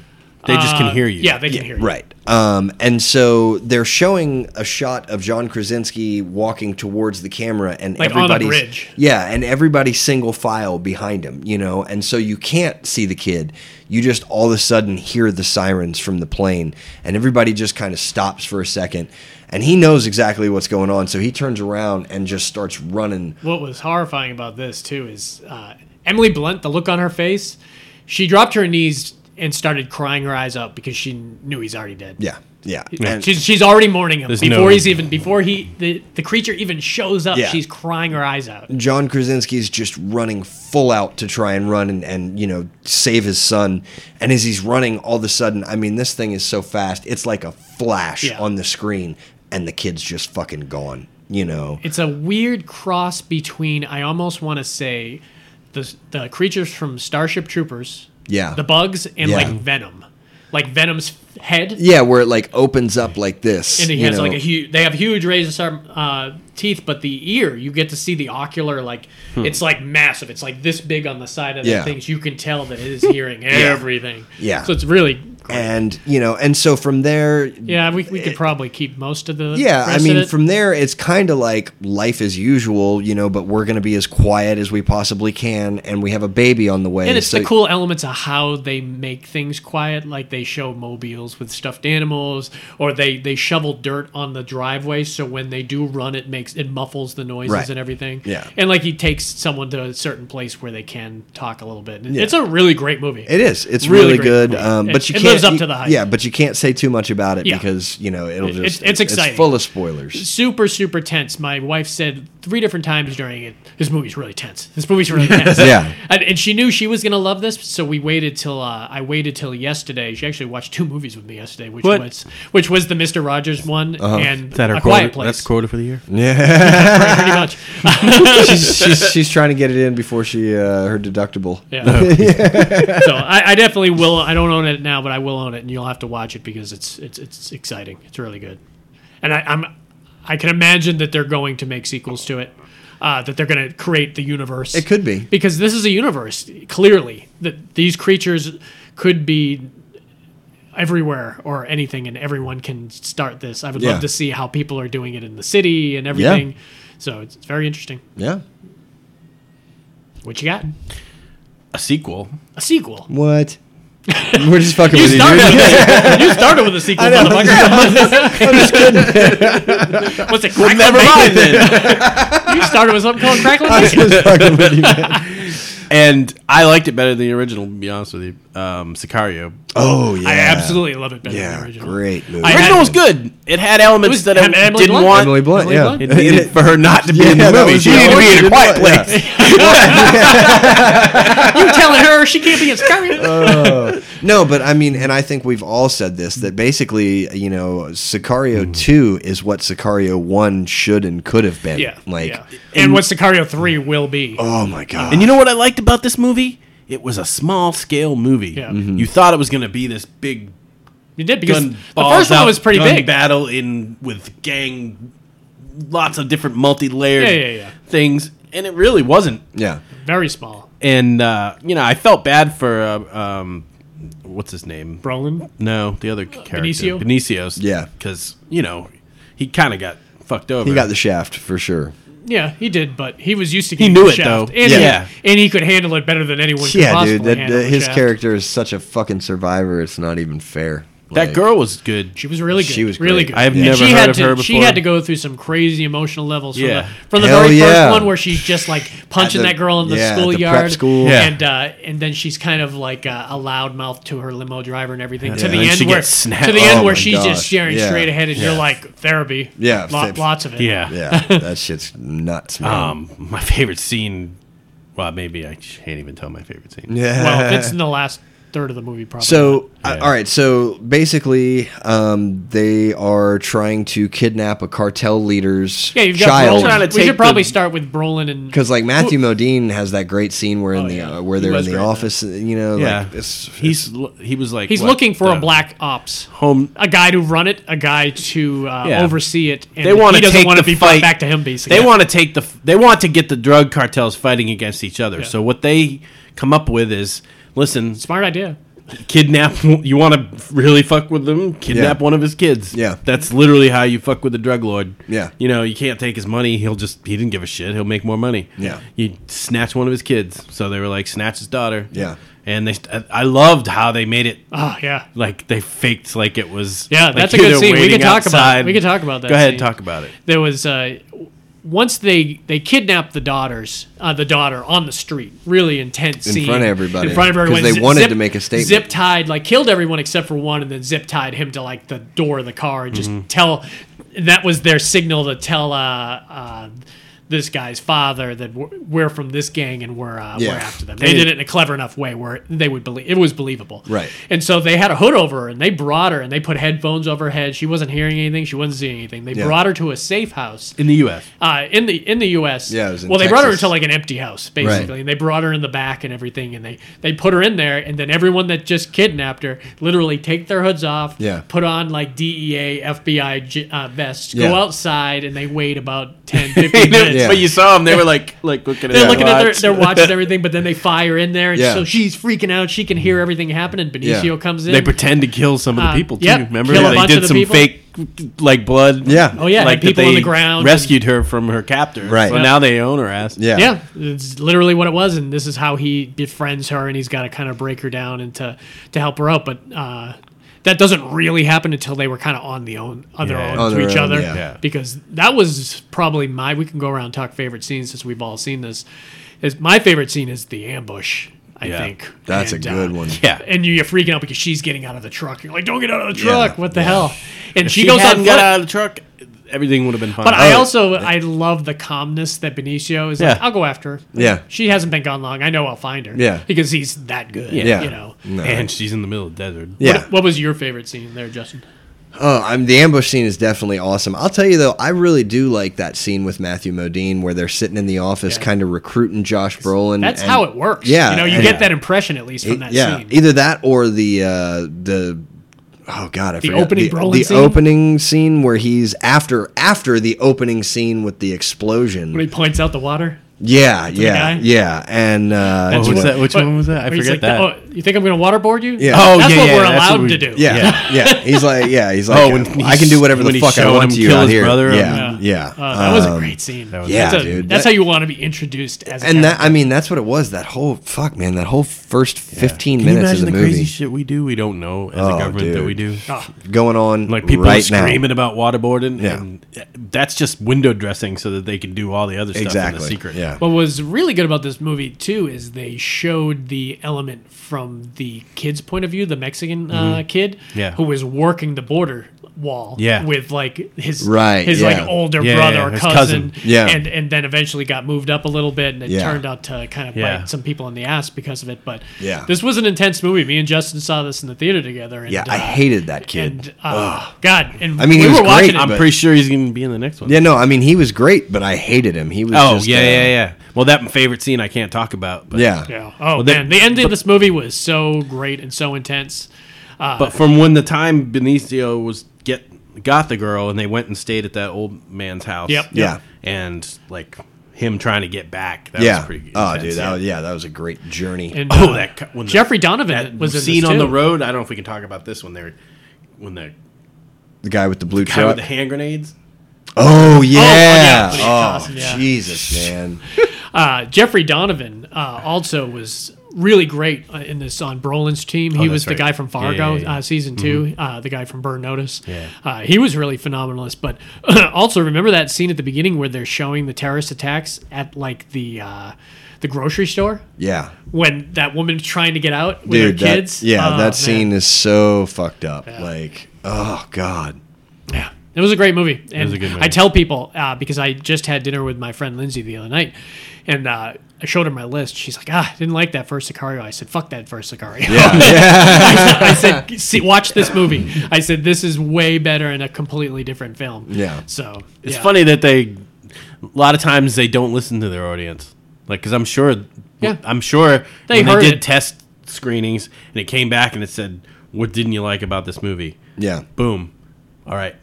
S3: They just can hear you.
S4: Yeah, they can hear. you.
S5: Right. Um, and so they're showing a shot of John Krasinski walking towards the camera and
S4: Like on a
S5: everybody's
S4: bridge.
S5: Yeah, and everybody's single file behind him, you know, and so you can't see the kid. You just all of a sudden hear the sirens from the plane and everybody just kind of stops for a second and he knows exactly what's going on, so he turns around and just starts running.
S4: What was horrifying about this too is uh, Emily Blunt. The look on her face. She dropped to her knees and started crying her eyes out because she knew he's already dead.
S5: Yeah. Yeah. And-
S4: She's, she's already mourning him
S3: There's
S4: before
S3: no-
S4: he's even before he the, the creature even shows up.
S5: Yeah.
S4: She's crying her eyes out.
S5: John Krasinski's just running full out to try and run and, and you know save his son. And as he's running, all of a sudden, I mean, this thing is so fast, it's like a flash
S4: Yeah.
S5: on the screen, and the kid's just fucking gone. You know,
S4: It's a weird cross between I almost want to say the the creatures from Starship Troopers,
S5: Yeah.
S4: the bugs, and
S5: Yeah.
S4: like Venom, like Venom's head,
S5: yeah, where it like opens up like this,
S4: and he
S5: you
S4: has
S5: know.
S4: like a huge. They have huge razor sharp uh, teeth, but the ear you get to see the ocular like it's like massive. It's like this big on the side of the
S5: Hmm. Yeah.
S4: thing. So you can tell that it is hearing everything.
S5: Yeah.
S4: so it's really.
S5: and you know, and so from there,
S4: Yeah, we, we could probably keep most of the.
S5: Yeah, I
S4: rest of
S5: mean,
S4: it.
S5: from there, it's kind of like life as usual, you know. But we're going to be as quiet as we possibly can, and we have a baby on the way.
S4: And it's
S5: so-
S4: the cool elements of how they make things quiet, like they show mobiles with stuffed animals, or they they shovel dirt on the driveway, so when they do run, it makes it muffles the noises
S5: Right.
S4: and everything.
S5: Yeah.
S4: and like he takes someone to a certain place where they can talk a little bit. And It's a really great movie.
S5: It is. It's
S4: Really
S5: really,
S4: great
S5: good.
S4: movie.
S5: Um,
S4: It-
S5: but you
S4: it
S5: can't.
S4: lives up
S5: you-
S4: to the hype.
S5: Yeah, but you can't say too much about it
S4: Yeah.
S5: because you know it'll
S4: It-
S5: just.
S4: it's- it's exciting.
S5: full of spoilers.
S4: super super tense. My wife said three different times during it, "This movie's really tense. This movie's really tense."
S5: Yeah.
S4: and, and she knew she was gonna love this, so we waited till uh, I waited till yesterday. She actually watched two movies with me yesterday, which
S3: What? Uh-huh.
S4: was which was the Mister Rogers one and
S3: Is that
S4: A
S3: our
S4: Quiet
S3: quota?
S4: Place.
S3: That's quota for the year.
S4: pretty much.
S5: she's, she's she's trying to get it in before she uh, her deductible.
S4: Yeah. so I, I definitely will. I don't own it now, but I will own it, and you'll have to watch it because it's it's it's exciting. It's really good. and I, I'm I can imagine that they're going to make sequels to it. Uh, that they're going to create the universe.
S5: It could be.
S4: because this is a universe clearly that these creatures could be everywhere or anything, and everyone can start this. I would
S5: Yeah.
S4: love to see how people are doing it in the city and everything. So it's, it's very interesting.
S5: Yeah.
S4: What you got?
S3: A sequel.
S4: A sequel.
S5: What? We're just fucking
S4: You
S5: with you.
S4: started.
S5: dude.
S4: with it. you started with a sequel, motherfucker. What's it? Crackle
S3: Never
S4: Bacon?
S3: mind then.
S4: You started with something called Crackle Bacon.
S5: Just fucking with you, man.
S3: and I liked it better than the original. To be honest with you, um, Sicario.
S5: Oh yeah.
S4: I absolutely love it better than the
S5: Yeah,
S4: original.
S5: great movie.
S4: I
S3: The
S4: had-
S3: original was good. It had elements
S4: was-
S3: that I
S4: had Emily
S3: didn't
S4: Blunt?
S3: want.
S5: Emily Blunt.
S4: Emily
S5: Yeah.
S4: Blunt?
S3: It needed for her not to be in
S5: Yeah,
S3: the
S5: that
S3: movie.
S5: was
S3: She
S5: the
S3: needed to be in a
S5: origin,
S3: quiet
S5: yeah.
S3: place.
S4: You telling her she can't be in
S5: Uh,
S4: Skyrim?
S5: No, but I mean, and I think we've all said this that basically, you know, Sicario 2 is what Sicario 1 should and could have been.
S4: yeah,
S5: Like,
S4: yeah. and what Sicario three will be.
S5: oh my God.
S3: And you know what I liked about this movie? It was a small scale movie.
S4: Yeah.
S5: Mm-hmm.
S4: Mhm.
S3: You thought it was going to be this big
S4: you did because
S3: gun
S4: the first one was pretty big.
S3: battle in with gang, lots of different multi layered
S4: Yeah, yeah, yeah.
S3: things, and it really wasn't.
S5: yeah.
S4: Very small.
S3: And uh, you know, I felt bad for uh, um, what's his name?
S4: Brolin.
S3: No, the other character,
S4: Benicio?
S3: Benicio's.
S5: Yeah.
S3: because you know he kind of got fucked over.
S5: He got the shaft for sure.
S4: Yeah, he did, but he was used to getting
S3: knew
S4: the
S3: it,
S4: shaft.
S3: though.
S4: And
S3: Yeah.
S4: he, and he could handle it better than anyone. Could
S5: Yeah,
S4: possibly
S5: dude. That,
S4: handle
S5: that-
S4: the
S5: his
S4: shaft.
S5: character is such a fucking survivor. It's not even fair.
S3: that
S5: Like,
S3: girl was good.
S4: She was really good.
S5: She was
S4: really
S5: great.
S4: good.
S3: I have
S4: And
S3: never
S4: she
S3: heard
S4: had
S3: of
S4: to,
S3: her
S4: She
S3: before.
S4: had to go through some crazy emotional levels. From
S3: Yeah.
S4: the, from the
S5: Hell
S4: very
S5: yeah.
S4: first one where she's just like punching
S5: the-
S4: that girl in the
S5: yeah, at the prep
S4: schoolyard,
S5: school.
S3: Yeah.
S4: and uh, and then she's kind of like uh, a loudmouth to her limo driver and everything. To
S5: Yeah.
S4: the
S5: And
S4: end
S3: she
S4: where
S3: gets snapped.
S4: to the
S3: Oh
S4: end
S5: my
S4: where she's
S5: gosh.
S4: just staring
S5: Yeah.
S4: straight ahead, and you're like therapy.
S5: Yeah,
S4: Lot-
S5: same.
S4: lots of it.
S3: Yeah.
S5: Yeah, that shit's nuts, man.
S3: Um, my favorite scene. Well, maybe I can't even tell my favorite scene.
S5: yeah.
S4: Well, if it's in the last third of the movie, probably.
S5: So, I-
S3: Yeah.
S5: all right. So basically, um, they are trying to kidnap a cartel leader's
S4: yeah, you've got
S5: child.
S4: Brolin.
S3: Trying to
S4: we
S3: take
S4: should probably
S3: the-
S4: start with Brolin and
S5: because like Matthew Modine has that great scene where in
S4: Oh,
S5: the
S4: yeah.
S5: uh, where
S4: He
S5: they're in
S4: was
S5: the
S4: great in
S5: office, you know,
S3: Yeah,
S5: like it's,
S3: he's lo- he was like
S4: he's
S3: what,
S4: looking for
S3: the
S4: a black ops.
S3: home.
S4: a guy to run it, a guy to uh,
S3: Yeah.
S4: oversee it. And
S3: They want
S4: he
S3: to
S4: doesn't
S3: take
S4: want
S3: the
S4: to be
S3: fight
S4: brought back to him. Basically,
S3: They want to take the. f- They want to get the drug cartels fighting against each other. So what they come up with is, listen,
S4: smart idea.
S3: kidnap. You want to really fuck with them? Kidnap
S5: Yeah.
S3: one of his kids.
S5: Yeah.
S3: that's literally how you fuck with a drug lord.
S5: Yeah.
S3: you know you can't take his money. He'll just he didn't give a shit. He'll make more money.
S5: Yeah.
S3: you snatch one of his kids. So they were like, snatch his daughter.
S5: Yeah.
S3: and they. I loved how they made it
S4: Oh yeah,
S3: like they faked like it was.
S4: Yeah,
S3: like,
S4: that's a
S3: you
S4: good
S3: know,
S4: scene. We
S3: waiting
S4: could talk about-
S3: outside.
S4: we could talk about that
S3: Go ahead,
S4: scene.
S3: talk about it.
S4: there was uh, once they they kidnapped the daughters, uh, the daughter on the street. Really intense
S5: In
S4: scene
S5: front of everybody,
S4: In front of
S5: 'cause
S4: everyone.
S5: they
S4: Zip-
S5: wanted
S4: zip-
S5: to make a statement.
S4: Zip tied, like killed everyone except for one, and then zip tied him to like the door of the car and just
S5: Mm-hmm.
S4: tell. That was their signal to tell. Uh, uh, this guy's father that we're we're from this gang and we're uh,
S5: Yeah.
S4: we're after them. They did it in a clever enough way where they would believe it was believable.
S5: Right.
S4: And so they had a hood over her and they brought her and they put headphones over her head. She wasn't hearing anything. She wasn't seeing anything. They
S5: Yeah.
S4: brought her to a safe house
S3: In the U.S.
S4: uh, in the in the U.S.
S5: Yeah, it was in
S4: well, they brought her
S5: Texas.
S4: into like an empty house basically,
S5: Right.
S4: and they brought her in the back and everything, and they they put her in there, and then everyone that just kidnapped her literally take their hoods off,
S5: Yeah.
S4: put on like E DEA, FBI j- uh, vests,
S5: Yeah.
S4: go outside, and they wait about 10, 15 minutes.
S5: Yeah.
S3: But you saw them; they were like, like looking at.
S4: They're
S3: their
S4: looking at their,
S3: watch.
S4: their watch and everything, but then they fire in there, and
S5: Yeah.
S4: so she's freaking out. She can hear everything happening. Benicio
S5: Yeah.
S4: comes in.
S3: They pretend to kill some of the
S4: Uh,
S3: people too.
S4: yep,
S3: Remember,
S4: kill a
S3: they
S4: bunch
S3: did
S4: of the
S3: some
S4: people.
S3: fake like blood.
S5: Yeah. Oh,
S4: yeah, had
S3: like that
S4: people on
S3: they
S4: the ground
S3: rescued her from her captor.
S5: Right.
S3: So
S5: Yep.
S3: now they own her ass.
S5: yeah,
S4: Yeah. it's literally what it was, and this is how he befriends her, and he's got to kind of break her down and to to help her out. But uh, that doesn't really happen until they were kind of on the own, on their
S3: Yeah.
S4: own
S5: On
S4: to
S5: their
S4: each
S5: own,
S4: other,
S5: Oh, yeah.
S3: Yeah.
S4: because that was probably my. We can go around and talk favorite scenes since we've all seen this. Is my favorite scene is the ambush. I
S3: Yeah.
S4: think
S5: That's
S4: And,
S5: a
S4: uh,
S5: good one.
S3: Yeah.
S4: And you're freaking out because she's getting out of the truck. You're like, "Don't get out of the
S5: Yeah.
S4: truck! What the hell?" And she,
S3: She
S4: goes on
S3: hadn't got
S4: foot.
S3: out of the truck. Everything would have been fine.
S4: But I
S5: Oh.
S4: also I love the calmness that Benicio is like.
S3: Yeah.
S4: I'll go after her.
S5: Yeah.
S4: she hasn't been gone long. I know I'll find her.
S5: Yeah.
S4: because he's that good.
S3: Yeah.
S4: you know.
S3: and she's in the middle of the desert.
S5: yeah.
S4: What, what was your favorite scene there, Justin?
S5: Oh, I'm the ambush scene is definitely awesome. I'll tell you though, I really do like that scene with Matthew Modine where they're sitting in the office,
S4: Yeah.
S5: kind of recruiting Josh Brolin.
S4: That's
S5: and-
S4: how it works.
S5: Yeah,
S4: you know, you
S5: and- E,
S4: get that impression at least from that
S5: yeah,
S4: scene.
S5: either that or the uh, the oh god, I
S4: The
S5: forgot
S4: opening
S5: the,
S4: Brolin
S5: the
S4: scene?
S5: opening scene where he's after after the opening scene with the explosion.
S4: When he points out the water.
S5: yeah,
S4: guy?
S5: yeah, yeah, and uh,
S3: That's
S5: what-
S3: what- that- which one was that? I
S4: where he's
S3: forget
S4: like,
S3: that.
S4: "Oh, you think I'm going to waterboard you?
S5: Yeah.
S3: Oh,
S4: that's
S3: yeah,
S4: what
S3: yeah,
S4: we're
S3: that's what
S4: allowed
S3: we-
S4: to do.
S5: yeah, yeah. He's like, yeah, he's like,
S3: Oh, when
S5: I can do whatever
S3: when
S5: the
S3: he
S5: fuck I
S3: showed
S5: want
S3: him
S5: to you
S3: kill
S5: out
S3: his
S5: here.
S3: brother,
S5: yeah,
S4: um,
S5: yeah.
S4: Uh, that was a
S5: Um,
S4: great scene.
S3: that was-
S5: Yeah,
S4: that's, a-
S5: dude,
S4: that's
S5: that-
S4: how you want to be introduced as a
S5: And that,
S4: character.
S5: I mean, that's what it was. That whole fuck, man. That whole first fifteen
S3: Can you
S5: minutes of
S3: imagine
S5: the,
S3: the,
S5: movie
S3: crazy shit we do? We don't know as
S5: Oh,
S3: a government that
S5: dude.
S3: we do.
S5: going on
S3: Like people
S5: right
S3: are screaming about waterboarding,
S5: Yeah.
S3: and eh, that's just window dressing so that they can do all the other
S5: now.
S3: stuff
S5: Exactly.
S3: in the secret.
S5: Yeah.
S4: What was really good about this movie too is they showed the element from the kid's point of view, the Mexican uh, kid,
S3: Mm-hmm. Yeah.
S4: who was working the border wall,
S3: Yeah.
S4: with like his
S5: Right,
S4: his
S5: yeah.
S4: like older
S3: Yeah,
S4: brother
S3: yeah,
S4: or
S3: his
S4: cousin,
S3: cousin.
S5: Yeah.
S4: and and then eventually got moved up a little bit, and it
S5: Yeah.
S4: turned out to kind of
S3: Yeah.
S4: bite some people in the ass because of it. But
S5: Yeah.
S4: this was an intense movie. Me and Justin saw this in the theater together. And,
S5: Yeah, I
S4: uh,
S5: hated that kid.
S4: And uh, God, and
S5: I mean,
S4: we
S5: he was
S4: were watching
S5: great,
S4: it.
S3: I'm
S5: But-
S3: pretty sure he's going to be in the next one.
S5: yeah, no, I mean he was great, but I hated him. He was.
S3: Oh
S5: just,
S3: yeah,
S5: uh,
S3: yeah, yeah. Well, that favorite scene I can't talk about. But,
S5: yeah,
S4: Yeah. Oh
S3: they-
S4: man, the ending of this movie was so great and so intense. Ah.
S3: But from when the time Benicio was get got the girl and they went and stayed at that old man's house.
S4: Yep.
S5: Yeah.
S3: And like him trying to get back. That
S5: yeah.
S3: was pretty
S5: oh,
S3: intense,
S5: dude, that was, yeah, that was a great journey.
S4: And
S3: Oh,
S4: uh,
S3: that cu- when the-
S4: Jeffrey Donovan was in
S3: seen
S4: this
S3: on the
S4: too.
S3: road. I don't know if we can talk about this when they're when the
S5: the guy with the blue
S3: guy
S5: truck.
S3: with the hand grenades.
S5: oh
S4: yeah,
S5: yeah.
S4: when he
S5: Oh,
S4: tossed him, yeah.
S5: Jesus, man.
S4: Uh, Jeffrey Donovan uh, also was really great uh, in this on Brolin's team. He
S3: Oh, that's
S4: was the
S3: right.
S4: guy from
S3: Yeah, yeah,
S4: Fargo
S3: yeah. Mm-hmm.
S4: Uh, season 2 uh, the guy from Burn Notice.
S3: Yeah.
S4: Uh, he was really phenomenal. in this, But also remember that scene at the beginning where they're showing the terrorist attacks at like the uh, the grocery store
S5: Yeah,
S4: when that woman's trying to get out with
S5: dude.
S4: her
S5: that-
S4: kids.
S5: yeah,
S4: Oh,
S5: that
S4: man.
S5: scene is so fucked up. Like, oh god.
S4: Yeah. It was a great movie. And
S3: was a good movie.
S4: I tell people uh, because I just had dinner with my friend Lindsay the other night and uh, I showed her my list. She's like, ah, I didn't like that first Sicario. I said, fuck that first Sicario. I said, I said See, watch this movie. I said, this is way better in a completely different film.
S5: Yeah.
S4: So
S3: It's
S4: yeah.
S3: funny that they a lot of times they don't listen to their audience. Like cuz I'm sure
S4: Yeah.
S3: I'm sure
S4: They
S3: when
S4: heard
S3: they did
S4: it.
S3: test screenings and it came back and it said what didn't you like about this movie?
S5: Yeah.
S3: Boom. All right.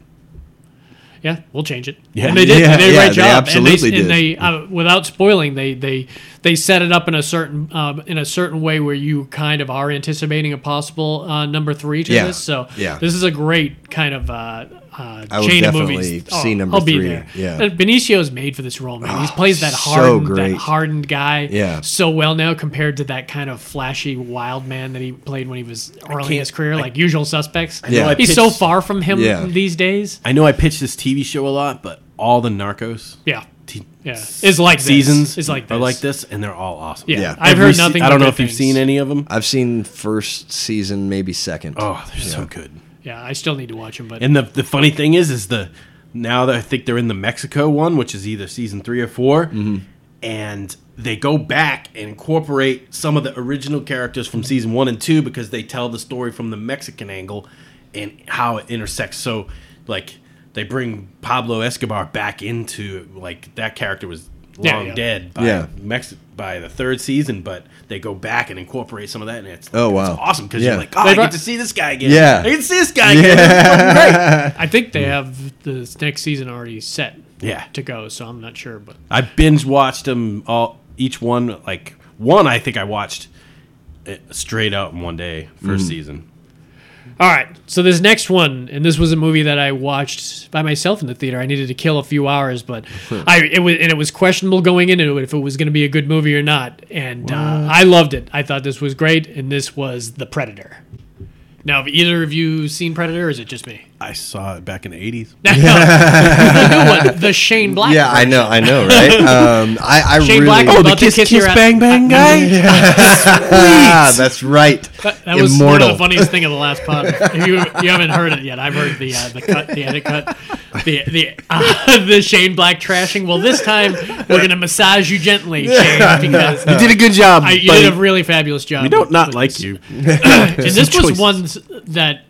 S4: Yeah, we'll change it.
S3: Yeah.
S4: and they did.
S5: Yeah,
S4: they did a
S5: yeah,
S4: great
S5: they
S4: job.
S5: absolutely
S4: and they,
S5: did.
S4: And they uh, without spoiling, they they they set it up in a certain um, in a certain way where you kind of are anticipating a possible uh, number three to
S5: Yeah,
S4: this. So
S5: yeah.
S4: this is a great kind of. Uh, uh,
S5: I will
S4: chain
S5: definitely
S4: of movies.
S5: see number
S4: I'll be
S5: three,
S4: There.
S5: yeah. Ah,
S4: And Benicio's made for this role, man. he plays that
S5: so
S4: hardened, that
S5: great.
S4: hardened guy,
S5: Yeah.
S4: so well now compared to that kind of flashy wild man that he played when he was early in
S3: can't-
S4: his career,
S3: I-
S4: like Usual Suspects.
S5: know I
S4: he's so
S3: pitched-
S4: far from him
S5: Yeah.
S4: these days.
S3: I know I pitched this TV show a lot, but all the Narcos
S4: Yeah.
S3: t-
S4: Yeah. It's like this.
S3: seasons
S4: It's like
S3: are
S4: this.
S3: like this, and they're all awesome.
S4: Yeah.
S5: Yeah.
S4: I've
S3: Every
S4: heard
S3: se-
S4: nothing.
S3: I
S4: but
S3: don't know
S4: good
S3: if you've
S4: things.
S3: seen any of them.
S5: I've seen first season, maybe second.
S3: Oh, they're so good.
S4: Yeah, I still need to watch them, but
S3: And the the funny thing is, is the now that I think they're in the Mexico one, which is either season three or 4
S5: Mm-hmm.
S3: and they go back and incorporate some of the original characters from season one and two because they tell the story from the Mexican angle and how it intersects. So, like, they bring Pablo Escobar back into like that character was long
S4: Yeah, yeah.
S3: dead by
S5: Yeah.
S3: Mex- by the third season, but they go back and incorporate some of that, and it's
S5: Oh,
S3: it's
S5: wow.
S3: awesome because
S5: Yeah.
S3: you're like, oh, I
S4: They've al-
S3: get to see this guy again.
S5: Yeah.
S3: I get to see this guy again.
S4: I think they have the next season already set
S3: Yeah.
S4: to go, so I'm not sure. But
S3: I binge watched them all, each one. Like one, I think I watched it straight out in one day, first season.
S4: all right, so this next one, and this was a movie that I watched by myself in the theater. I needed to kill a few hours, but I it was and it was questionable going into it if it was going to be a good movie or not. And uh, I loved it. I thought this was great, and this was The Predator. Now, have either of you seen Predator, or is it just me?
S3: I saw it back in the eighties.
S4: No, the new one, the Shane Black.
S5: yeah, I know, I know, right? Um, I, I
S4: Shane
S5: really.
S4: Black was
S3: Oh, the
S4: about to
S3: kiss,
S4: kiss
S3: kiss,
S4: your ass.
S3: bang, bang guy.
S5: ah, that's right.
S4: That, that was
S5: Immortal.
S4: one of the funniest thing of the last pod. If you, you haven't heard it yet, I've heard the uh, the cut, the edit cut, the the uh, the Shane Black trashing. Well, this time we're gonna massage you gently, Shane, because
S3: You did a good job,
S4: I, you
S3: buddy.
S4: did a really fabulous job.
S3: we don't
S4: with
S3: not
S4: this.
S3: like you.
S4: And this was
S3: choices.
S4: one that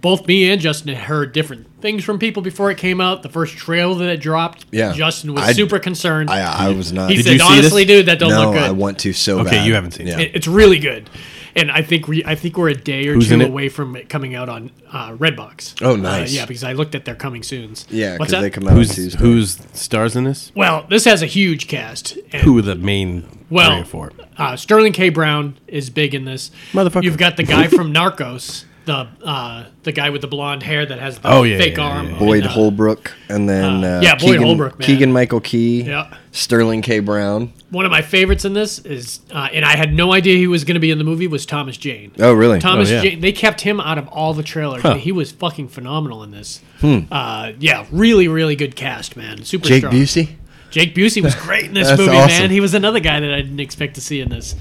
S4: both me and Justin had heard different things from people before it came out. The first trailer that it dropped,
S5: Yeah.
S4: Justin was
S5: I-
S4: super concerned.
S5: I, uh, I was not.
S4: he
S3: Did
S4: said,
S3: you see
S4: "Honestly,
S3: this?
S4: dude, that don't
S5: no,
S4: look good."
S5: I want to so
S3: Okay,
S5: bad.
S3: you haven't seen it.
S5: yeah.
S4: It- It's really good, and I think we I think we're a day or
S3: Who's in
S4: two
S3: it?
S4: away from it coming out on uh, Redbox.
S5: Oh,
S4: Uh,
S5: nice.
S4: yeah, because I looked at their coming soon's.
S5: Yeah, because
S4: what's that?
S5: they come out on
S3: Who's
S5: Tuesday.
S3: who's stars in this?
S4: well, this has a huge cast. and-
S3: Who are the main
S4: Well,
S3: three or four?
S4: Uh, Sterling K. Brown is big in this.
S3: Motherfucker.
S4: You've got the guy from Narcos, the uh, the guy with the blonde hair that has the
S3: Oh, yeah,
S4: fake
S3: yeah, yeah,
S4: arm.
S3: yeah.
S5: Boyd
S4: and, uh,
S5: Holbrook, and then
S4: uh,
S5: uh,
S4: yeah, Boyd Holbrook, man.
S5: Keegan Michael Key,
S4: Yeah.
S5: Sterling K. Brown.
S4: One of my favorites in this is, uh, and I had no idea he was going to be in the movie, was Thomas Jane.
S5: Oh, really?
S4: Thomas
S3: Oh, yeah.
S4: Jane. They kept him out of all the trailers. and He was fucking phenomenal in this. Uh, yeah, really, really good cast, man. Super
S5: Hmm. Jake
S4: strong.
S5: Busey.
S4: Jake Busey was great in this
S5: That's
S4: movie,
S5: awesome.
S4: man. He was another guy that I didn't expect to see in this.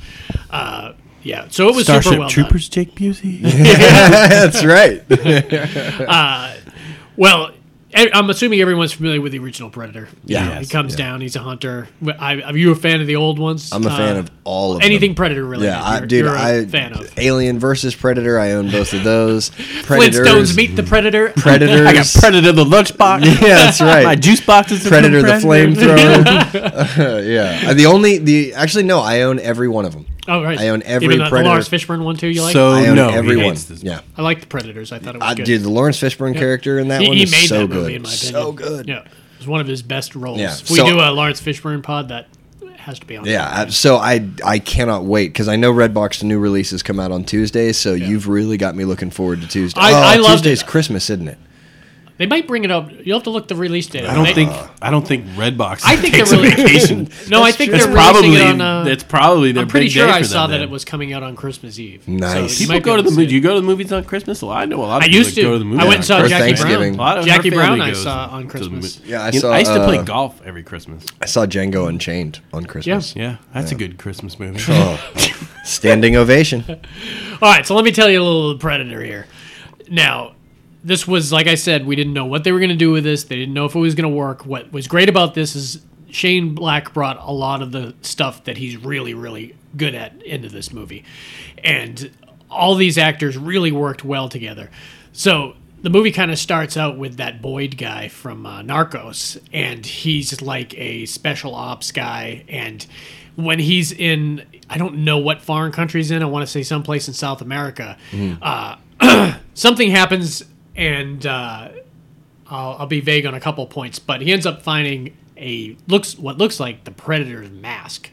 S4: Uh, yeah, so it was
S3: Starship
S4: super well done.
S3: Troopers, Jake Busey.
S5: That's right.
S4: Well, e- I'm assuming everyone's familiar with the original Predator.
S5: Yeah.
S4: You know, he
S5: Yes,
S4: comes down. He's a hunter. I, are you a fan of the old ones?
S5: I'm a fan
S4: Uh,
S5: of all of
S4: anything
S5: them.
S4: Predator related.
S5: Yeah, I,
S4: you're,
S5: dude,
S4: you're a
S5: I
S4: fan of.
S5: Alien versus Predator. I own both of those.
S4: Flintstones meet the Predator.
S5: Predators.
S3: I got Predator the lunchbox. Ah,
S5: Yeah, that's right.
S3: My juice boxes.
S5: Predator the flamethrower. yeah. Uh, The only the actually no, I own every one of them.
S4: Oh right.
S5: I own every
S4: Even the- the
S5: Predator.
S4: Lars Fishburne one too. You like?
S3: So
S5: I own
S3: no,
S5: every
S3: he
S5: one.
S3: hates this.
S5: Yeah.
S4: I like the Predators. I thought it was
S5: I,
S4: good.
S5: dude, the Lawrence Fishburne character in that
S4: he,
S5: one
S4: he
S5: is
S4: made
S5: so
S4: that
S5: good.
S4: movie in my opinion.
S5: So good.
S4: Yeah, it was one of his best roles.
S5: Yeah,
S4: If we
S5: so-
S4: do a Lawrence Fishburne pod, that has to be on.
S5: Yeah, I, so I I cannot wait because I know Redbox the new releases come out on Tuesday, so you've really got me looking forward to Tuesday.
S4: I- I
S5: oh,
S4: loved
S5: Tuesday's
S4: it.
S5: Christmas, isn't it?
S4: They might bring it up. You'll have to look the release date.
S3: I don't
S4: They-
S3: think I don't think Redbox.
S4: I think
S3: takes
S4: they're really-
S3: a vacation.
S4: No, I think
S3: That's
S4: they're
S3: probably
S4: releasing it on. Uh,
S3: that's probably their
S4: I'm pretty
S3: big
S4: sure
S3: day
S4: I
S3: for
S4: saw
S3: them,
S4: that
S3: then.
S4: it was coming out on Christmas Eve.
S5: Nice.
S4: you
S5: People
S3: People
S4: might be
S3: go to
S4: able
S3: the
S4: see
S3: movie.
S4: it.
S3: Do you go to the movies on Christmas? Well, I know a lot.
S4: I
S3: of people
S4: used
S3: that
S4: to.
S3: Go to the movies
S4: I went and saw
S5: for
S4: Jackie
S5: Thanksgiving.
S3: A lot
S4: Brown.
S3: of
S4: Jackie
S3: her
S4: Brown
S3: family
S4: I
S3: goes
S4: saw on
S3: to the
S4: Christmas.
S3: movie.
S5: Yeah, I
S3: You know,
S5: saw,
S3: I used to play
S5: uh,
S3: golf every Christmas.
S5: I saw Django Unchained on Christmas.
S3: Yeah, that's a good Christmas movie.
S5: Oh, standing ovation.
S4: All right, so let me tell you a little Predator here. Now, this was like I said, we didn't know what they were going to do with this. They didn't know if it was going to work. What was great about this is Shane Black brought a lot of the stuff that he's really, really good at into this movie, and all these actors really worked well together. So the movie kind of starts out with that Boyd guy from uh, Narcos, and he's like a special ops guy. And when he's in, I don't know what foreign country he's in. I want to say someplace in South America. Uh, something happens, and uh, I'll, I'll be vague on a couple points, but he ends up finding a looks what looks like the Predator's mask,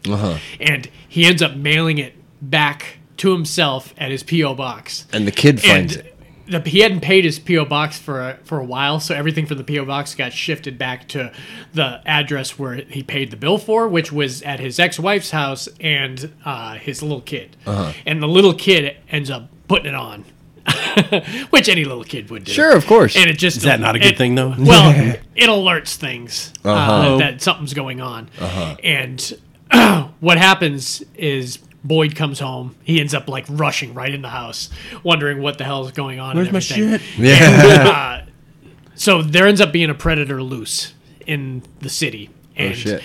S4: and he ends up mailing it back to himself at his PO box
S5: And the kid
S4: and
S5: finds it.
S4: The, he hadn't paid his PO box for a, for a while, so everything from the PO box got shifted back to the address where he paid the bill for, which was at his ex wife's house and uh, his little kid.
S5: Uh-huh.
S4: And the little kid ends up putting it on, which any little kid would do.
S5: Sure, of course.
S4: And it just
S3: Is that not a good
S4: it-
S3: thing, though?
S4: Well, it alerts things uh,
S5: Uh-huh.
S4: that something's going on, and what happens is Boyd comes home. He ends up like rushing right in the house, wondering what the hell is going on.
S3: Where's
S4: and
S3: my
S4: everything.
S3: shit?
S4: Yeah. so there ends up being a predator loose in the city, and
S5: Oh, shit.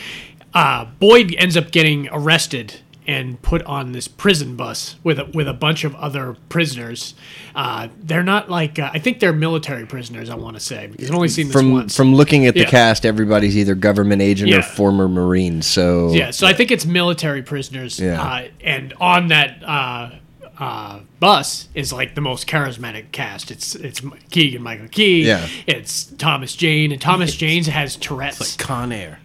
S4: Uh, Boyd ends up getting arrested and put on this prison bus with a, with a bunch of other prisoners. Uh, they're not like uh, I think they're military prisoners. I want to say because I've only seen this
S5: From
S4: once.
S5: from looking at the
S4: Yeah.
S5: cast, everybody's either government agent
S4: Yeah.
S5: or former Marine. So
S4: Yeah, so I think it's military prisoners.
S5: Yeah.
S4: Uh, and on that uh, uh, bus is like the most charismatic cast. It's it's Keegan Michael Key.
S5: Yeah.
S4: It's Thomas Jane, and Thomas Jane has Tourette's.
S3: Con Air.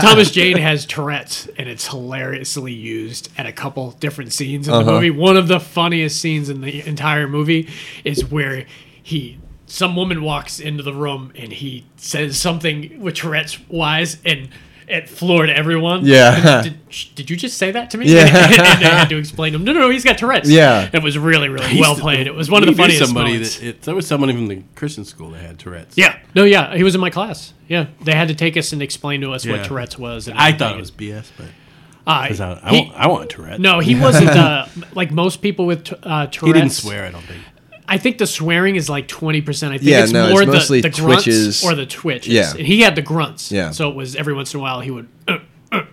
S4: Thomas Jane has Tourette's, and it's hilariously used at a couple different scenes in
S5: Uh-huh.
S4: the movie. One of the funniest scenes in the entire movie is where he. Some woman walks into the room and he says something with Tourette's wise and it floored everyone.
S5: Yeah.
S4: Did, did you just say that to me?
S5: Yeah.
S4: and they had to explain to him. No, no, no, he's got Tourette's.
S5: Yeah.
S4: It was really, really well played. It was one of
S3: We
S4: the
S3: knew
S4: funniest
S3: Somebody
S4: moments.
S3: that, it, there was somebody from the Christian school that had Tourette's.
S4: yeah. No, yeah. He was in my class. Yeah. They had to take us and explain to us
S3: Yeah.
S4: what Tourette's was. And
S3: I thought
S4: everything.
S3: it was BS, but
S4: Uh,
S3: 'cause I, I,
S4: he-
S3: want, I want Tourette's.
S4: No, he wasn't uh, like most people with t- uh, Tourette's.
S3: he didn't swear. I don't think.
S4: I think the swearing is like twenty percent. I think
S5: Yeah,
S4: it's
S5: no, it's
S4: more
S5: mostly
S4: the, the grunts
S5: twitches.
S4: or the twitches.
S5: Yeah.
S4: and he had the grunts.
S5: Yeah.
S4: so it was every once in a while he would uh,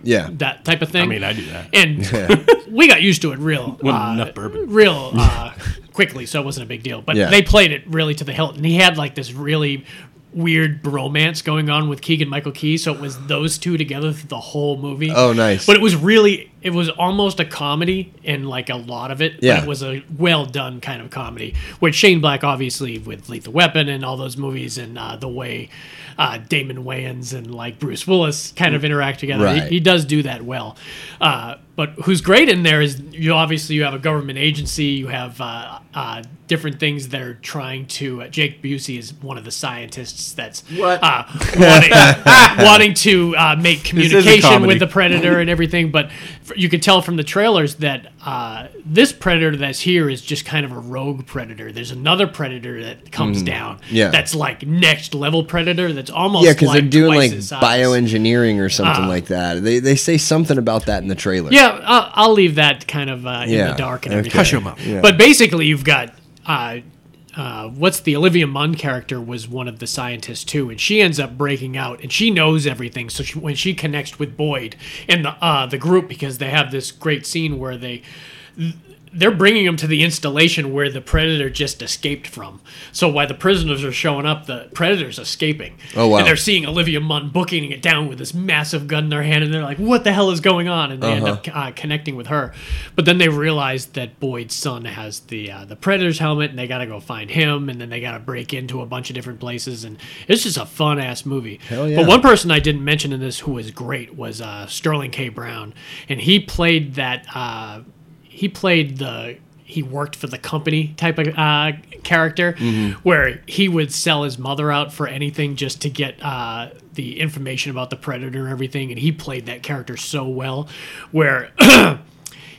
S5: yeah.
S4: that type of thing.
S3: I mean, I do that.
S4: and
S5: Yeah.
S4: we got used to it real
S3: Wasn't
S4: uh,
S3: enough bourbon.
S4: real uh, quickly, so it wasn't a big deal. But
S5: Yeah.
S4: they played it really to the hilt, and he had like this really weird bromance going on with Keegan Michael Key. So it was those two together through the whole movie.
S5: Oh, nice.
S4: But it was really, it was almost a comedy in like a lot of it. but
S5: Yeah.
S4: it was a well done kind of comedy, which Shane Black obviously with Lethal Weapon and all those movies and uh, the way uh, Damon Wayans and like Bruce Willis kind
S5: Mm.
S4: of interact together. He-
S5: Right.
S4: He, does do that well. Uh, but who's great in there is you obviously you have a government agency, you have uh, uh, different things that are trying to. Uh, Jake Busey is one of the scientists that's Uh, wanting, wanting to uh, make
S3: is a
S4: communication
S3: comedy.
S4: with the predator and everything. But f- you could tell from the trailers that uh, this predator that's here is just kind of a rogue predator. There's another predator that comes down
S5: Mm. yeah.
S4: that's like next level predator that's almost
S5: Yeah, because
S4: like
S5: they're doing
S4: twice
S5: like
S4: his size.
S5: bioengineering or something like that. They they say something about that in the trailer.
S4: Yeah, I'll, I'll leave that kind of uh, in
S5: Yeah,
S4: the dark and
S5: okay.
S4: everything.
S5: Hush
S3: 'em up.
S5: Yeah.
S4: But basically, you've got uh, uh, what's the Olivia Munn character was one of the scientists too, and she ends up breaking out, and she knows everything. So she, when she connects with Boyd and the uh, the group, because they have this great scene where they they're bringing him to the installation where the predator just escaped from. So while the prisoners are showing up, the predator's escaping.
S5: Oh, wow.
S4: And they're seeing Olivia Munn booking it down with this massive gun in their hand, and they're like, "What the hell is going on?" And they end up
S5: Uh-huh.
S4: uh, connecting with her. But then they realize that Boyd's son has the uh, the predator's helmet, and they got to go find him, and then they got to break into a bunch of different places, and it's just a fun ass movie.
S5: Hell yeah.
S4: But one person I didn't mention in this who was great was uh, Sterling K. Brown, and he played that. Uh, he played the he worked for the company type of uh, character where he would sell his mother out for anything just to get uh, the information about the predator and everything and he played that character so well where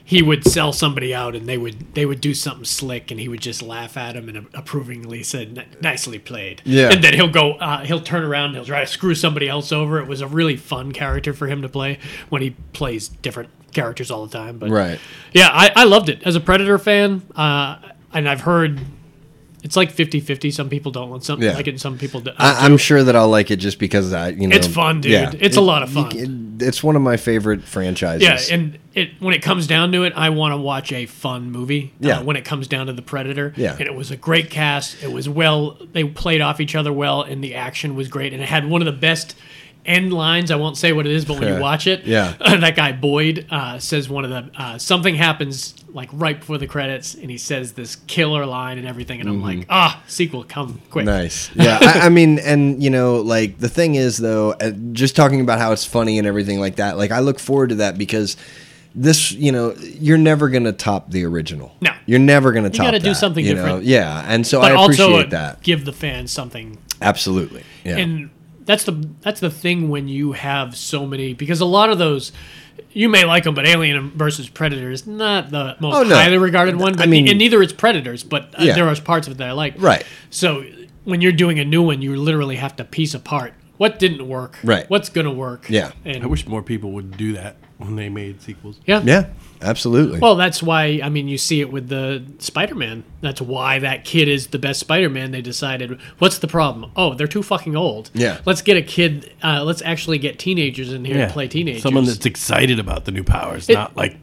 S4: he would sell somebody out and they would they would do something slick and he would just laugh at him and a- approvingly said "N- nicely played
S5: Yeah.
S4: and then he'll go uh, he'll turn around and he'll try to screw somebody else over it was a really fun character for him to play when he plays different characters all the time but
S5: Right.
S4: yeah, I, I loved it as a Predator fan, uh, and I've heard it's like 50-50. Some people don't want some
S5: Yeah.
S4: like it, and some people do.
S5: I, I'm sure that I'll like it just because I you know
S4: It's fun, dude. It's a lot of
S5: you
S4: fun.
S5: can- it's one of my favorite franchises.
S4: yeah, and it when it comes down to it, I want to watch a fun movie. uh,
S5: Yeah.
S4: when it comes down to the Predator,
S5: Yeah.
S4: and it was a great cast. It was well, they played off each other well, and the action was great, and it had one of the best. End lines. I won't say what it is, but when you watch it,
S5: Yeah.
S4: that guy Boyd uh, says one of the uh, something happens like right before the credits, and he says this killer line and everything, and I'm like, ah, sequel, come quick.
S5: Mm-hmm. Nice. Yeah. I, I mean, and you know, like the thing is though, uh, just talking about how it's funny and everything like that. Like I look forward to that because this, you know, you're never gonna top the original.
S4: No.
S5: You're never gonna top.
S4: gotta do
S5: that,
S4: something
S5: you know?
S4: different.
S5: Yeah. And so
S4: But
S5: I appreciate
S4: also uh,
S5: that.
S4: give the fans something
S5: Absolutely. Yeah.
S4: and that's the that's the thing when you have so many because a lot of those you may like them, but Alien versus Predator is not the most
S5: Oh, no.
S4: highly regarded one. But
S5: mean-
S4: and neither is Predators, but uh,
S5: Yeah.
S4: there are parts of it that I like.
S5: Right.
S4: So when you're doing a new one, you literally have to piece apart what didn't work,
S5: Right.
S4: What's gonna work,
S5: Yeah.
S4: And
S3: I wish more people would do that when they made sequels.
S4: yeah,
S5: yeah. Absolutely.
S4: Well, that's why I mean you see it with the Spider-Man. That's why that kid is the best Spider-Man. They decided, what's the problem? Oh, they're too fucking old.
S5: Yeah.
S4: Let's get a kid. Uh, let's actually get teenagers in here to play teenagers.
S3: Someone that's excited about the new powers, not like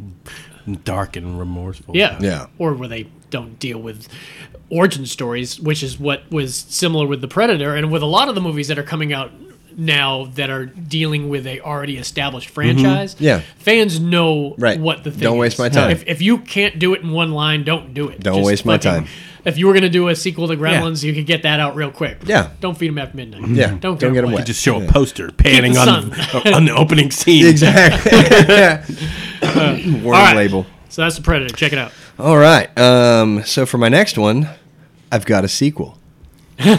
S3: dark and remorseful.
S4: yeah
S5: Yeah.
S4: or where they don't deal with origin stories, which is what was similar with the Predator and with a lot of the movies that are coming out now that are dealing with a already established franchise.
S5: Mm-hmm. Yeah.
S4: fans know
S5: Right.
S4: what the thing.
S5: Don't waste
S4: is.
S5: my time.
S4: If, if you can't do it in one line, don't do it.
S5: Don't waste my time.
S4: If you were going to do a sequel to Gremlins, you could get that out real quick.
S5: Yeah. Mm-hmm.
S4: Don't feed them after midnight.
S5: Yeah.
S4: Don't,
S5: Don't
S4: get
S5: get
S4: 'em
S5: 'em
S4: wet.
S5: wet.
S3: Just show a poster panning
S4: the
S3: on on the opening scene.
S5: exactly. yeah. Warning
S4: All right.
S5: label.
S4: So that's the Predator. Check it out.
S5: All right. Um, so for my next one, I've got a sequel.
S4: Poser.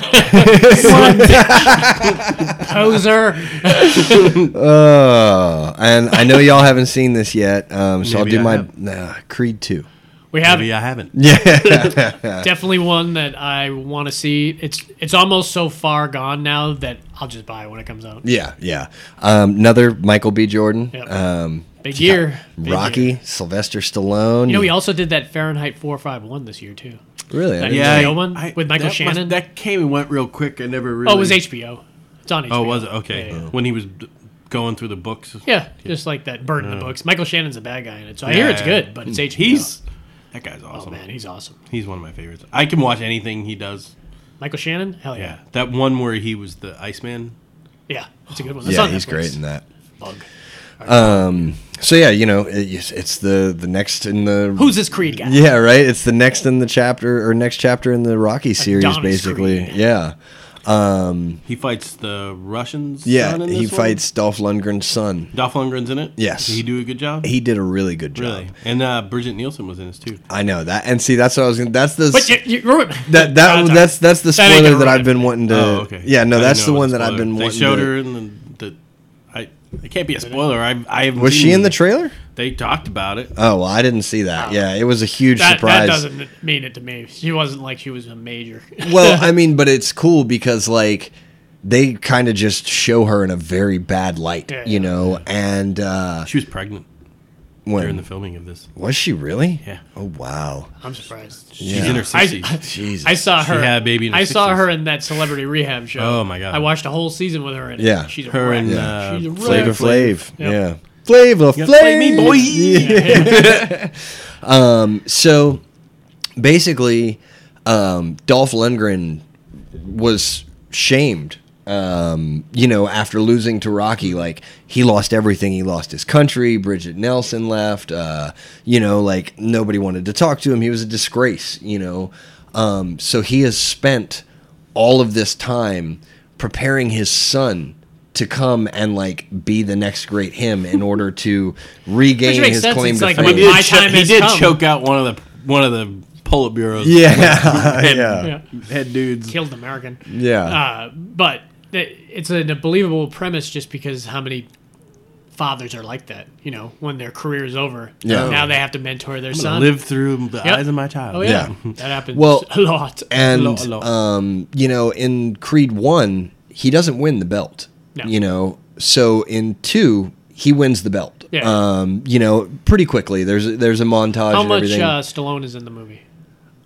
S5: Uh, and I know y'all haven't seen this yet, um, so
S3: Maybe
S5: I'll
S3: I
S5: do
S3: have.
S5: my nah, Creed two.
S4: We have
S3: Maybe I haven't.
S4: definitely one that I want to see. It's it's almost so far gone now that I'll just buy it when it comes out.
S5: Yeah, yeah. Um, another Michael B. Jordan,
S4: Yep.
S5: um,
S4: Big year, big
S5: Rocky, Hmm.
S4: year.
S5: Sylvester Stallone.
S4: You know, he also did that Fahrenheit 451 this year too.
S5: really? I didn't-
S4: Yeah. HBO one with Michael
S3: that must-
S4: Shannon?
S3: that came and went real quick. I never really.
S4: Oh, it was HBO. It's on HBO.
S3: Oh, was it? Okay.
S4: Yeah, yeah.
S3: When he was d- going through the books.
S5: Oh.
S4: Yeah, just like that bird in the books. Michael Shannon's a bad guy in it, so I hear it's
S3: Yeah.
S4: good, but it's HBO.
S3: He's. That guy's
S4: Oh
S3: awesome.
S4: man, he's awesome.
S3: He's one of my favorites. I can watch anything he does.
S4: Michael Shannon, hell yeah,
S3: Yeah, that one where he was the Iceman.
S4: yeah, it's a good one. That's
S5: Yeah,
S4: on
S5: he's
S4: Netflix.
S5: great in that.
S4: Bug.
S5: So yeah, you know, it, it's- it's the the next in the
S4: Who's this Creed guy?
S5: yeah right. It's the next in the chapter or next chapter in the Rocky series,
S4: Adonis
S5: basically.
S4: Creed.
S5: Yeah,
S3: He fights the Russians.
S5: yeah.
S3: son in
S5: He
S3: this one?
S5: fights Dolph Lundgren's son.
S3: Dolph Lundgren's in it.
S5: Yes.
S3: Did he do a good job?
S5: He did a really good job.
S3: really. And uh, Bridget Nielsen was in this too.
S5: I know that, and see, that's what I was. Gonna, that's the
S4: But you, you ruined
S5: that that
S4: Sorry.
S5: that's that's the
S4: That ain't
S5: spoiler
S4: gonna
S5: that,
S4: ruin
S5: I've been
S4: it.
S5: wanting to.
S3: Oh, okay.
S5: Yeah, no,
S3: I
S5: that's
S3: didn't
S5: the
S3: know it
S5: one
S3: was a
S5: that I've
S3: spoiler.
S5: been
S3: They
S5: wanting.
S3: showed
S5: to,
S3: her in the. the I, it can't be a spoiler. I, I haven't
S5: Was she
S3: seen
S5: in the
S3: it.
S5: trailer?
S3: They talked about it.
S5: Oh, well, I didn't see that. Yeah, it was a huge
S4: That, that
S5: surprise.
S4: doesn't mean it to me. She wasn't like she was a major.
S5: well, I mean, but it's cool because like they kind of just show her in a very bad light,
S4: Yeah,
S5: you
S4: yeah.
S5: know. And uh,
S3: She was pregnant during
S5: when
S3: the filming of this.
S5: was she really?
S3: Yeah.
S5: Oh wow.
S4: I'm surprised.
S3: She's in her
S4: I,
S3: 60s.
S5: Jesus.
S4: I saw her.
S3: had a baby in her
S4: I saw
S3: 60s.
S4: her in that celebrity rehab show.
S3: Oh, my God.
S4: I watched a whole season with her in it.
S5: Yeah.
S4: she's a
S3: Her
S4: wreck.
S3: and,
S4: Yeah.
S3: uh,
S4: she's a wreck.
S5: Flavor Flav.
S4: Yep.
S5: Yeah. Flavor Flav.
S3: play me, boy.
S5: Yeah. um, so basically, um, Dolph Lundgren was shamed. Um, you know, after losing to Rocky, like he lost everything. He lost his country. Bridget Nelson left. Uh, you know, like nobody wanted to talk to him. He was a disgrace. You know, um, so he has spent all of this time preparing his son to come and like be the next great him in order to regain
S4: Which makes
S5: his
S4: sense.
S5: claim
S4: It's
S5: to
S4: like,
S5: fame.
S4: I
S3: He
S4: mean,
S3: did,
S4: My
S3: cho-
S4: time
S3: he
S4: has
S3: did
S4: come.
S3: choke out one of the one of the Politburo
S5: yeah, yeah,
S4: Yeah.
S3: head dudes.
S4: Killed an American.
S5: yeah.
S4: Uh, but it, it's an unbelievable premise just because how many fathers are like that, you know, when their career is over.
S5: Yeah.
S4: Now they have to mentor their son.
S3: Live through the
S4: Yep.
S3: eyes of my child.
S4: Oh, yeah.
S5: Yeah.
S4: That happens
S5: Well,
S4: a lot.
S5: and
S3: A lot, a lot.
S5: um, you know, in Creed one, he doesn't win the belt.
S4: No.
S5: You know, so in two, he wins the belt.
S4: Yeah.
S5: Um, you know, pretty quickly. There's a, there's a montage.
S4: how
S5: and
S4: much
S5: everything.
S4: uh, Stallone is in the movie?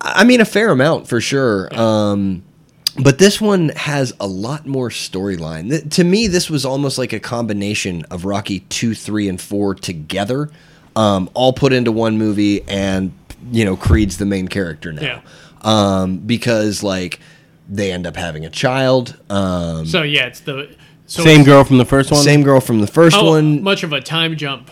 S5: I mean, a fair amount for sure. Um, but this one has a lot more storyline. Th- to me, this was almost like a combination of Rocky two, three, and four together, um, all put into one movie. And you know, Creed's the main character now,
S4: Yeah.
S5: um, because like they end up having a child. Um,
S4: So yeah, it's the so
S3: Same
S4: it's
S3: girl from the first one.
S5: same girl from the first
S4: How
S5: one.
S4: much of a time jump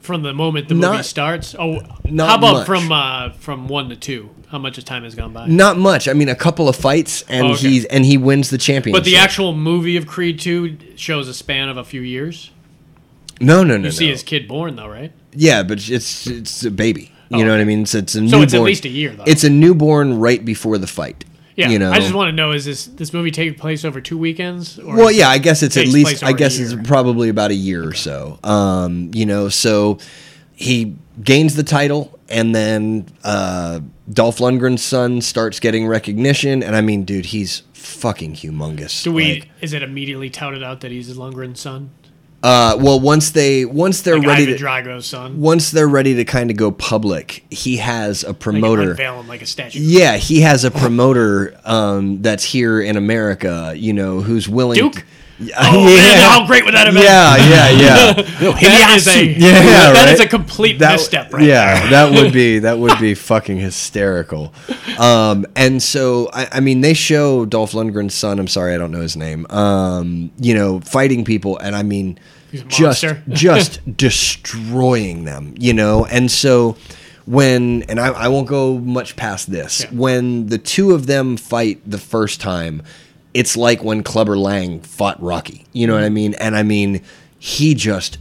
S4: from the moment the movie
S5: Not-
S4: starts? Oh,
S5: not
S4: how about
S5: much.
S4: from uh, from one to two? How much of time has gone by?
S5: Not much. I mean, a couple of fights, and
S4: Oh, okay.
S5: he's and he wins the championship.
S4: but the actual movie of Creed two shows a span of a few years.
S5: no, no, no.
S4: You see
S5: no.
S4: his kid born though, right?
S5: Yeah, but it's it's a baby. You
S4: Oh,
S5: know what I
S4: okay.
S5: mean? It's, it's a
S4: So
S5: newborn.
S4: it's at least a year, though.
S5: It's a newborn right before the fight.
S4: Yeah,
S5: you know.
S4: I just want to know: is this this movie taking place over two weekends? Or
S5: Well,
S4: is
S5: yeah, I guess it's at
S4: takes
S5: least.
S4: place
S5: I
S4: over a
S5: guess it's
S4: year.
S5: probably about a year or so. Um, you know, so he gains the title, and then uh, Dolph Lundgren's son starts getting recognition. And I mean, dude, he's fucking humongous.
S4: Do we?
S5: Like,
S4: is it immediately touted out that he's Lundgren's son,
S5: uh, well, once they once they're
S4: like
S5: ready
S4: Ivan
S5: to.
S4: Drago's son?
S5: once they're ready to kind of go public, he has a
S4: They can
S5: promoter.
S4: unveil him like a statue.
S5: Yeah, he has a promoter um, that's here in America, you know, who's willing.
S4: Duke?
S5: Yeah,
S4: Oh
S5: yeah,
S4: man, how great would that have been?
S5: yeah, yeah, yeah.
S4: That is a
S5: Yeah,
S4: that
S5: right?
S4: is a complete
S5: That-
S4: misstep, right?
S5: Yeah, that would be that would be fucking hysterical. Um, and so I, I mean, they show Dolph Lundgren's son. I'm sorry, I don't know his name. Um, you know, fighting people, and I mean,
S4: He's a
S5: just
S4: monster.
S5: just destroying them. You know, and so when and I, I won't go much past this.
S4: Yeah.
S5: When the two of them fight the first time. It's like when Clubber Lang fought Rocky. You know what I mean? And I mean, he just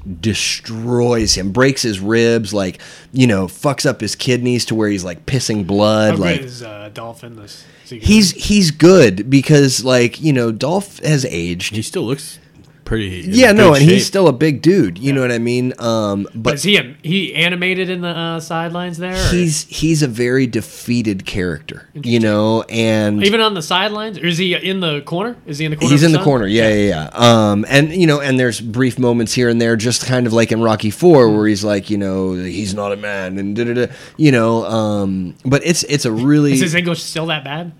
S5: destroys him, breaks his ribs, like, you know, fucks up his kidneys to where he's like pissing blood.
S4: How good
S5: like,
S4: is uh, Dolphin this? season?
S5: he's he's good because like you know Dolph has aged.
S3: He still looks pretty. in
S5: yeah, no,
S3: good
S5: and
S3: shape.
S5: he's still a big dude. You know what I mean? Um,
S4: But
S5: but
S4: is he he animated in the uh, sidelines there? or-
S5: he's he's a very defeated character. You know, and
S4: even on the sidelines, or is he in the corner? Is he in the corner?
S5: He's
S4: of
S5: in the
S4: sun?
S5: corner. Yeah, yeah, yeah. Um, and you know, and there's brief moments here and there, just kind of like in Rocky Four, where he's like, you know, he's not a man, and da da da. You know, um, but it's it's a really
S4: Is his English still that bad?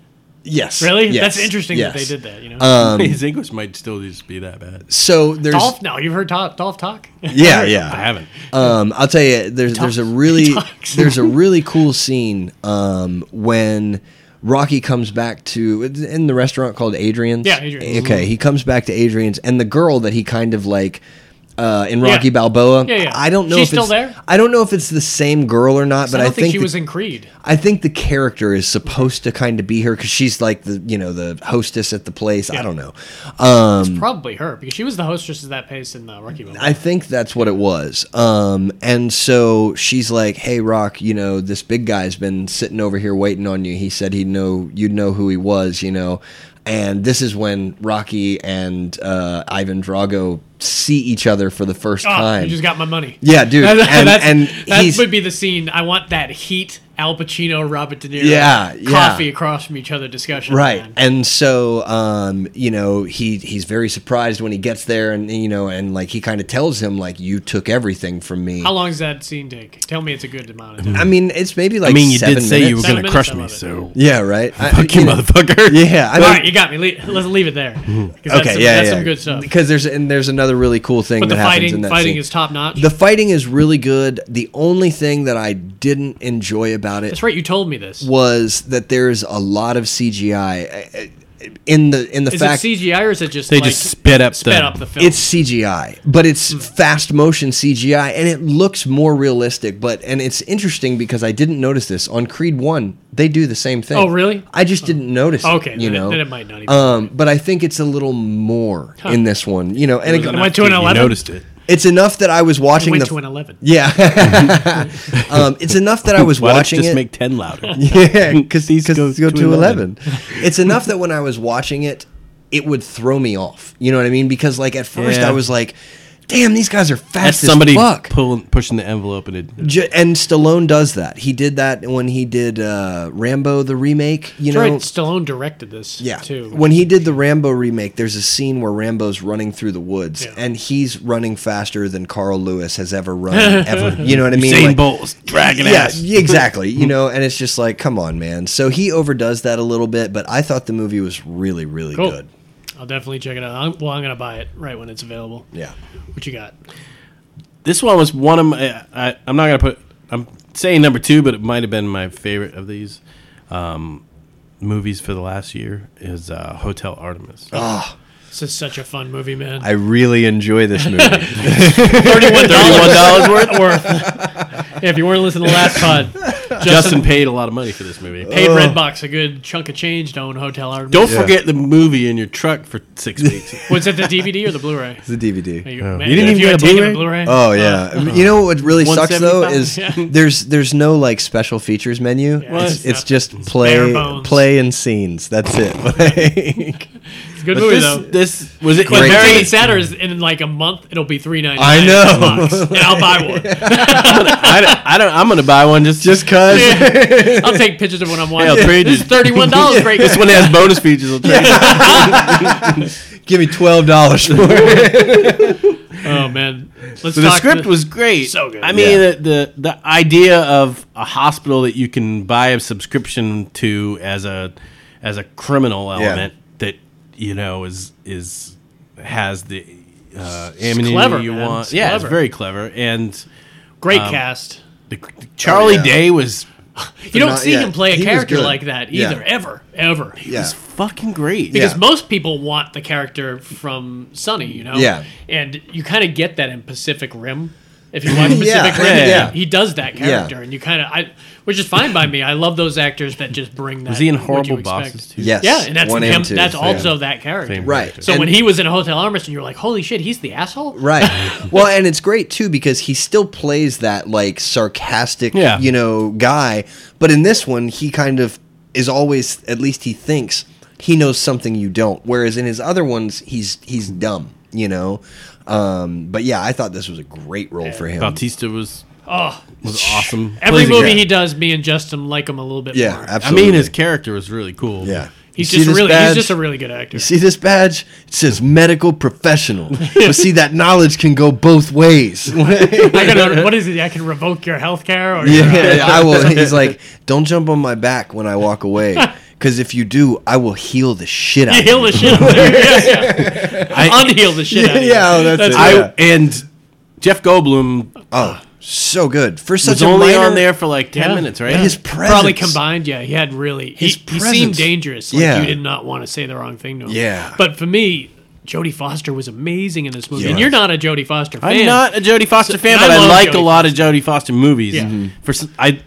S5: Yes.
S4: Really?
S5: Yes,
S4: That's interesting that they
S5: yes.
S4: did that. You know,
S5: Um,
S3: His English might still just be that bad.
S5: So there's
S4: Dolph. No, you've heard Dolph, Dolph talk.
S5: yeah, yeah.
S3: I haven't.
S5: Um, I'll tell you, there's there's a really there's a really cool scene um, when Rocky comes back to it's in the restaurant called Adrian's. Eh,
S4: Yeah, Adrian's.
S5: Okay, he comes back to Adrian's, and the girl that he kind of like. Uh, in Rocky
S4: Yeah.
S5: Balboa,
S4: Yeah, yeah.
S5: I don't know
S4: She's
S5: if it's,
S4: still there?
S5: I don't know if it's the same girl or not, but
S4: I
S5: I,
S4: don't think,
S5: think
S4: she
S5: the-
S4: was in Creed.
S5: I think the character is supposed to kind of be her because she's like the you know the hostess at the place. I don't know. Um,
S4: Probably her because she was the hostess of that pace in the Rocky Balboa.
S5: I think that's what it was. Um, and so she's like, "Hey, Rock, you know this big guy's been sitting over here waiting on you. He said he'd know you'd know who he was, you know." And this is when Rocky and uh, Ivan Drago see each other for the first
S4: oh,
S5: time.
S4: you just got my money.
S5: yeah, dude, and,
S4: That's-
S5: and
S4: that
S5: he's
S4: would be the scene. I want that heat, Al Pacino, Robert De Niro,
S5: Yeah, yeah.
S4: coffee across from each other discussion.
S5: right
S4: man.
S5: and so um you know he he's very surprised when he gets there and you know and like he kind of tells him like you took everything from me
S4: How long does that scene take? Tell me it's a good amount of time.
S5: i mean it's maybe like
S3: I mean, you
S5: seven
S3: did say you were
S5: minutes.
S3: going to
S4: Seven
S3: crush me,
S4: minutes, I
S3: so
S4: love
S5: yeah right I-
S3: fuck you,
S5: know,
S3: motherfucker.
S5: yeah I
S4: All
S5: mean,
S4: right, you got me. Le- let's leave it there. 'Cause that's
S5: Mm-hmm. okay
S4: some,
S5: yeah
S4: that's
S5: yeah
S4: some good stuff.
S5: because there's and there's another really cool thing
S4: But
S5: that
S4: the
S5: happens in
S4: fighting,
S5: that
S4: fighting
S5: scene.
S4: is top notch.
S5: the fighting is really good the only thing that i didn't enjoy about it
S4: That's right. You told me this.
S5: was that there's a lot of cgi uh, uh, in the in the
S4: Is
S5: fact
S4: it CGI or is it just
S3: They
S4: like,
S3: just sped up
S4: sped
S3: the-
S4: up the film?
S5: It's CGI, but it's fast motion CGI, and it looks more realistic. But and it's interesting because I didn't notice this on Creed One. They do the same thing.
S4: Oh, really? Oh.
S5: I just didn't notice. it,
S4: Okay,
S5: you
S4: then it-
S5: know,
S4: then it might not even-
S5: Um, but I think it's a little more in this one. You know, and
S4: It
S5: it-
S4: went to an
S3: You
S4: eleven.
S3: noticed it.
S5: it's enough that I was watching
S4: Went
S5: the.
S4: to an eleven.
S5: yeah, um, it's enough that I was
S3: Why don't you
S5: watching
S3: just
S5: it.
S3: make ten louder?
S5: Yeah, because
S3: These
S5: these
S3: go
S5: go,
S3: to
S5: to 11. it's enough that when I was watching it, it would throw me off. You know what I mean? Because like at first
S3: Yeah.
S5: I was like, "Damn, these guys are
S3: That's
S5: fast as
S3: somebody
S5: fuck."
S3: pulling, pushing the envelope, and it
S5: J- and Stallone does that. He did that when he did uh, Rambo the remake. You
S4: That's
S5: know,
S4: right. Stallone directed this.
S5: yeah.
S4: Too.
S5: When he did the Rambo remake, there's a scene where Rambo's running through the woods,
S4: Yeah.
S5: and he's running faster than Carl Lewis has ever run. ever, you know what I mean?
S3: Usain
S5: Like,
S3: Bolt's dragging
S5: yeah,
S3: ass.
S5: yeah, exactly. You know, and it's just like, come on, man. So he overdoes that a little bit, but I thought the movie was really, really
S4: Cool.
S5: good.
S4: I'll definitely check it out. I'm, well, I'm gonna buy it right when it's available.
S5: Yeah.
S4: What you got?
S3: This one was one of my. I, I'm not gonna put. I'm saying number two, but it might have been my favorite of these um, movies for the last year. Is uh, Hotel Artemis?
S5: Oh.
S4: This is such a fun movie, man.
S5: I really enjoy this movie.
S3: Thirty-one dollars worth.
S4: worth. Yeah, if you weren't listening to the last pod, Justin,
S3: Justin paid a lot of money for this movie.
S5: Uh,
S4: paid Redbox a good chunk of change to own Hotel Artemis.
S3: Oh. Don't forget the movie in your truck for six weeks.
S4: Was it the DVD or the Blu-ray?
S5: the DVD.
S4: You, man,
S3: Oh. You didn't
S4: if
S3: even
S4: you
S3: get
S4: had
S3: a
S4: taken the
S3: Blu-ray?
S4: Blu-ray.
S5: Oh yeah. you know what really sucks though
S4: 175?
S5: is
S4: Uh-huh. Yeah.
S5: there's there's no like special features menu.
S4: it's
S5: it's it's
S4: not-
S5: just
S4: bare
S5: play
S4: bones.
S5: play and scenes. That's it. Like,
S4: it's a good movie though.
S3: this, this was it.
S5: Great.
S4: Very
S3: Very,
S4: sad is in like a month it'll be three ninety
S5: I
S4: nine.
S5: know.
S4: and I'll buy one.
S3: I, don't, I don't. I'm gonna buy one just
S5: just cuz
S4: I'll take pictures of when I'm
S3: I'll
S4: watching.
S3: trade you.
S4: This is thirty one dollars. Great.
S3: This one has bonus features. I'll tell you.
S5: give me $12 for it.
S4: Oh man, let's
S3: So the
S4: talk
S3: script
S4: the-
S3: was great.
S4: So good.
S3: I mean, the, the the idea of a hospital that you can buy a subscription to as a as a criminal
S5: Yeah.
S3: element that you know is is has the uh, ammunity
S4: clever,
S3: you
S4: man.
S3: want.
S4: It's
S3: yeah,
S4: clever.
S3: it's very clever. And
S4: great
S3: um,
S4: cast.
S3: the, Charlie
S5: Oh, yeah.
S3: Day was
S4: You don't
S5: not-
S4: see
S5: yeah,
S4: him play a
S5: he was
S4: character
S5: good.
S4: like that
S5: Yeah.
S4: either, ever, ever.
S5: Yeah.
S3: was fucking great.
S5: Yeah.
S4: Because most people want the character from Sonny, you know?
S5: Yeah.
S4: And you kind of get that in Pacific Rim. If you watch Pacific
S5: Yeah,
S4: Rim,
S5: yeah,
S4: he-
S5: yeah.
S4: he does that character, and you kind of, I, which is fine by me. I love those actors that just bring that.
S3: Was he in
S4: what you
S3: horrible
S4: expect.
S3: bosses too?
S5: Yes.
S4: Yeah, and that's
S5: One
S4: him.
S5: two.
S4: That's
S5: Yeah.
S4: also that character.
S3: Same.
S5: Right.
S4: So
S5: And-
S4: when he was in Hotel Armistice, you were like, "Holy shit, he's the asshole!"
S5: Right. well, and it's great too because he still plays that like sarcastic,
S3: Yeah.
S5: you know, guy. But in this one, he kind of is always, at least he thinks he knows something you don't. Whereas in his other ones, he's he's dumb, you know. Um, but yeah, I thought this was a great role for him.
S3: Bautista was
S4: Oh,
S3: was awesome.
S4: every
S5: Plays a
S4: movie
S5: character.
S4: he does, me and Justin like him a little bit
S5: yeah,
S4: more.
S3: I
S5: absolutely.
S3: mean, his character was really cool.
S5: yeah.
S4: He's
S5: You see
S4: just
S5: this
S4: really,
S5: badge?
S4: he's just a really good actor.
S5: You see this badge? It says medical professional. but see, that knowledge can go both ways.
S4: I can, what is it? I can revoke your health care or your,
S5: Yeah, I will. He's like, don't jump on my back when I walk away, Because if you do, I will heal the shit out
S4: You
S5: of you.
S4: heal the shit out of you. Unheal the shit out of you.
S5: yeah, oh, that's, it. yeah.
S3: I and Jeff Goldblum
S5: oh, so good. For such
S3: was
S5: a
S3: only
S5: minor,
S3: on there for like ten
S4: Yeah.
S3: minutes, right?
S5: but his presence.
S4: Probably combined, yeah. He had really he,
S5: His
S4: he seemed
S5: presence.
S4: dangerous. Like
S5: Yeah.
S4: you did not want to say the wrong thing to him.
S5: Yeah.
S4: But for me, Jodie Foster was amazing in this movie. And
S5: Yeah.
S4: you're not a Jodie Foster fan.
S3: I'm not a Jodie Foster
S4: So-
S3: fan,
S4: and I
S3: but I,
S4: love
S3: like a
S4: Jodie
S3: lot of Jodie Foster movies.
S4: Yeah.
S5: Mm-hmm.
S3: For s- I,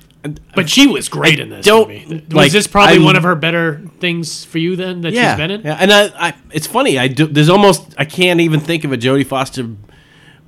S4: But she was great in this.
S3: don't-
S4: movie. was
S3: like,
S4: this probably
S3: I-
S4: one of her better things for you then that
S3: yeah,
S4: she's been in?
S3: yeah, and I, I, it's funny. I do, there's almost I can't even think of a Jodie Foster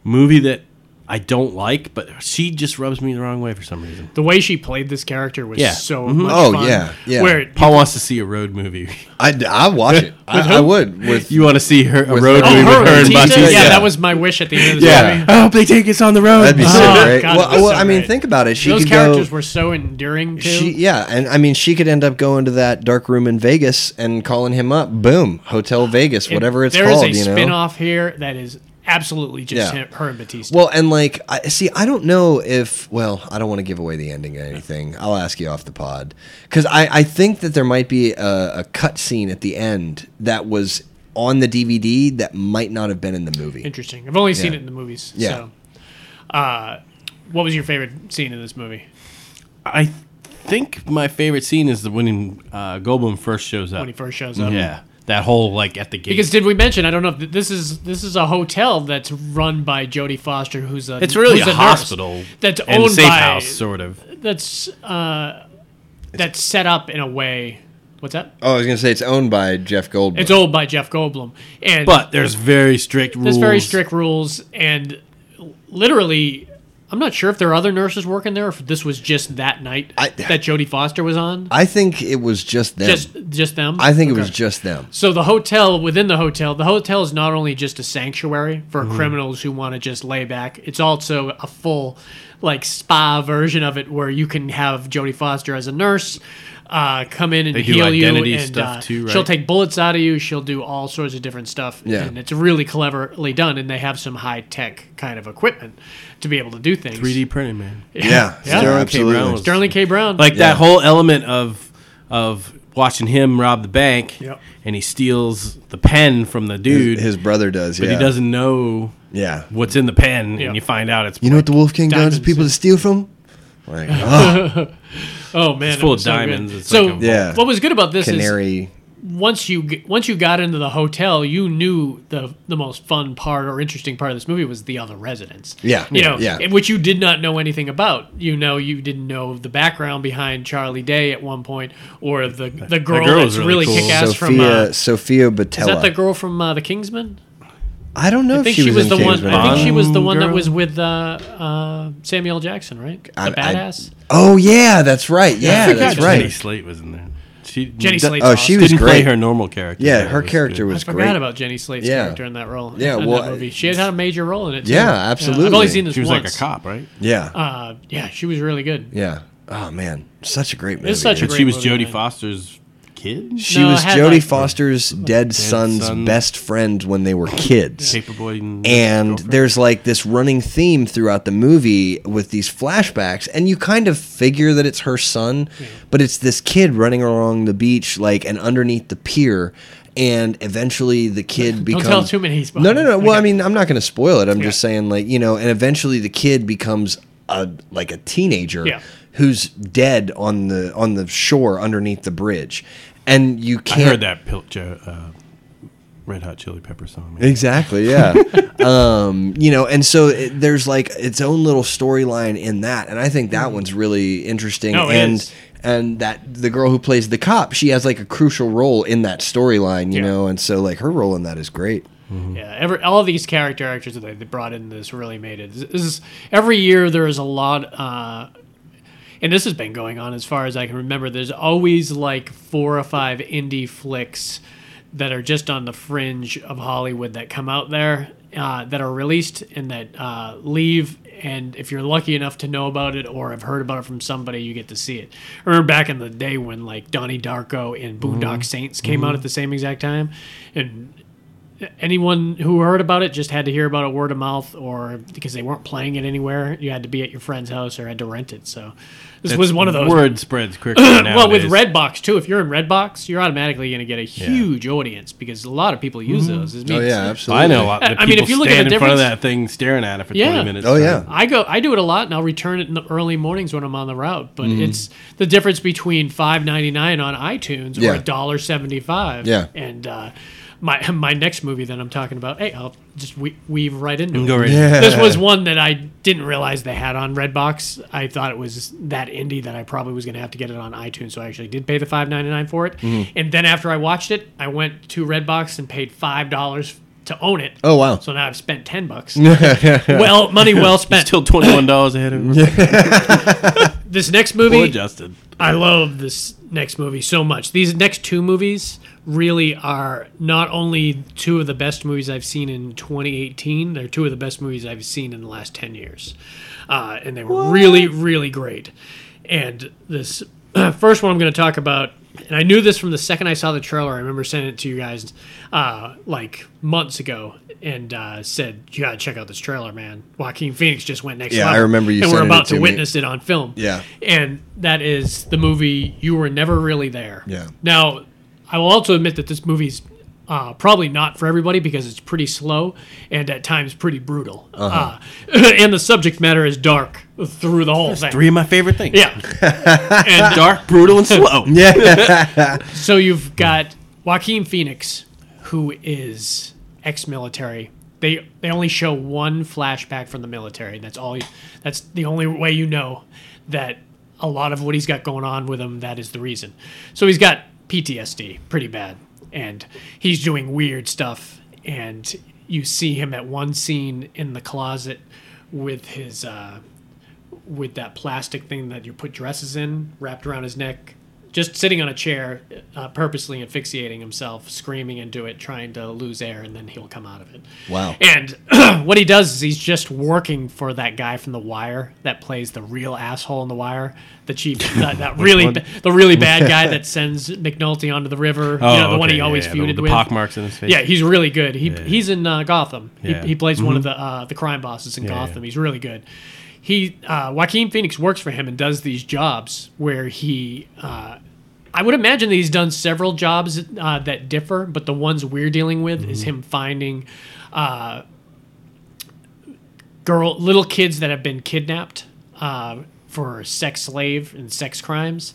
S3: movie that I don't like, but she just rubs me the wrong way for some reason.
S4: The way she played this character was
S3: Yeah. Mm-hmm.
S4: so much
S5: Oh,
S4: fun.
S5: yeah, yeah.
S4: Where
S3: Paul wants to see a road movie.
S5: I I watch it. I, I would with
S3: You want to see her a
S5: With her.
S3: road
S4: oh,
S3: movie
S4: her,
S3: with her and
S4: Letitia?
S3: Bucky?
S4: yeah,
S5: Yeah.
S4: that was my wish at the end of the
S5: Yeah.
S4: movie.
S3: I hope they take us on the road. Uh,
S5: That'd be so
S4: Oh,
S5: great.
S4: God,
S5: well,
S4: that'd be
S5: well,
S4: so
S5: I mean,
S4: great.
S5: think about it. She
S4: Those
S5: could
S4: characters
S5: go,
S4: were so enduring too.
S5: She, yeah, and I mean, she could end up going to that dark room in Vegas and calling him up. Boom, Hotel Vegas,
S4: And
S5: whatever it's
S4: there
S5: called.
S4: is a
S5: you know,
S4: spin-off here that is absolutely just
S5: Yeah.
S4: him, her and Batista.
S5: Well, and like, I see, I don't know if. Well, I don't want to give away the ending or anything. I'll ask you off the pod because I, I think that there might be a, a cut scene at the end that was on the DVD that might not have been in the movie.
S4: Interesting. I've only seen
S5: Yeah.
S4: it in the movies.
S5: Yeah.
S4: So, uh, what was your favorite scene in this movie?
S3: I think my favorite scene is the when uh, Goldblum first shows up.
S4: When he first shows up.
S3: Yeah, that whole like at the gate.
S4: Because did we mention? I don't know. if th- This is this is a hotel that's run by Jodie Foster, who's a
S3: it's really
S4: who's
S3: a,
S4: nurse
S3: hospital
S4: that's
S3: and
S4: owned
S3: safe
S4: by
S3: house, sort of.
S4: that's uh, that's set up in a way. What's that?
S5: Oh, I was gonna say it's owned by Jeff Goldblum.
S4: It's owned by Jeff Goldblum, and
S3: But there's very strict rules.
S4: there's very strict rules, and literally, I'm not sure if there are other nurses working there, or if this was just that night
S5: I-
S4: that Jodie Foster was on,
S5: I think it was just them.
S4: just just them.
S5: I think it was just them.
S4: So the hotel within the hotel, the hotel is not only just a sanctuary for
S3: Mm-hmm.
S4: criminals who want to just lay back. It's also a full, like spa version of it, where you can have Jodie Foster as a nurse uh, come in and
S3: They do
S4: heal you,
S3: identity
S4: and
S3: stuff
S4: uh,
S3: too, right?
S4: she'll take bullets out of you. She'll do all sorts of different stuff,
S5: Yeah.
S4: and it's really cleverly done. And they have some high tech kind of equipment to be able to do things.
S3: 3D printing, man.
S5: Yeah,
S4: Yeah.
S5: Sterling K.
S3: Absolutely.
S5: Brown was-
S4: Sterling K. Brown,
S3: Like
S5: Yeah.
S3: that whole element of of watching him rob the bank,
S4: Yep.
S3: and he steals the pen from the dude,
S5: his brother does.
S3: but
S5: yeah.
S3: he doesn't know
S5: Yeah.
S3: what's in the pen,
S4: Yeah.
S3: and you find out it's
S5: You know what the Wolf King
S4: Diamonds,
S5: guns people
S4: yeah.
S5: to steal from? Like, ah,
S4: oh man,
S3: It's full
S4: it was
S3: of
S4: so good.
S3: diamonds. It's
S4: so
S3: like a-
S5: Yeah.
S4: what was good about this is
S5: canary.
S4: once you g- once you got into the hotel, you knew the the most fun part or interesting part of this movie was the other residents.
S5: Yeah,
S4: you know,
S5: yeah.
S4: which you did not know anything about. You know, you didn't know the background behind Charlie Day at one point, or the the girl,
S3: girl was
S4: that's really,
S3: really cool.
S4: kick ass
S5: Sophia
S4: from. Uh, is
S5: Sophia Batella.
S4: that the girl from uh, The Kingsman?
S5: I don't know
S4: I
S5: if
S4: think
S5: she, was, in
S4: the one.
S5: Kingsman.
S4: I think she was the one that
S3: girl?
S4: was with uh, uh, Samuel L. Jackson, right? The
S5: I- I-
S4: badass.
S5: oh yeah, that's right.
S4: I
S5: Yeah,
S4: forgot
S5: that's
S4: Jenny
S3: Jenny
S5: right.
S3: Slate was in there. She
S4: Jenny
S3: d-
S4: Slate's
S5: Oh, she
S4: awesome.
S5: was
S3: didn't play
S5: great.
S3: her normal character.
S5: Yeah,
S3: but
S5: her
S3: it
S5: character
S3: good.
S5: was
S4: I forgot
S5: great.
S4: about Jenny Slate's
S5: Yeah.
S4: character in that role.
S5: Yeah,
S4: in that
S5: well,
S4: movie. she had had a major role in it. too.
S5: Yeah,
S4: I've
S5: absolutely.
S4: only seen this
S3: She was
S4: once.
S3: like a cop, right?
S5: Yeah,
S4: Uh, yeah, she was really good.
S5: yeah. Oh man, such a great movie.
S4: It's such a
S5: dude.
S3: But
S4: great
S3: she was
S4: movie,
S3: Jodie
S4: man.
S3: Foster's kid.
S5: she
S4: No, it
S5: was
S4: had,
S5: Jodie
S4: like-
S5: Foster's dead son's
S3: son.
S5: best friend when they were kids.
S3: Paperboy and,
S5: and
S3: girlfriend.
S5: there's like this running theme throughout the movie with these flashbacks and you kind of figure that it's her son but it's this kid running along the beach like and underneath the pier and eventually the kid
S4: tell
S5: becomes
S4: too many spoilers.
S5: no no no well i
S4: Okay.
S5: mean i'm not going to spoil it i'm just saying like you know and eventually the kid becomes a like a teenager
S4: Yeah.
S5: who's dead on the on the shore underneath the bridge and you
S3: I
S5: can't
S3: heard that Pil- Jo- uh, Red Hot Chili Pepper song. man.
S5: Exactly. Yeah. um, you know, and so it, there's like its own little storyline in that, and I think that
S3: Mm.
S5: one's really interesting.
S4: No, it
S5: and
S4: is.
S5: and that the girl who plays the cop, she has like a crucial role in that storyline, you
S4: Yeah.
S5: know, and so like her role in that is great.
S4: Yeah, every, all these character actors that they they brought in this really made it. This is, every year there is a lot, uh, and this has been going on as far as I can remember. There's always like four or five indie flicks that are just on the fringe of Hollywood that come out there uh, that are released and that uh, leave. And if you're lucky enough to know about it or have heard about it from somebody, you get to see it. I remember back in the day when like Donnie Darko and Boondock Saints came out at the same exact time, and anyone who heard about it just had to hear about it word of mouth or because they weren't playing it anywhere. You had to be at your friend's house or had to rent it. So this
S3: It's-
S4: was one of those.
S3: Word spreads quickly.
S4: well, with
S3: nowadays.
S4: Redbox too, if you're in Redbox, you're automatically going to get a huge audience because a lot of people use those. It
S5: Oh
S4: means-
S5: yeah, absolutely.
S3: I know a lot.
S4: I-
S3: Of
S4: I
S3: I
S4: mean,
S3: mean,
S4: if you look at
S3: stand
S4: the
S3: in front of
S4: difference-
S3: that thing, staring at it for
S4: Yeah.
S3: twenty minutes.
S5: Oh, yeah.
S4: I go I do it a lot and I'll return it in the early mornings when I'm on the
S5: Mm-hmm.
S4: route. But it's the difference between five ninety nine on iTunes
S5: Yeah.
S4: or $1.75.
S5: Yeah.
S4: And uh, my my next movie that I'm talking about, hey, I'll just we- weave right into
S3: You
S4: it.
S3: Go right.
S5: Yeah.
S4: This was one that I didn't realize they had on Redbox. I thought it was that indie that I probably was going to have to get it on iTunes, so I actually did pay the five ninety nine for it.
S5: Mm-hmm.
S4: And then after I watched it, I went to Redbox and paid five dollars to own it.
S5: Oh, wow.
S4: So now I've spent ten bucks. well, money well spent.
S3: Still twenty one dollars ahead of
S4: this next
S3: Well
S4: movie,
S3: adjusted.
S4: I love this next movie so much. These next two movies really are not only two of the best movies I've seen in 2018, they're two of the best movies I've seen in the last 10 years. Uh, and they were really, really great. And this first one I'm going to talk about, and I knew this from the second I saw the trailer. I remember sending it to you guys uh, like months ago and uh, said, you got to check out this trailer, man. Joaquin Phoenix just went next
S5: Yeah, I
S4: level.
S5: remember you
S4: And we're
S5: sending it
S4: about
S5: to me.
S4: witness it on film.
S5: Yeah.
S4: And that is the movie You Were Never Really There.
S5: Yeah.
S4: Now, I will also admit that this movie's uh, probably not for everybody because it's pretty slow and at times pretty brutal. uh and the subject matter is dark through the whole thing.
S3: Three of my favorite things.
S4: yeah. and
S3: Dark, brutal, and slow. yeah.
S4: so you've got Joaquin Phoenix, who is ex-military. They they only show one flashback from the military. That's all. he- that's the only way you know that a lot of what he's got going on with him. That is the reason. So he's got PTSD, pretty bad, and he's doing weird stuff. And you see him at one scene in the closet with his. Uh, with that plastic thing that you put dresses in wrapped around his neck just sitting on a chair uh, purposely asphyxiating himself screaming into it trying to lose air and then he'll come out of it
S5: Wow.
S4: and what he does is he's just working for that guy from the wire that plays the real asshole in the wire the chief that, that really ba- the really bad guy that sends mcnulty onto the river
S3: Oh,
S4: you know the one
S3: okay,
S4: he
S3: yeah,
S4: always
S3: yeah,
S4: feuded
S3: the,
S4: with
S3: The pock marks in his face.
S4: yeah, he's really good. He he's in uh, Gotham.
S3: Yeah. Mm-hmm.
S4: He, he plays one of the uh, the crime bosses in Gotham. He's really good. He uh, Joaquin Phoenix works for him and does these jobs where he. Uh, I would imagine that he's done several jobs uh, that differ, but the ones we're dealing with is
S3: Mm-hmm.
S4: him finding uh, girl little kids that have been kidnapped uh, for sex slave and sex crimes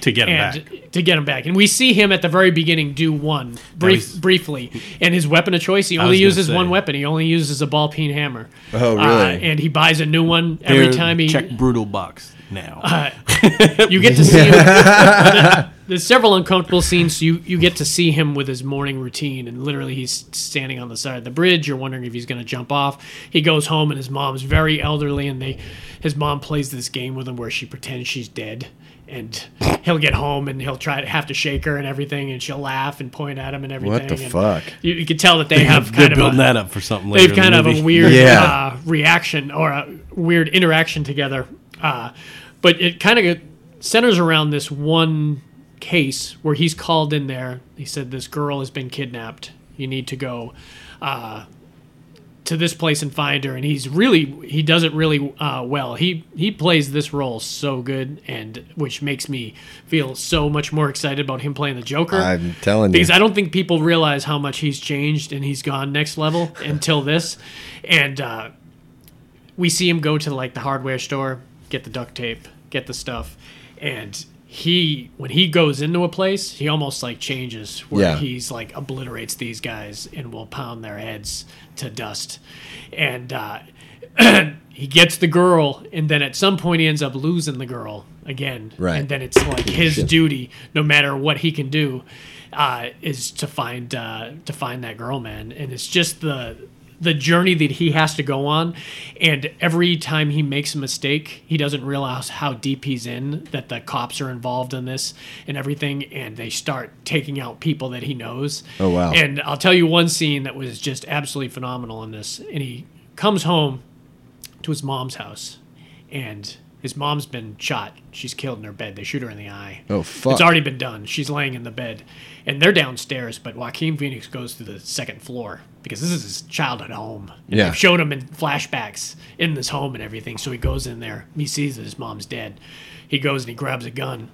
S3: To get him
S4: and
S3: back.
S4: to get him back. And we see him at the very beginning do one brief,
S3: he's-
S4: briefly, and his weapon of choice. He only
S3: was gonna
S4: uses
S3: say.
S4: one weapon. He only uses a ball peen hammer. Uh,
S5: Oh, really?
S4: and he buys a new one every
S3: Here,
S4: time he
S3: check brutal box now.
S4: Uh, you get to see him. There's several uncomfortable scenes. So you you get to see him with his morning routine, and literally he's standing on the side of the bridge. You're wondering if he's going to jump off. He goes home, and his mom's very elderly, and they his mom plays this game with him where she pretends she's dead. And he'll get home and he'll try to have to shake her and everything, and she'll laugh and point at him and everything.
S5: the
S4: and
S5: fuck?
S4: You, you can tell that they have
S3: They're
S4: kind of a,
S3: building that up for something later.
S4: they've
S3: in
S4: kind
S3: the
S4: of a
S3: movie.
S4: weird
S5: Yeah.
S4: uh, reaction or a weird interaction together. Uh, but it kind of centers around this one case where he's called in there. He said, This girl has been kidnapped. You need to go uh, to this place and find her. And he's really, he does it really uh, well. He, he plays this role so good, and which makes me feel so much more excited about him playing the Joker
S5: I'm telling you.
S4: because I don't think people realize how much he's changed and he's gone next level until this. And uh, we see him go to like the hardware store, get the duct tape, get the stuff, and he when he goes into a place, he almost like changes where
S5: Yeah.
S4: he's like obliterates these guys and will pound their heads to dust. And uh, he gets the girl, and then at some point he ends up losing the girl again.
S5: Right.
S4: And then it's like his duty, no matter what he can do, uh, is to find uh, to find that girl, man. And it's just the the journey that he has to go on. And every time he makes a mistake, he doesn't realize how deep he's in. That the cops are involved in this and everything, and they start taking out people that he knows.
S5: Oh, wow.
S4: And I'll tell you one scene that was just absolutely phenomenal in this. And he comes home to his mom's house and His mom's been shot. She's killed in her bed. They shoot her in the eye.
S5: Oh, fuck.
S4: It's already been done. She's laying in the bed, and they're downstairs. But Joaquin Phoenix goes to the second floor because this is his childhood home. And
S5: Yeah.
S4: they've showed him in flashbacks in this home and everything. So he goes in there. He sees that his mom's dead. He goes and he grabs a gun,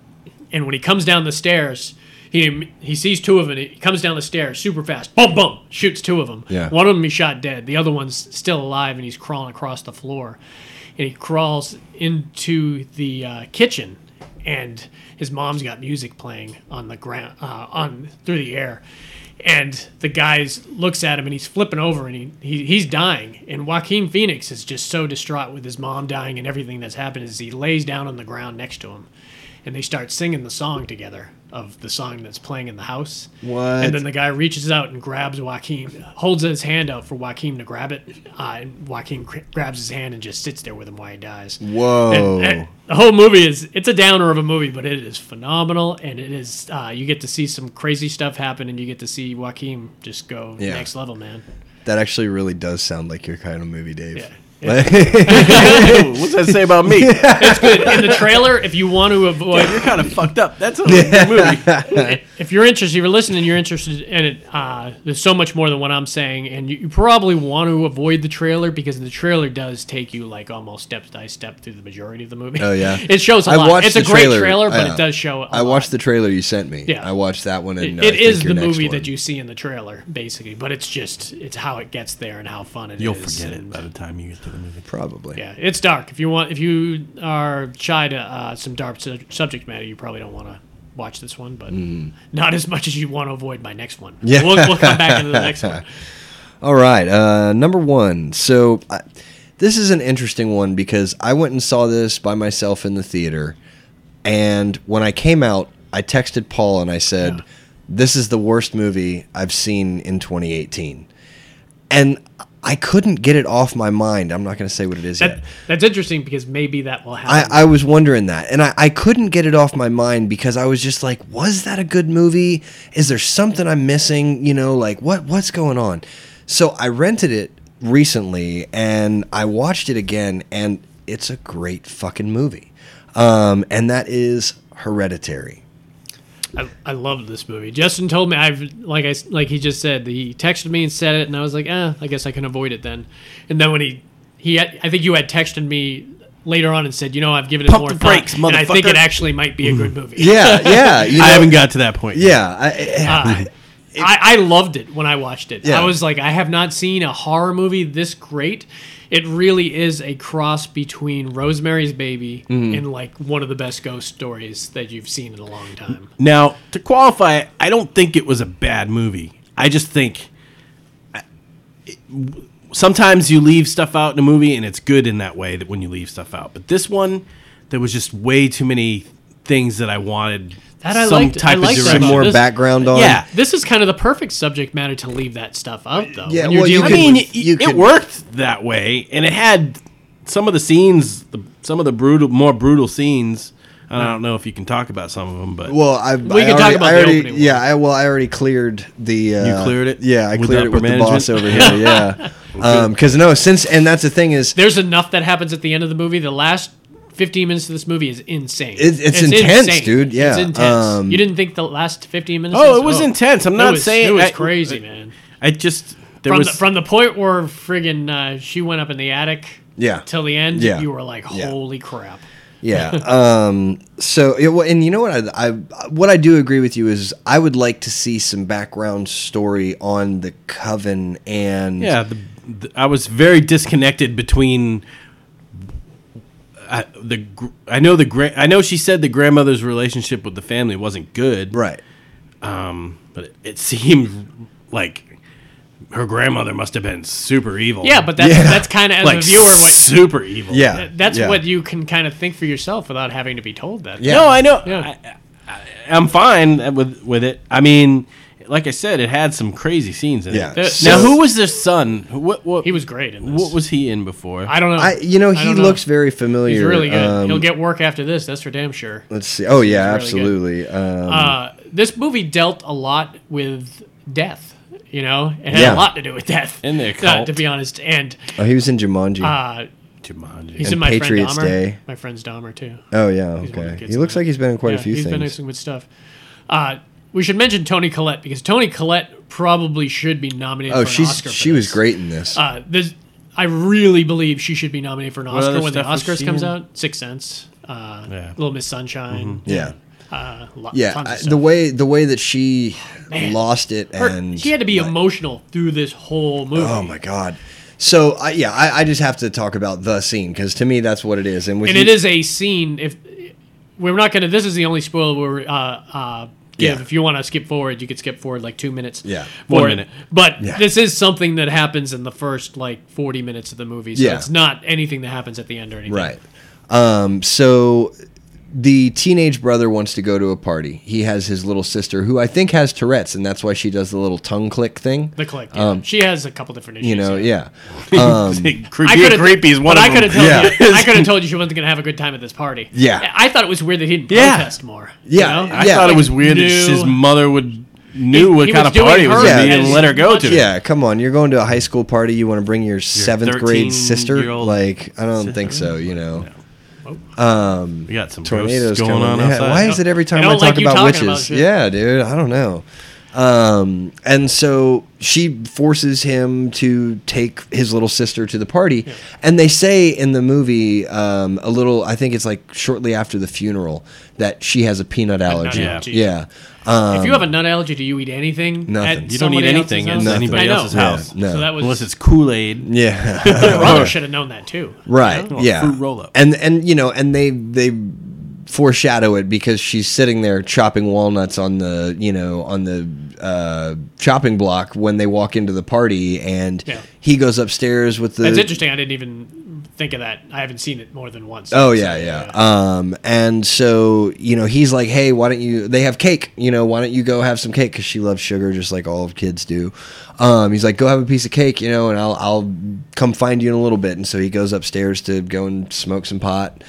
S4: and when he comes down the stairs. He, he sees two of them. He comes down the stairs super fast. Bum bum. Shoots two of them.
S5: Yeah.
S4: One of them he shot dead. The other one's still alive, and he's crawling across the floor. And he crawls into the uh, kitchen, and his mom's got music playing on the ground, uh, on through the air. And the guy looks at him, and he's flipping over, and he, he he's dying. And Joaquin Phoenix is just so distraught with his mom dying and everything that's happened, as he lays down on the ground next to him, and they start singing the song together of the song that's playing in the house.
S5: What?
S4: And then the guy reaches out and grabs Joaquin, holds his hand out for Joaquin to grab it. Uh, and Joaquin gr- grabs his hand and just sits there with him while he dies.
S5: Whoa.
S4: And- and the whole movie is it's a downer of a movie, but it is phenomenal, and it is uh, you get to see some crazy stuff happen, and you get to see Joaquin just go
S5: Yeah.
S4: next level, man.
S5: That actually really does sound like your kind of movie, Dave.
S3: What's that say about me?
S4: In the trailer, if you want to avoid
S3: You're kind of fucked up. That's a movie.
S4: if you're interested, if you're listening, you're interested in it. Uh, there's so much more than what I'm saying, and you, you probably want to avoid the trailer because the trailer does take you like almost step by step through the majority of the movie.
S5: Oh yeah,
S4: it shows a
S5: I
S4: lot.
S5: watched
S4: it's
S5: the
S4: a great trailer, but
S5: yeah.
S4: it does show. a
S5: I
S4: lot.
S5: watched the trailer you sent me.
S4: Yeah.
S5: I watched that one. And uh, I
S4: it
S5: think
S4: is
S5: your
S4: the
S5: next
S4: movie
S5: one.
S4: that you see in the trailer, basically, but it's just it's how it gets there and how fun it is.
S3: You'll forget it
S4: and-
S3: by the time you get to the movie.
S5: probably.
S4: Yeah, it's dark. If you want, if you are shy to uh, some dark su- subject matter, you probably don't want to watch this one, but not as much as you want to avoid my next one.
S5: Yeah.
S4: we'll, we'll come back into the next one.
S5: All right, uh, number one. So I, this is an interesting one because I went and saw this by myself in the theater, and when I came out, I texted Paul and I said, "This is the worst movie I've seen in 2018," and I couldn't get it off my mind. I'm not going to say what it is
S4: That,
S5: yet.
S4: That's interesting because maybe that will happen.
S5: I, I was wondering that, and I, I couldn't get it off my mind because I was just like, was that a good movie? Is there something I'm missing? You know, like what what's going on? So I rented it recently, and I watched it again, and it's a great fucking movie. Um, and that is Hereditary.
S4: I, I love this movie. Justin told me I've like I s- like he just said he texted me and said it, and I was like, eh, I guess I can avoid it then. And then when he he had, I think you had texted me later on and said, you know, I've given it
S3: Pump
S4: more
S3: the
S4: thought,
S3: brakes,
S4: and I think
S3: motherfucker.
S4: it actually might be a good movie.
S5: Yeah, yeah, you know-
S3: I haven't got to that point. yet.
S5: Yeah, I,
S4: Uh, I, I loved it when I watched it.
S5: Yeah.
S4: I was like, I have not seen a horror movie this great. It really is a cross between Rosemary's Baby
S5: Mm-hmm.
S4: and like one of the best ghost stories that you've seen in a long time.
S3: Now, to qualify, it, I don't think it was a bad movie. I just think I- it- w- sometimes you leave stuff out in a movie, and it's good in that way that when you leave stuff out. But this one, there was just way too many things that I wanted
S4: That I
S3: some
S4: liked.
S3: type
S4: I liked
S3: of
S4: that
S5: some
S3: direction.
S4: about
S5: more
S4: this-
S5: background on.
S3: Yeah.
S4: This is kind of the perfect subject matter to leave that stuff out, though.
S5: Yeah,
S4: When you're
S5: well, you
S4: dealing
S3: I
S5: could-
S4: with-
S3: mean,
S5: you
S3: it, it
S5: could-
S3: worked that way, and it had some of the scenes, the, some of the brutal, more brutal scenes. And I don't know if you can talk about some of them, but
S5: Well, I,
S4: We
S5: I
S4: can talk
S5: already,
S4: about
S5: I
S4: the
S5: already-
S4: opening one.
S5: Yeah, I, well, I already cleared the. Uh,
S3: cleared it?
S5: Yeah, I
S3: With
S5: cleared it
S3: upper
S5: with the boss over
S3: management?
S5: here. Yeah, because no, since and that's the thing is,
S4: there's enough that happens at the end of the movie. The last 15 minutes of this movie is insane.
S5: It- it's intense, dude. Yeah,
S4: It's intense.
S5: um,
S4: you didn't think the last 15 minutes?
S3: Oh,
S4: was-
S3: it was intense. I'm
S4: It
S3: not
S4: was-
S3: saying-
S4: it was
S3: I-
S4: crazy, man.
S3: I just there
S4: from
S3: was
S4: the, from the point where friggin' uh, she went up in the attic
S5: Yeah.
S4: till the end,
S5: Yeah.
S4: you were like,
S5: Yeah.
S4: holy crap.
S5: yeah. Um, so it, wa- and you know what I, I what I do agree with you is I would like to see some background story on the coven and
S3: Yeah, the, the, I was very disconnected between I, the. gr- I know the gra- I know she said the grandmother's relationship with the family wasn't good,
S5: right.
S3: but it, it seemed like her grandmother must have been super evil.
S4: Yeah, but that's,
S5: Yeah.
S4: that's kind of, as
S3: like
S4: a viewer, what,
S3: super evil.
S5: Yeah,
S4: that's
S5: yeah.
S4: what you can kind of think for yourself without having to be told that.
S5: Yeah.
S3: No, I know.
S4: Yeah.
S3: I, I, I'm fine with with it. I mean, like I said, it had some crazy scenes in
S5: Yeah.
S3: it.
S5: Now,
S3: now,
S5: So-
S3: who was this son? Who- What, what
S4: He was great in this.
S3: What was he in before?
S4: I don't know.
S5: I you know
S4: I
S5: he
S4: don't know.
S5: looks very familiar.
S4: He's really good.
S5: Um,
S4: He'll get work after this, that's for damn sure.
S5: let's see. Oh yeah,
S4: He's
S5: absolutely.
S4: really
S5: Um,
S4: Uh, this movie dealt a lot with death, you know? It had
S5: Yeah.
S4: a lot to do with death.
S3: And the
S4: uh,
S3: occult.
S4: to be honest. And
S5: oh, he was in Jumanji.
S4: uh,
S3: Jumanji.
S4: He's
S5: And
S4: in my
S5: Patriots
S4: friend Dahmer.
S5: Day.
S4: My friend's Dahmer too.
S5: Oh yeah,
S4: He's one of the
S5: okay.
S4: kids
S5: He looks
S4: in it.
S5: like he's been in quite
S4: yeah,
S5: a few
S4: he's been in
S5: things.
S4: some good stuff. Uh, we should mention Tony Collette because Tony Collette probably should be nominated.
S5: Oh,
S4: for an
S5: she's
S4: Oscar for
S5: she was
S4: this.
S5: great in this.
S4: Uh, this, I really believe she should be nominated for an
S3: other
S4: Oscar when the
S3: stuff was she
S4: Oscars comes
S3: in?
S4: out. Six Sense, uh,
S3: Yeah.
S4: Little Miss Sunshine.
S5: yeah.
S4: Uh, lo-
S5: Mm-hmm. Yeah,
S4: tons of
S5: I, the
S4: stuff.
S5: way the way that she
S4: Man.
S5: lost it
S4: Her-
S5: and
S4: she had to be
S5: like,
S4: emotional through this whole movie.
S5: Oh my god. So I, yeah, I, I just have to talk about the scene because to me that's what it is, and, we
S4: and
S5: can-
S4: it is a scene. If we're not gonna, this is the only spoiler we're uh, uh, give.
S5: Yeah.
S4: If you want to skip forward, you could skip forward like two minutes.
S5: Yeah.
S4: for
S3: One
S4: it.
S3: minute.
S4: But
S5: Yeah.
S4: this is something that happens in the first like forty minutes of the movie. So
S5: Yeah.
S4: it's not anything that happens at the end or anything.
S5: right. Um, so the teenage brother wants to go to a party. He has his little sister who I think has Tourette's, and that's why she does the little tongue click thing.
S4: The click. yeah.
S3: Um,
S4: she has a couple different issues.
S5: you know,
S4: yeah.
S5: yeah.
S4: Um, I
S3: creepy,
S4: could
S3: and creepy is one of
S4: I could
S3: them.
S4: have told
S5: Yeah.
S4: you. I could have told you she wasn't going to have a good time at this party.
S5: Yeah.
S4: I thought it was weird that he didn't
S3: Yeah.
S4: protest more.
S5: Yeah.
S4: you know?
S3: I
S5: Yeah.
S3: thought it was weird that
S4: Knew-
S3: his mother would knew
S4: He-
S3: what
S4: he
S3: kind
S4: was
S3: of party it
S4: doing
S3: was
S5: her
S3: going to be
S5: as
S3: and let her go
S4: much
S3: to.
S4: as-
S5: Yeah, come on. You're going to a high school party. You want to bring your seventh grade sister?
S3: 13-year-old
S5: Like, I don't think so. You know,
S3: we got some
S5: tornadoes
S3: ghosts going
S5: coming.
S3: on
S5: Yeah,
S3: outside.
S5: why is it every
S4: I
S5: time I,
S4: don't like
S5: talk
S4: you
S5: about
S4: talking about
S5: witches?
S4: shit.
S5: yeah, dude. I don't know. Um, and so she forces him to take his little sister to the party. And they say in the movie, um, a little, I think it's like shortly after the funeral, that she has a peanut allergy.
S4: allergy.
S5: Yeah.
S4: if you have a nut allergy, do you eat anything?
S5: Um, Nothing.
S4: at
S5: You
S3: You don't need
S4: somebody else's
S3: anything
S4: house?
S3: in
S4: I
S3: anybody
S4: know.
S3: else's
S5: Yeah.
S3: house.
S5: No.
S4: So that was
S3: Unless it's Kool Aid.
S5: Yeah.
S4: Rollo should have known that too.
S5: right
S3: Well,
S5: yeah
S3: fruit roll-up.
S5: and and you know and they they foreshadow it because she's sitting there chopping walnuts on the you know on the uh, chopping block when they walk into the party and
S4: Yeah.
S5: he goes upstairs with the
S4: That's interesting. I didn't even think of that. I haven't seen it more than once.
S5: Oh
S4: So,
S5: yeah, yeah. Um, and so you know, he's like, "Hey, why don't you?" They have cake, you know. Why don't you go have some cake? Because she loves sugar, just like all kids do. Um, he's like, "Go have a piece of cake, you know, and I'll I'll come find you in a little bit." And so he goes upstairs to go and smoke some pot,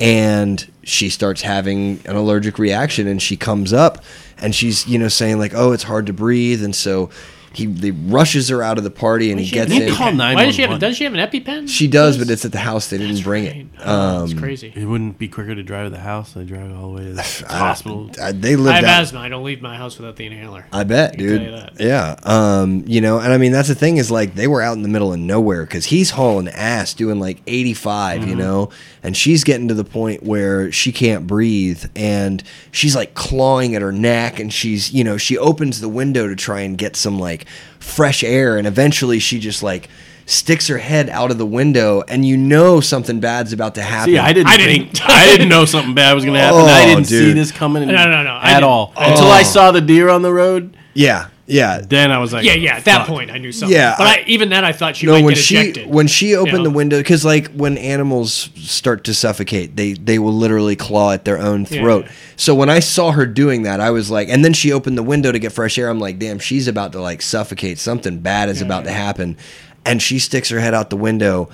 S5: and she starts having an allergic reaction, and she comes up, and she's you know saying like, "Oh, it's hard to breathe," and so. He, he rushes her out of the party and he gets
S3: You
S5: in.
S3: call
S4: Why does she have?
S3: 911.
S4: Does she have an EpiPen?
S5: She does, but it's at the house. They didn't bring it. Um,
S4: Oh, that's crazy.
S3: It wouldn't be quicker to drive to the house than drive all the way to the hospital.
S5: Uh, they
S4: I
S5: lived
S4: have
S5: out.
S4: asthma. I don't leave my house without the inhaler.
S5: I bet,
S4: can tell
S5: dude.
S4: you that.
S5: Yeah. Um, you know, and I mean, that's the thing is like they were out in the middle of nowhere because he's hauling ass doing like 85,
S4: Mm-hmm.
S5: you know, and she's getting to the point where she can't breathe and she's like clawing at her neck and she's, you know, she opens the window to try and get some like fresh air and eventually she just like sticks her head out of the window and you know something bad's about to happen.
S3: See, I didn't.
S4: I
S3: think,
S4: didn't-
S3: I didn't know something bad was going to happen.
S5: Oh,
S3: I didn't see
S5: dude. Oh.
S3: this coming.
S4: No, no, no, I
S3: At
S4: didn't-
S3: all until I saw the deer on the road.
S5: Yeah. Yeah.
S3: Then I was like,
S4: Yeah, yeah. At that
S3: fuck.
S4: point, I knew something.
S5: Yeah,
S4: but
S5: I-
S4: I, even then, I thought she
S5: No,
S4: might
S5: when
S4: get
S5: she
S4: ejected.
S5: when she opened
S4: know?
S5: the window, because like when animals start to suffocate, they they will literally claw at their own
S4: Yeah.
S5: throat. So when I saw her doing that, I was like, and then she opened the window to get fresh air. I'm like, damn, she's about to like suffocate. Something bad is about to happen, and she sticks her head out the window,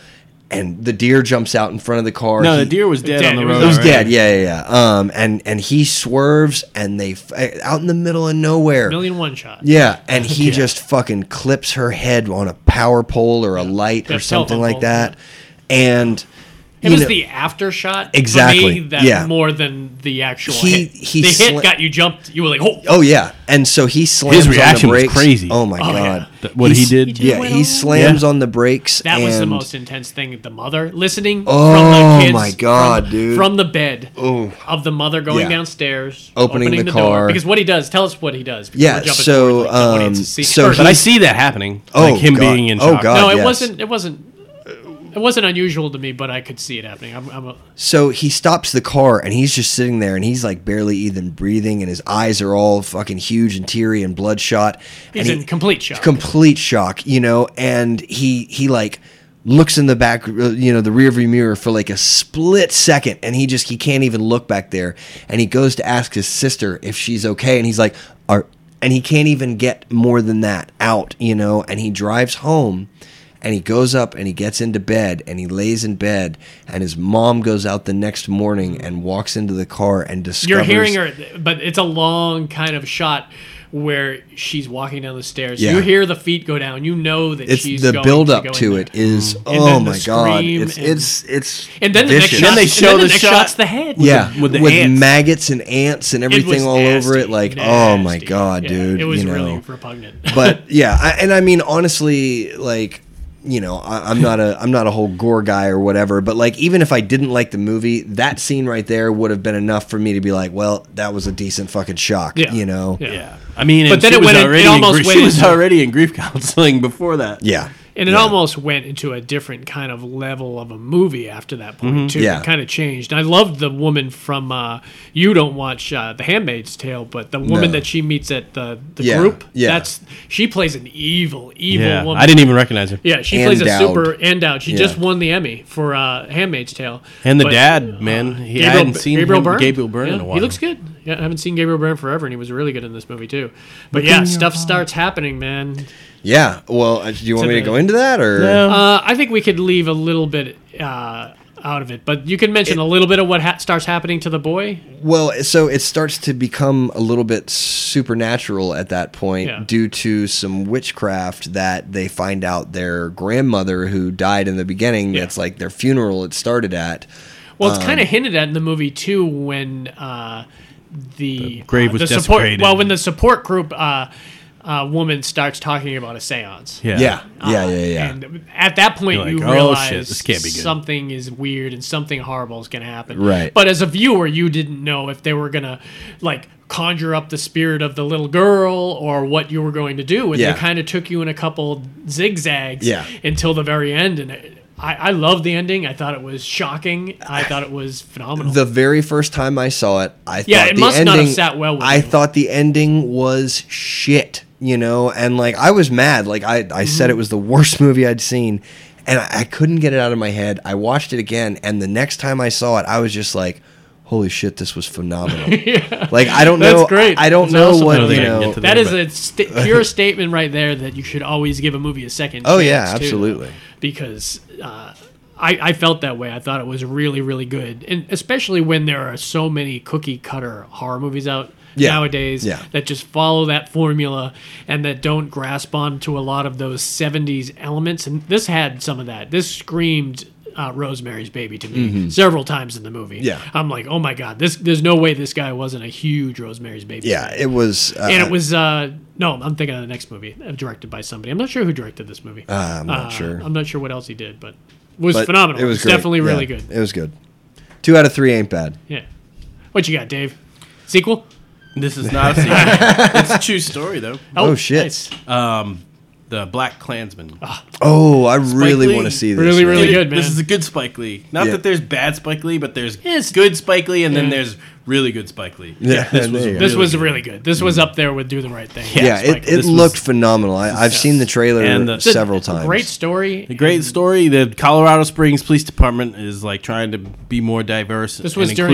S5: and the deer jumps out in front of the car.
S3: No,
S5: He-
S3: the deer was dead,
S4: dead.
S3: on the
S4: It
S3: road.
S4: was-
S5: it was
S3: already.
S5: dead, yeah, yeah, yeah. Um, and and he swerves, and they f- out in the middle of nowhere.
S4: million one shot.
S5: Yeah, and he just fucking clips her head on a power pole or a light
S4: Yeah,
S5: or something
S4: telephone
S5: like
S4: pole,
S5: that. And
S4: It
S5: you
S4: was
S5: know,
S4: the after shot. for
S5: Exactly,
S4: me, that
S5: yeah.
S4: More than the actual
S5: He-
S4: hit.
S5: he
S4: the hit
S5: sla-
S4: got you jumped. You were like, oh,
S5: Oh yeah, and so he slams.
S3: His
S5: on
S3: reaction was
S5: the brakes.
S3: crazy.
S5: Oh my
S4: Oh,
S5: god,
S3: Th- what he
S5: He's-
S3: did.
S4: He just
S5: Yeah,
S4: went
S5: he
S4: on.
S5: slams
S3: Yeah.
S5: on the brakes.
S4: That was the
S5: and-
S4: most intense thing. The mother listening
S5: Oh,
S4: from the kids.
S5: my God,
S4: from,
S5: dude.
S4: From the bed
S5: Oh.
S4: of the mother going
S5: Yeah.
S4: downstairs,
S5: Opening the car.
S4: door. Because what he does, tell us what he does. because
S5: Yeah,
S4: we're jumping
S5: so,
S4: forward, like, the
S5: um,
S4: audience is seeing-
S5: so
S4: or
S3: But I see that happening.
S5: Oh,
S3: like him
S5: God.
S3: being in
S5: Oh,
S3: shock.
S5: God.
S4: no, it
S5: yes.
S4: wasn't. It wasn't. It wasn't unusual to me, but I could see it happening. I'm, I'm a,
S5: So he stops the car and he's just sitting there and he's like barely even breathing and his eyes are all fucking huge and teary and bloodshot.
S4: he's
S5: and
S4: in complete shock.
S5: complete shock you know and he he like looks in the back uh, you know the rearview mirror for like a split second and he just he can't even look back there and he goes to ask his sister if she's okay and he's like are and he can't even get more than that out you know and he drives home and he goes up and he gets into bed and he lays in bed and his mom goes out the next morning and walks into the car and discovers
S4: You're hearing her, but it's a long kind of shot where she's walking down the stairs.
S5: Yeah.
S4: You hear the feet go down. You know that
S5: It's
S4: she's
S5: the
S4: going
S5: build up
S4: to, go
S5: to
S4: in
S5: it
S4: there.
S5: is
S4: then
S5: oh
S4: the
S5: my god.
S4: scream
S5: It's
S4: and-
S5: it's it's
S4: And then the next
S5: vicious.
S4: shot,
S3: Then they
S4: and
S3: show
S4: then
S3: the
S4: next
S3: shot-
S4: shot's the head.
S5: yeah,
S3: with
S5: with,
S3: the ants.
S5: maggots and ants and
S4: It was
S5: everything all over it,
S4: nasty,
S5: like oh my
S4: nasty.
S5: god,
S4: Yeah,
S5: dude!
S4: It was
S5: you know.
S4: really repugnant.
S5: but yeah, I, and I mean honestly, like you know, I, I'm not a I'm not a whole gore guy or whatever. But like, even if I didn't like the movie, that scene right there would have been enough for me to be like, well, that was a decent fucking shock.
S4: Yeah.
S5: You know.
S4: Yeah.
S3: Yeah. I mean,
S4: But
S3: and
S4: then
S3: she
S4: it
S3: was
S4: went in- it
S3: already in
S4: almost
S3: grief-
S4: went
S3: She was
S4: into-
S3: already in grief counseling before that.
S5: Yeah.
S4: And it
S5: Yeah.
S4: almost went into a different kind of level of a movie after that point too.
S5: Mm-hmm. Yeah.
S4: It kind of changed. I loved the woman from uh, you don't watch uh, The Handmaid's Tale, but the woman
S5: No.
S4: that she meets at the, the
S5: Yeah,
S4: group.
S5: yeah.
S4: That's she plays an evil, evil
S3: Yeah.
S4: woman.
S3: I didn't even recognize her.
S4: Yeah, she
S5: And
S4: plays a
S5: Dowd.
S4: super and out. She
S5: Yeah.
S4: just won the Emmy for uh, Handmaid's Tale.
S3: And the
S4: But,
S3: dad, man, he I
S4: Gabriel-
S3: hadn't seen
S4: Gabriel
S3: him,
S4: Byrne.
S3: Gabriel Byrne
S4: Yeah,
S3: in a while.
S4: He looks good. Yeah, I haven't seen Gabriel Byrne forever, and he was really good in this movie too. But yeah, stuff starts happening, man.
S5: Yeah. Well, uh, do you want
S4: To
S5: me
S4: the-
S5: to go into that or?
S4: Uh, I think we could leave a little bit uh, out of it, but you can mention a little bit of what ha- starts happening to the boy.
S5: Well, so it starts to become a little bit supernatural at that point
S4: Yeah.
S5: due to some witchcraft that they find out their grandmother who died in the beginning
S4: Yeah.
S5: that's like their funeral it started at.
S4: Well, it's
S3: Um,
S4: kind of hinted at in the movie too when uh, the,
S3: grave
S4: uh,
S3: was
S4: the support,
S3: desecrated.
S4: Well, when the support group uh, uh, woman starts talking about a séance.
S3: yeah.
S5: Yeah.
S4: Ah,
S5: Yeah, yeah, yeah.
S4: Uh, And at that point,
S3: You're
S4: you
S3: like, "Oh,
S4: realize
S3: shit, this can't be good."
S4: something is weird and something horrible is going to happen.
S5: Right.
S4: But as a viewer, you didn't know if they were going to like conjure up the spirit of the little girl or what you were going to do. And
S5: Yeah.
S4: they kind of took you in a couple zigzags
S5: Yeah.
S4: until the very end. And it, I, I loved the ending. I thought it was shocking. I thought it was phenomenal.
S5: The very first time I saw it, I
S4: Yeah,
S5: thought
S4: it
S5: the
S4: must
S5: ending,
S4: not have sat well with
S5: I
S4: you.
S5: thought the ending was shit, you know, and like I was mad. Like I, I
S4: Mm-hmm.
S5: said it was the worst movie I'd seen, and I, I couldn't get it out of my head. I watched it again, and the next time I saw it, I was just like, "Holy shit, this was phenomenal!" Like I don't
S4: That's
S5: know,
S4: great.
S5: I, I don't
S4: That's
S5: know
S4: awesome.
S5: what
S4: I don't
S5: you
S3: think I can
S5: know.
S3: get to
S4: That
S3: there,
S4: is
S3: but-
S4: a sta pure statement right there that you should always give a movie a second.
S5: Oh, yeah,
S4: chance, too,
S5: absolutely.
S4: because uh, I, I felt that way. I thought it was really really good, and especially when there are so many cookie cutter horror movies out.
S5: Yeah,
S4: Nowadays,
S5: yeah.
S4: that just follow that formula and that don't grasp on to a lot of those 70s elements. And this had some of that. This screamed uh, Rosemary's Baby to me several times in the movie.
S5: Mm-hmm. Yeah.
S4: I'm like, oh my God, this. there's no way this guy wasn't a huge Rosemary's Baby.
S5: Yeah,
S4: fan."
S5: it was. Uh,
S4: and it was uh no i'm thinking of the next movie uh, directed by somebody i'm not sure who directed this movie
S5: Uh, I'm not sure.
S4: i'm not sure what else he did but it was
S5: but
S4: phenomenal it was,
S5: great.
S4: definitely
S5: Yeah,
S4: really good
S5: It was good. Two out of three ain't bad.
S4: yeah what you got dave sequel
S3: This is not a secret. it's a true story, though.
S5: Oh, shit.
S3: The Black Klansman.
S5: Oh, I really
S3: Lee,
S5: want to see this.
S4: really, really
S5: man.
S4: good, man.
S3: This is a good Spike Lee. Not
S5: Yeah.
S3: that there's bad Spike Lee, but there's
S4: Yes.
S3: good Spike Lee, and then
S4: Yeah.
S3: there's really good Spike Lee.
S5: Yeah,
S3: this
S5: there
S3: was
S5: you go.
S4: this
S3: really
S4: was
S3: good.
S4: really good this was up there with do the right thing
S5: Mm. Yeah,
S4: Spike
S5: it,
S4: Lee.
S5: it
S3: This was-
S5: looked phenomenal. I, I've seen the trailer
S3: And the-
S4: It's a-
S5: several
S4: it's a
S5: times.
S4: great story
S3: A great story. The Colorado Springs Police Department is like trying to be more diverse.
S4: This was
S3: and
S4: during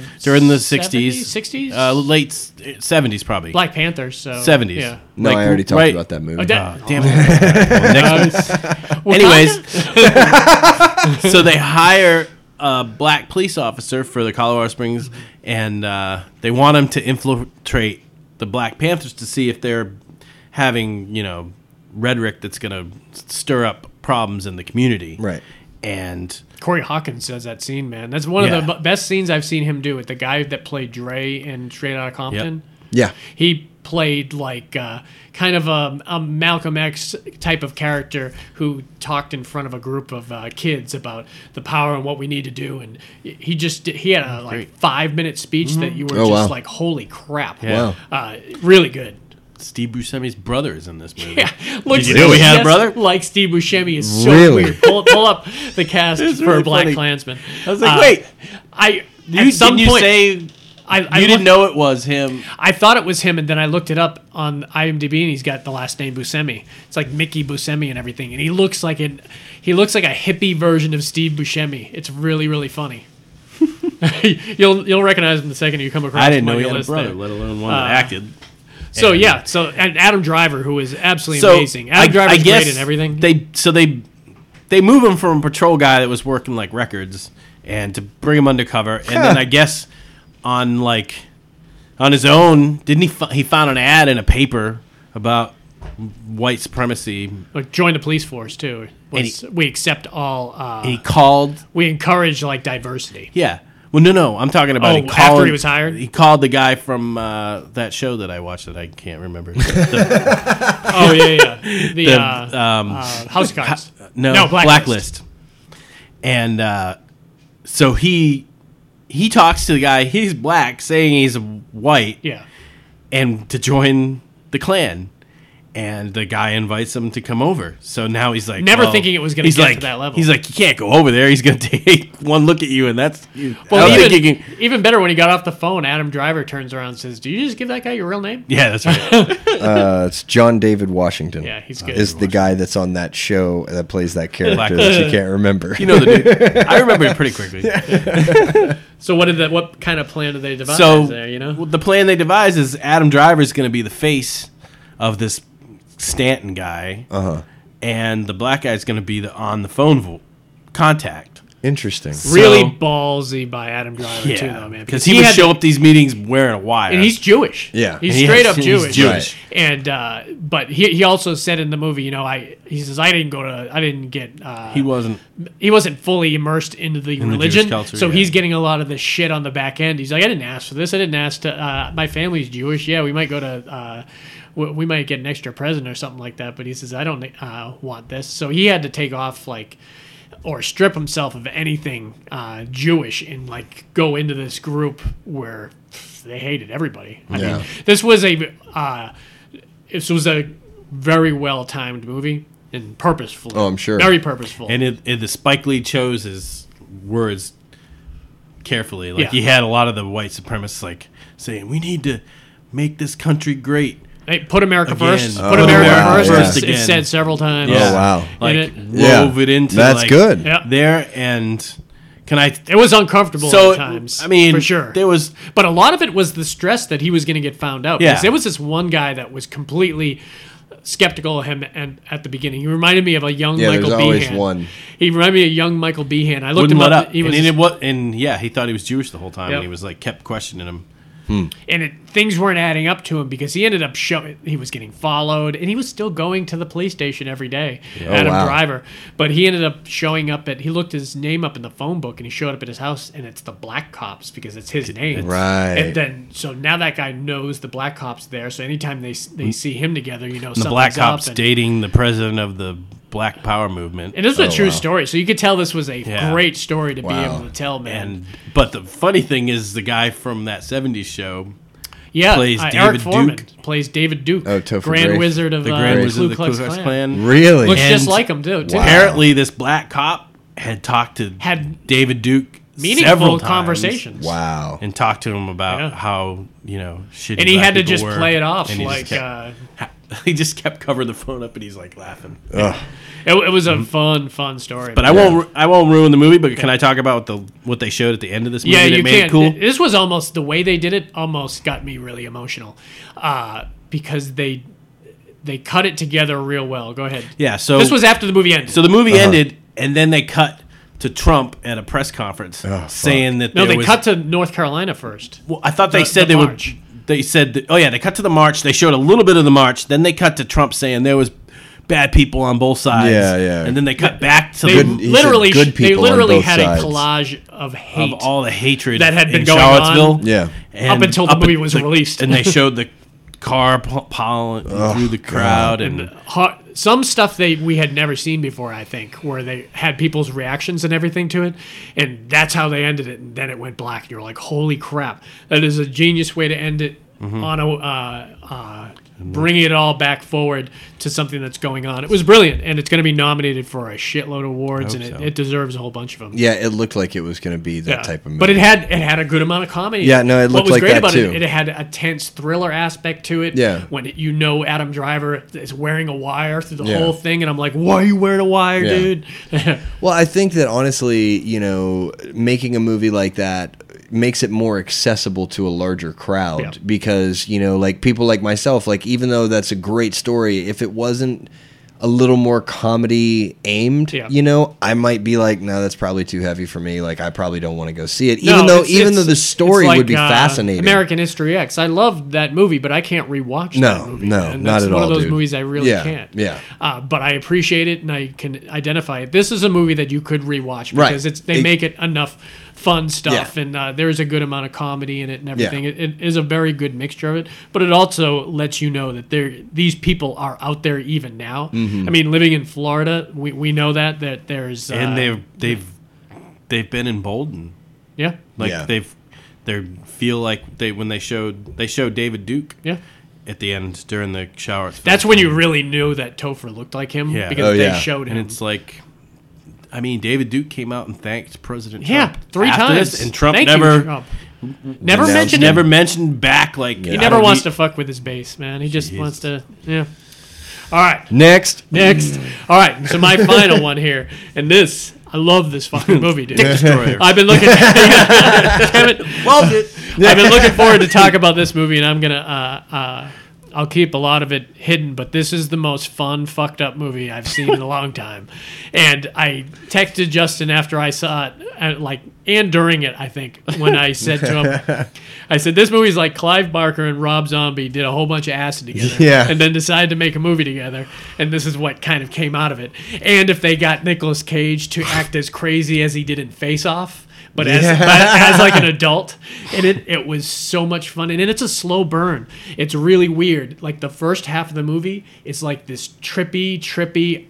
S4: the
S3: during the sixties,
S4: 70s?
S3: uh, late seventies, probably
S4: black panther so
S3: seventies. Ah,
S4: yeah
S5: No, I already talked about that movie.
S4: Oh, that-
S3: Damn it.
S4: Um,
S3: Next one. Anyways, so they hire a black police officer for the Colorado Springs, and uh, they want him to infiltrate the Black Panthers to see if they're having, you know, rhetoric that's going to stir up problems in the community.
S5: Right.
S3: And
S4: Corey Hawkins does that scene, man. That's one
S3: Yeah.
S4: of the b- best scenes I've seen him do. With the guy that played Dre in Straight Outta Compton,
S5: Yeah.
S4: he played like uh, kind of a, a Malcolm X type of character who talked in front of a group of uh, kids about the power and what we need to do. And he just did- he had a like five minute speech that you were
S5: Oh,
S4: just
S5: wow.
S4: like, holy crap!
S5: Wow.
S4: uh, really good.
S3: Steve Buscemi's brother is in this movie.
S4: Yeah, looks
S3: you know he had a
S4: just
S3: brother?
S4: like Steve Buscemi is so
S5: Really?
S4: weird. Pull, pull up the cast
S3: It's
S4: for
S3: really
S4: Black
S3: funny.
S4: Klansman.
S3: I was like, wait,
S4: I
S3: you,
S4: Uh, at some
S3: didn't
S4: point
S3: you say
S4: I, I
S3: you
S4: looked-
S3: didn't know it was him?
S4: I thought it was him, and then I looked it up on IMDb, and he's got the last name Buscemi. It's like Mickey Buscemi and everything, and he looks like an he looks like a hippie version of Steve Buscemi. It's really really funny. you'll you'll recognize him the second you come across.
S3: I didn't
S4: him on
S3: know he
S4: your
S3: had a
S4: list
S3: brother,
S4: there.
S3: let alone one
S4: Uh,
S3: that acted.
S4: So yeah, so and Adam Driver, who is absolutely amazing. Adam
S3: I,
S4: Driver's
S3: I guess
S4: great in everything.
S3: They so they they move him from a patrol guy that was working like records and to bring him undercover, and then I guess on like on his own. Didn't he? F- he found an ad in a paper about white supremacy.
S4: Like join the police force too.
S3: And
S4: Was, we accept all. Uh,
S3: He called.
S4: we encourage like diversity.
S3: Yeah. Well, no, no. I'm talking about.
S4: Oh, after he was hired?
S3: he called the guy from uh, that show that I watched that I can't remember.
S4: Oh yeah, yeah. The, uh,
S3: um,
S4: uh, house of cards.
S3: no,
S4: no blacklist.
S3: blacklist. And uh, so he he talks to the guy. He's black, saying he's white,
S4: Yeah.
S3: and to join the clan. And the guy invites him to come over. So now he's like,
S4: Never
S3: well-
S4: thinking it was gonna
S3: he's
S4: get to
S3: like-
S4: that level.
S3: He's like, you can't go over there. He's gonna take one look at you, and that's you.
S4: Well,
S3: I don't
S4: even,
S3: think you can-
S4: even better when he got off the phone, Adam Driver turns around and says, "Do you just give that guy your real name?"
S3: yeah, that's right.
S5: Uh, it's John David Washington. Uh,
S4: Yeah, he's good.
S5: Is the guy that's on that show that plays that character
S3: Blacklist.
S5: that you can't remember.
S3: you know the dude. I remember it pretty quickly.
S4: So what did that? What kind of plan did they devise
S3: so
S4: there? You know,
S3: the plan they devise is Adam Driver is going to be the face of this Stanton guy,
S5: Uh-huh.
S3: and the black guy is going to be the on the phone vo- contact.
S5: Interesting.
S4: really
S3: so-
S4: ballsy by Adam Driver too, though, man,
S3: because he, would
S4: had
S3: show up these meetings wearing a wire.
S4: and he's Jewish.
S5: Yeah.
S4: he's
S3: And he
S4: straight
S3: has-
S4: up
S3: he's
S4: Jewish.
S3: Jewish.
S4: And uh, but he he also said in the movie, you know, I he says I didn't go to I didn't get uh,
S3: he wasn't.
S4: he wasn't fully immersed into the
S3: Jewish
S4: religion,
S3: culture,
S4: so
S3: yeah.
S4: he's getting a lot of the shit on the back end. He's like, I didn't ask for this. I didn't ask to. Uh, my family's Jewish. Yeah, we might go to. Uh, we we might get an extra present or something like that. But he says, I don't uh, want this. So he had to take off like. Or strip himself of anything uh, Jewish and like go into this group where they hated everybody. I
S5: Yeah.
S4: mean, this was a uh, this was a very well timed movie and purposeful.
S5: Oh, I'm sure.
S4: very purposeful.
S3: And it, it, the Spike Lee chose his words carefully. Like
S4: Yeah.
S3: he had a lot of the white supremacists like saying, "We need to make this country great."
S4: Hey, put America
S3: Again.
S4: first.
S3: Oh,
S4: Put America
S5: wow,
S4: first.
S5: yeah.
S4: It's-
S3: First
S4: It's,
S3: again.
S4: said several times.
S3: Yeah.
S5: Oh, wow.
S3: Like
S4: it-
S5: Yeah.
S3: wove it into
S5: That's
S3: like,
S5: good.
S4: Yeah.
S3: there and. Can I
S4: It was uncomfortable
S3: so
S4: at times.
S3: I mean,
S4: for sure.
S3: there was
S4: but a lot of it was the stress that he was going to get found out.
S3: Yeah.
S4: Because there was this one guy that was completely skeptical of him and at the beginning. He reminded me of a young
S5: Yeah,
S4: Michael
S5: there's always
S4: Behan.
S5: one.
S4: He reminded me of a young Michael Behan. I looked
S3: wouldn't
S4: him
S3: let
S4: up.
S3: up.
S4: He was
S3: and, it, wa- and yeah, he thought he was Jewish the whole time,
S4: Yep.
S3: and he was like kept questioning him.
S4: and it, things weren't adding up to him because he ended up showing he was getting followed and he was still going to the police station every day
S3: Oh,
S4: adam
S5: wow.
S4: driver but he ended up showing up at he looked his name up in the phone book and he showed up at his house and it's the black cops because it's his name
S5: Right.
S4: and then so now that guy knows the black cops there so anytime they s- they see him together you know
S3: Mm. The black cops
S4: and,
S3: dating the president of the Black Power movement,
S4: and this was a true story so you could tell this was a
S3: Yeah.
S4: great story to be
S5: Oh, Wow.
S4: able to tell man
S3: and but the funny thing is, the guy from that '70s show,
S4: yeah
S3: plays
S4: uh,
S3: David
S4: eric foreman
S3: Duke.
S4: plays david duke
S5: Oh, Topher
S4: grand
S5: Grace.
S4: wizard of
S3: the
S4: uh,
S3: Grand
S4: the
S3: Wizard of the
S4: Ku
S3: Ku
S4: Klux
S3: Klux
S4: Klan.
S3: Klan,
S5: Really?
S4: Looks just
S3: And-
S4: like him too. too.
S5: Wow.
S3: apparently this black cop had talked to
S4: Had
S3: David Duke several
S4: Meaningful
S3: times
S4: conversations.
S5: wow.
S3: and talked to him about
S4: Yeah.
S3: how you know shitty
S4: And he
S3: black
S4: had to
S3: people
S4: just
S3: were,
S4: play it off
S3: and he just
S4: like
S3: kept-
S4: uh,
S3: he just kept covering the phone up, and he's like laughing.
S4: it, it was a fun, fun story.
S3: Mm-hmm. But I won't. ru- I won't ruin the movie. But can I talk about the what they showed at the end of this movie
S4: yeah,
S3: that
S4: you
S3: made
S4: can't.
S3: it cool?
S4: This was almost the way they did it. Almost got me really emotional uh, because they they cut it together real well. Go ahead.
S3: yeah. So
S4: this was after the movie ended.
S3: so the movie
S5: Uh-huh.
S3: ended, and then they cut to Trump at a press
S5: Oh,
S3: conference saying that
S4: no,
S3: there
S4: they
S3: was-
S4: cut to North Carolina first.
S3: Well, I thought they
S4: the-
S3: said
S4: the
S3: they
S4: march.
S3: would. They said, that, oh yeah, they cut to the march. They showed a little bit of the march. Then they cut to Trump saying there was bad people on both sides.
S5: Yeah, yeah.
S3: And then they cut back to
S4: They
S3: the,
S5: Good- he said
S4: literally,
S5: good
S4: sh- they
S5: people on
S4: literally
S5: both
S4: had
S5: sides.
S4: a collage of hate.
S3: of all the hatred
S4: That had been
S3: in
S4: going on.
S3: Charlottesville.
S5: Yeah.
S4: Up
S3: And
S4: until the movie
S3: at-
S4: was released.
S3: and they showed the car p- pollen
S5: Oh,
S3: through the crowd, and
S4: Ho- some stuff they we had never seen before. I think where they had people's reactions and everything to it, and that's how they ended it. And then it went black, and you're like, "Holy crap! That is a genius way to end it
S3: Mm-hmm.
S4: on a." Uh, uh, Bringing it all back forward to something that's going on. It was brilliant, and it's going to be nominated for a shitload of awards, and it,
S3: so.
S4: it deserves a whole bunch of them.
S5: Yeah, it looked like it was going to be that
S4: Yeah.
S5: type of movie.
S4: But it had it had a good amount of comedy.
S5: Yeah, no, it looked
S4: What was
S5: like
S4: great
S5: that,
S4: about
S5: too.
S4: It, it had a tense thriller aspect to it.
S5: Yeah.
S4: when it, you know Adam Driver is wearing a wire through the
S5: Yeah.
S4: whole thing, and I'm like, why are you wearing a wire,
S5: Yeah.
S4: dude?
S5: Well, I think that honestly, you know, making a movie like that makes it more accessible to a larger crowd
S4: Yeah.
S5: because, you know, like people like myself, like even though that's a great story, if it wasn't a little more comedy aimed,
S4: Yeah.
S5: you know, I might be like, no, that's probably too heavy for me. Like, I probably don't want to go see it,
S4: No,
S5: even though
S4: it's-
S5: even
S4: it's-
S5: though the
S4: it's
S5: story
S4: like,
S5: would be
S4: uh,
S5: fascinating.
S4: American History X. I love that movie, but I can't rewatch.
S5: No,
S4: that movie,
S5: no,
S4: and
S5: not
S4: that's
S5: at
S4: one
S5: all,
S4: of those
S5: dude.
S4: movies I really
S5: Yeah,
S4: can't.
S5: yeah.
S4: uh, but I appreciate it and I can identify it. This is a movie that you could rewatch because
S5: Right.
S4: it's they
S5: It-
S4: make it enough fun stuff
S5: Yeah.
S4: and uh, there's a good amount of comedy in it and everything. It, it is a very good mixture of it, but it also lets you know that there these people are out there even now.
S5: Mm-hmm.
S4: I mean, living in Florida, we, we know that that there's uh,
S3: and they've they've they've been emboldened.
S4: yeah
S3: Like
S5: Yeah.
S3: they've they feel like they when they showed they showed David Duke
S4: yeah.
S3: at the end during the shower. at
S4: That's
S3: Fest.
S4: when you really knew that Topher looked like him
S3: Yeah.
S4: because
S5: Oh,
S4: they
S5: yeah.
S4: showed him.
S3: and it's like. I mean, David Duke came out and thanked President
S4: yeah,
S3: Trump
S4: three
S3: after
S4: times.
S3: this, and Trump
S4: Thank you,
S3: never
S4: Trump. never
S5: Denounced
S4: mentioned
S3: never mentioned back. Like
S5: He
S4: He
S3: I
S4: never
S3: don't
S4: wants
S3: need-
S4: to fuck with his base, man. He just
S3: Jeez.
S4: wants to. Yeah. All right.
S5: Next,
S4: Next. All right. So my final one here, and this I love this fucking movie, dude.
S3: Destroyer.
S4: I've been looking. Damn it.
S3: Loved it.
S4: I've been looking forward to talk about this movie, and I'm gonna. Uh, uh, I'll keep a lot of it hidden, but this is the most fun, fucked up movie I've seen in a long time. And I texted Justin after I saw it, and like, and during it, I think, when I said to him, I said, this movie's like Clive Barker and Rob Zombie did a whole bunch of acid together
S5: Yeah.
S4: and then decided to make a movie together. And this is what kind of came out of it. And if they got Nicolas Cage to act as crazy as he did in Face Off, but as,
S5: Yeah.
S4: but as like an adult, and it, it was so much fun. And, and it's a slow burn. It's really weird. Like the first half of the movie is like this trippy, trippy,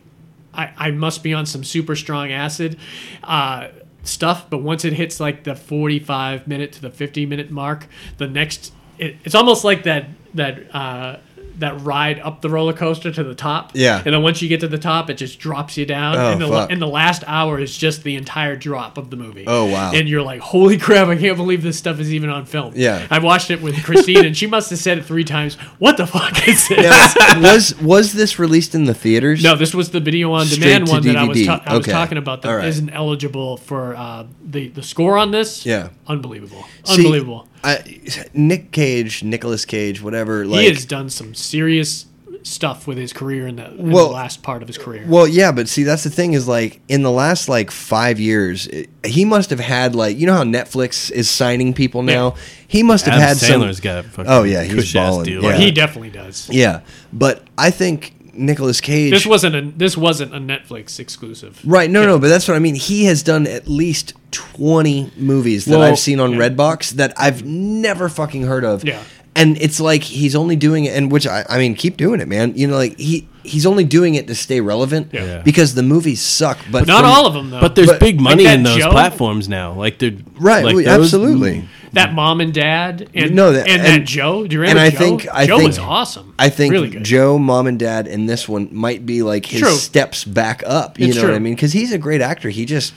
S4: I, I must be on some super strong acid uh, stuff. But once it hits like the 45 minute to the 50 minute mark, the next it, it's almost like that that uh, that ride up the roller coaster to the top.
S5: Yeah.
S4: And then once you get to the top, it just drops you down.
S5: Oh,
S4: and, the,
S5: fuck.
S4: and the last hour is just the entire drop of the movie.
S5: Oh, wow.
S4: And you're like, holy crap! I can't believe this stuff is even on film.
S5: Yeah.
S4: I watched it with Christine, and she must have said it three times. What the fuck is this?
S5: was was this released in the theaters?
S4: No, this was the video on
S5: Straight
S4: demand
S5: to
S4: one that I was,
S5: DVD.
S4: ta- I was
S5: Okay.
S4: talking about that
S5: All right.
S4: not eligible for uh, the the score on this.
S5: Yeah.
S4: unbelievable,
S5: See,
S4: unbelievable.
S5: I, Nick Cage, Nicolas Cage, whatever. Like,
S4: he has done some serious stuff with his career in the, in
S5: Well-
S4: the last part of his career.
S5: Well, yeah, but see, that's the thing is like in the last like five years, it, he must have had like you know how Netflix is signing people now.
S4: Yeah.
S5: He must have
S3: Adam
S5: had
S3: Sandler's
S5: some.
S3: got fucking
S5: Oh, yeah, he's
S3: cush-ass
S5: balling.
S3: deal.
S5: Yeah.
S4: he definitely does.
S5: Yeah, but I think Nicolas Cage.
S4: This wasn't a this wasn't a Netflix exclusive.
S5: right? No, no, but that's what I mean. He has done at least twenty movies that
S3: Well-
S5: I've seen on Redbox that I've never fucking heard of.
S4: Yeah.
S5: And it's like he's only doing it, and which I, I mean, keep doing it, man. You know, like he he's only doing it to stay relevant
S4: Yeah. Yeah.
S5: because the movies suck. But
S4: Not
S5: from-
S4: all of them though.
S3: But there's
S5: But-
S3: big money
S4: Like
S3: in
S4: that
S3: those
S4: Joe?
S3: platforms now. Like they're
S5: right?
S3: like
S5: we-
S3: those-
S5: absolutely.
S4: that mom and dad and
S5: No, that-
S4: and, that
S5: and-
S4: Joe. Do you remember
S5: and I
S4: Joe?
S5: think- I
S4: Joe
S5: think-
S4: was awesome.
S5: I think
S4: really good.
S5: Joe, mom, and dad in this one might be like his
S4: True.
S5: steps back up. You
S4: It's
S5: know
S4: true.
S5: what I mean? Because he's a great actor. He just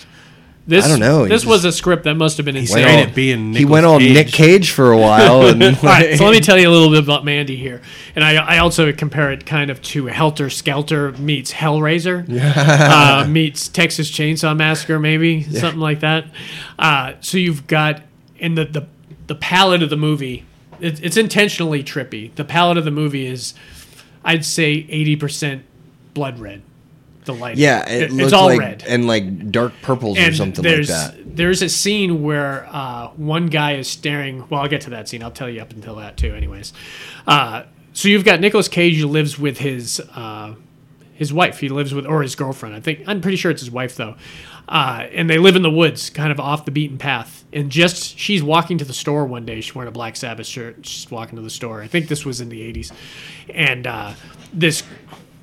S4: this,
S5: I don't know, he
S4: This
S5: just- "Oh,
S4: was a script that must have been insane.
S3: great at being
S5: he went
S3: Nicolas
S5: on
S3: Cage.
S5: Nick Cage for a while, and
S4: All right, so let me tell you a little bit about Mandy here, and I, I also compare it kind of to Helter Skelter meets Hellraiser, uh, meets Texas Chainsaw Massacre, maybe something like that. Uh, so you've got in the the, the palette of the movie, it, it's intentionally trippy. The palette of the movie is, I'd say, eighty percent blood red. The light,
S5: yeah, it, looked
S4: it's all
S5: like,
S4: red
S5: and like dark purples or something like
S4: there's,
S5: that.
S4: There's a scene where uh, one guy is staring. Well, I'll get to that scene. I'll tell you up until that too. Anyways, uh, so you've got Nicolas Cage who lives with his uh, his wife. He lives with or his girlfriend. I think I'm pretty sure it's his wife though. Uh, and they live in the woods, kind of off the beaten path. And just she's walking to the store one day. She's wearing a Black Sabbath shirt. She's walking to the store. I think this was in the '80s. And uh, this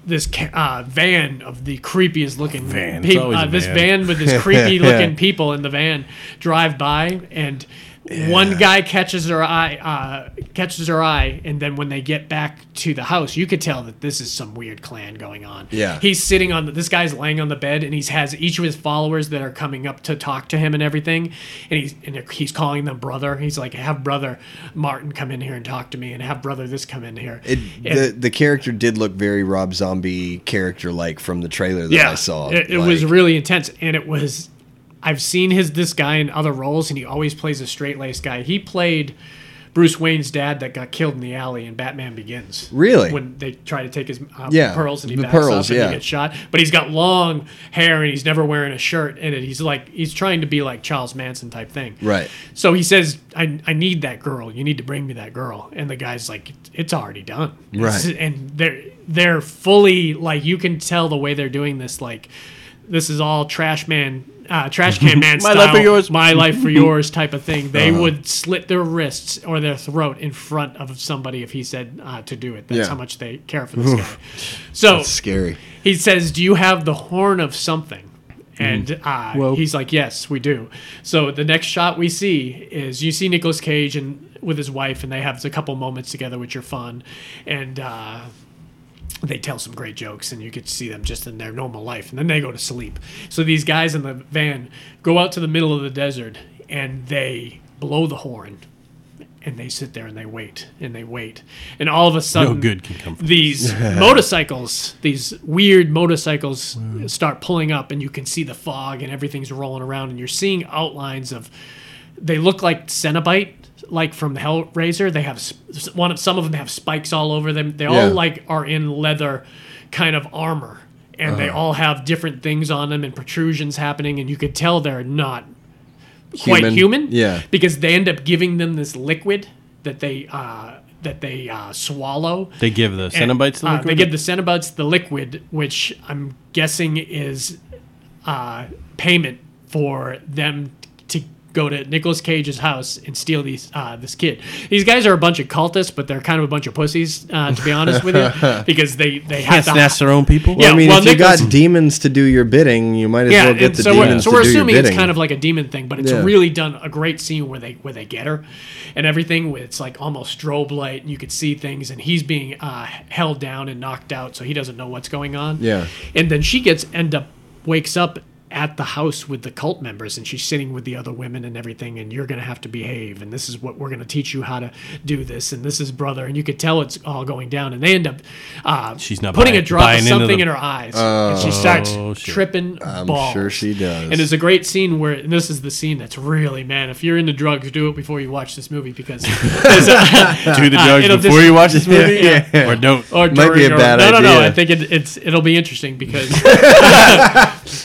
S4: this ca- uh, van of the creepiest looking
S3: Van. It's
S4: peop-
S3: always
S4: uh,
S3: a
S4: this
S3: van.
S4: van with this creepy looking people in the van drive by and one guy catches her eye uh, catches her eye and then when they get back to the house you could tell that this is some weird clan going on
S5: Yeah.
S4: he's sitting on the, this guy's laying on the bed and he's has each of his followers that are coming up to talk to him and everything and he's and they're- he's calling them brother he's like have brother martin come in here and talk to me and have brother this come in here
S5: It,
S4: And-
S5: the the character did look very Rob Zombie character like from the trailer that I saw.
S4: It, it
S5: Like,
S4: was really intense, and it was. I've seen his this guy in other roles, and he always plays a straight laced guy. He played Bruce Wayne's dad that got killed in the alley in Batman Begins.
S5: Really?
S4: When they try to take his uh,
S5: Yeah,
S4: pearls and he
S5: the
S4: backs
S5: pearls,
S4: up and
S5: yeah.
S4: he gets shot, but he's got long hair and he's never wearing a shirt in it. He's like he's trying to be like Charles Manson type thing.
S5: Right.
S4: So he says, I, "I need that girl. You need to bring me that girl." And the guy's like, "It's already done."
S5: Right.
S4: And they're they're fully like you can tell the way they're doing this like this is all trash man uh, trash can man
S3: My
S4: style,
S3: life for yours. Uh-huh.
S4: my life for yours type of thing. They would slit their wrists or their throat in front of somebody if he said uh, to do it. That's
S5: Yeah.
S4: how much they care for this guy. So
S5: Scary.
S4: he says, "Do you have the horn of something?" And uh,
S3: Whoa.
S4: he's like, "Yes, we do." So the next shot we see is you see Nicolas Cage and with his wife, and they have a couple moments together, which are fun, and. Uh, they tell some great jokes and you get to see them just in their normal life and then they go to sleep so these guys in the van go out to the middle of the desert and they blow the horn and they sit there and they wait and they wait and all of a sudden
S3: good can come from
S4: these motorcycles these weird motorcycles start pulling up and you can see the fog and everything's rolling around and you're seeing outlines of they look like Cenobite, like from Hellraiser. They have s- s- one of some of them have spikes all over them. They
S5: Yeah.
S4: all like are in leather kind of armor, and
S5: Uh-huh.
S4: they all have different things on them and protrusions happening, and you could tell they're not quite
S5: Human.
S4: human.
S5: Yeah.
S4: because they end up giving them this liquid that they uh, that they uh, swallow.
S3: They give the
S4: And,
S3: Cenobites the
S4: uh,
S3: liquid.
S4: they give the Cenobites the liquid, which I'm guessing is uh, payment for them to go to Nicolas Cage's house and steal these uh, this kid. These guys are a bunch of cultists, but they're kind of a bunch of pussies, uh, to be honest with you, because they they have
S3: Can't
S4: to
S3: snatch their own people.
S4: Yeah,
S5: I mean,
S4: well,
S5: if you
S4: Nicholas-
S5: got demons to do your bidding, you might as well get
S4: and
S5: the
S4: so we're,
S5: demons
S4: so
S5: to
S4: we're
S5: do your
S4: assuming
S5: bidding.
S4: it's kind of like a demon thing, but it's
S5: Yeah.
S4: really done a great scene where they where they get her and everything. where It's like almost strobe light, and you could see things, and he's being uh, held down and knocked out, so he doesn't know what's going on.
S5: Yeah.
S4: and then she gets end up wakes up at the house with the cult members and she's sitting with the other women and everything and you're going to have to behave and this is what we're going to teach you how to do this and this is brother and you could tell it's all going down and they end up uh,
S3: She's not
S4: putting
S3: buying-
S4: a drop
S3: buying
S4: of
S3: into
S4: something
S3: the-
S4: in her eyes and
S5: Oh,
S4: she starts
S3: shit.
S4: tripping
S5: I'm
S4: balls.
S5: sure she does.
S4: And there's a great scene where and this is the scene that's really man. If you're into drugs, do it before you watch this movie because there's a,
S3: Do the
S4: Uh,
S3: drugs
S4: it'll
S3: before
S4: just-
S3: you watch this movie,
S4: Yeah.
S3: or don't.
S4: or
S5: Might be a
S4: during or-
S5: bad
S4: no, No, no,
S5: idea.
S4: I think it, it's it'll be interesting because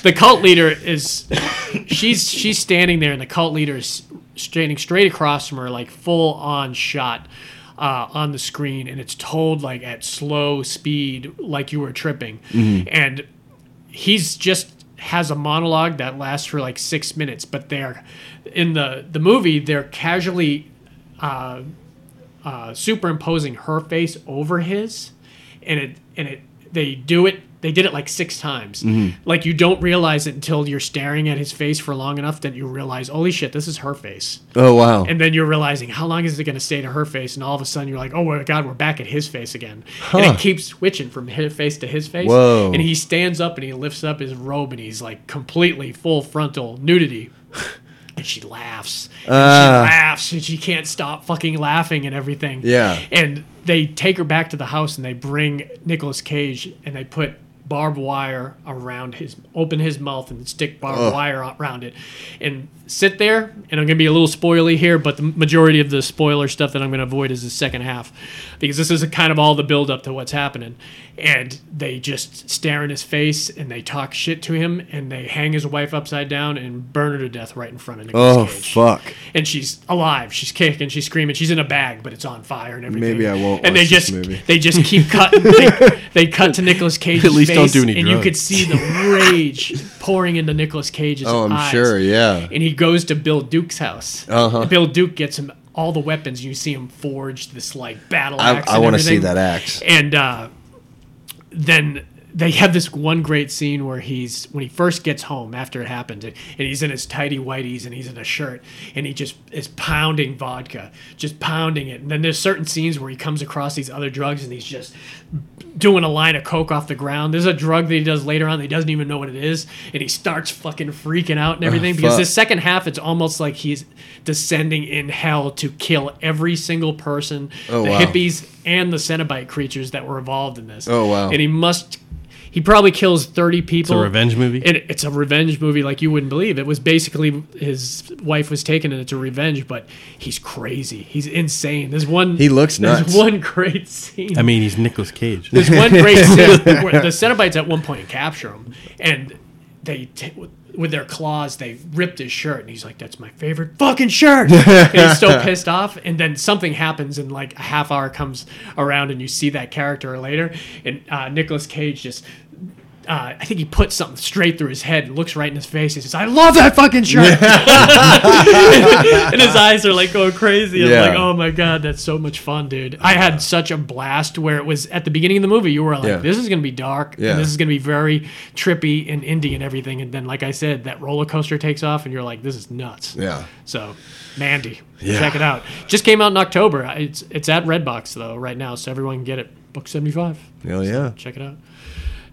S4: the cult leader is she's she's standing there and the cult leader is standing straight across from her, like full on shot. Uh, on the screen, and it's told like at slow speed, like you were tripping.
S5: Mm-hmm.
S4: And he's just has a monologue that lasts for like six minutes, but they're in the the movie they're casually uh, uh, superimposing her face over his, and it and it they do it they did it like six times.
S5: Mm-hmm.
S4: Like you don't realize it until you're staring at his face for long enough that you realize, holy shit, this is her face.
S5: oh wow,
S4: And then you're realizing how long is it going to stay to her face, and all of a sudden you're like, oh my god, we're back at his face again, and it keeps switching from her face to his face.
S5: Whoa.
S4: And he stands up and he lifts up his robe and he's like completely full frontal nudity. And she laughs. And
S5: Ah.
S4: she laughs. And she can't stop fucking laughing and everything.
S5: Yeah.
S4: And they take her back to the house and they bring Nicolas Cage and they put barbed wire around his open his mouth and stick barbed wire around it and sit there and I'm going to be a little spoily here but the majority of the spoiler stuff that I'm going to avoid is the second half because this is kind of all the build up to what's happening and they just stare in his face and they talk shit to him and they hang his wife upside down and burn her to death right in front of Nicolas
S5: oh
S4: Cage
S5: fuck.
S4: and she's alive. She's kicking. She's screaming. She's in a bag, but it's on fire and everything.
S5: Maybe I won't
S4: And they
S5: watch this
S4: just
S5: movie.
S4: they just keep cutting. they, they cut to Nicolas Cage.
S3: At least don't do any
S4: And you
S3: drugs.
S4: could see the rage pouring into Nicolas Cage's
S5: Oh, I'm
S4: eyes.
S5: sure. Yeah.
S4: And he goes to Bill Duke's house.
S5: Uh-huh.
S4: Bill Duke gets him all the weapons. You see him forge this like battle
S5: I,
S4: axe.
S5: I
S4: and
S5: want to see
S4: everything.
S5: that axe.
S4: And uh, then they have this one great scene where he's when he first gets home after it happened, and he's in his tidy whities and he's in a shirt, and he just is pounding vodka, just pounding it. And then there's certain scenes where he comes across these other drugs and he's just doing a line of coke off the ground. There's a drug that he does later on that he doesn't even know what it is, and he starts fucking freaking out and everything because
S5: fuck.
S4: this second half it's almost like he's descending in hell to kill every single person,
S5: Oh,
S4: the
S5: wow.
S4: hippies and the Cenobite creatures that were involved in this.
S5: Oh, wow.
S4: And he must He probably kills thirty people.
S3: revenge movie?
S4: And it's a revenge movie like you wouldn't believe. It was basically his wife was taken, and it's a revenge. But he's crazy. He's insane. There's one.
S5: He looks
S4: there's
S5: nuts.
S4: one great scene.
S3: I mean, he's Nicolas Cage.
S4: There's one great scene where the Cenobites at one point capture him, and they t- with their claws they ripped his shirt, and he's like, "That's my favorite fucking shirt." and he's so pissed off, and then something happens, and like a half hour comes around, and you see that character later, and uh, Nicolas Cage just. Uh, I think he put something straight through his head and looks right in his face. He says, I love that fucking shirt. and his eyes are like going crazy. I'm
S5: Yeah.
S4: like, oh my god, that's so much fun, dude. I had such a blast where it was at the beginning of the movie. You were like,
S5: Yeah.
S4: this is gonna be dark,
S5: Yeah.
S4: and this is gonna be very trippy and indie and everything. And then, like I said, that roller coaster takes off, and you're like, this is nuts.
S5: Yeah.
S4: So, Mandy, check it out. Just came out in October. It's it's at Redbox though right now, so everyone can get it. Book seventy five.
S5: Hell yeah.
S4: Check it out.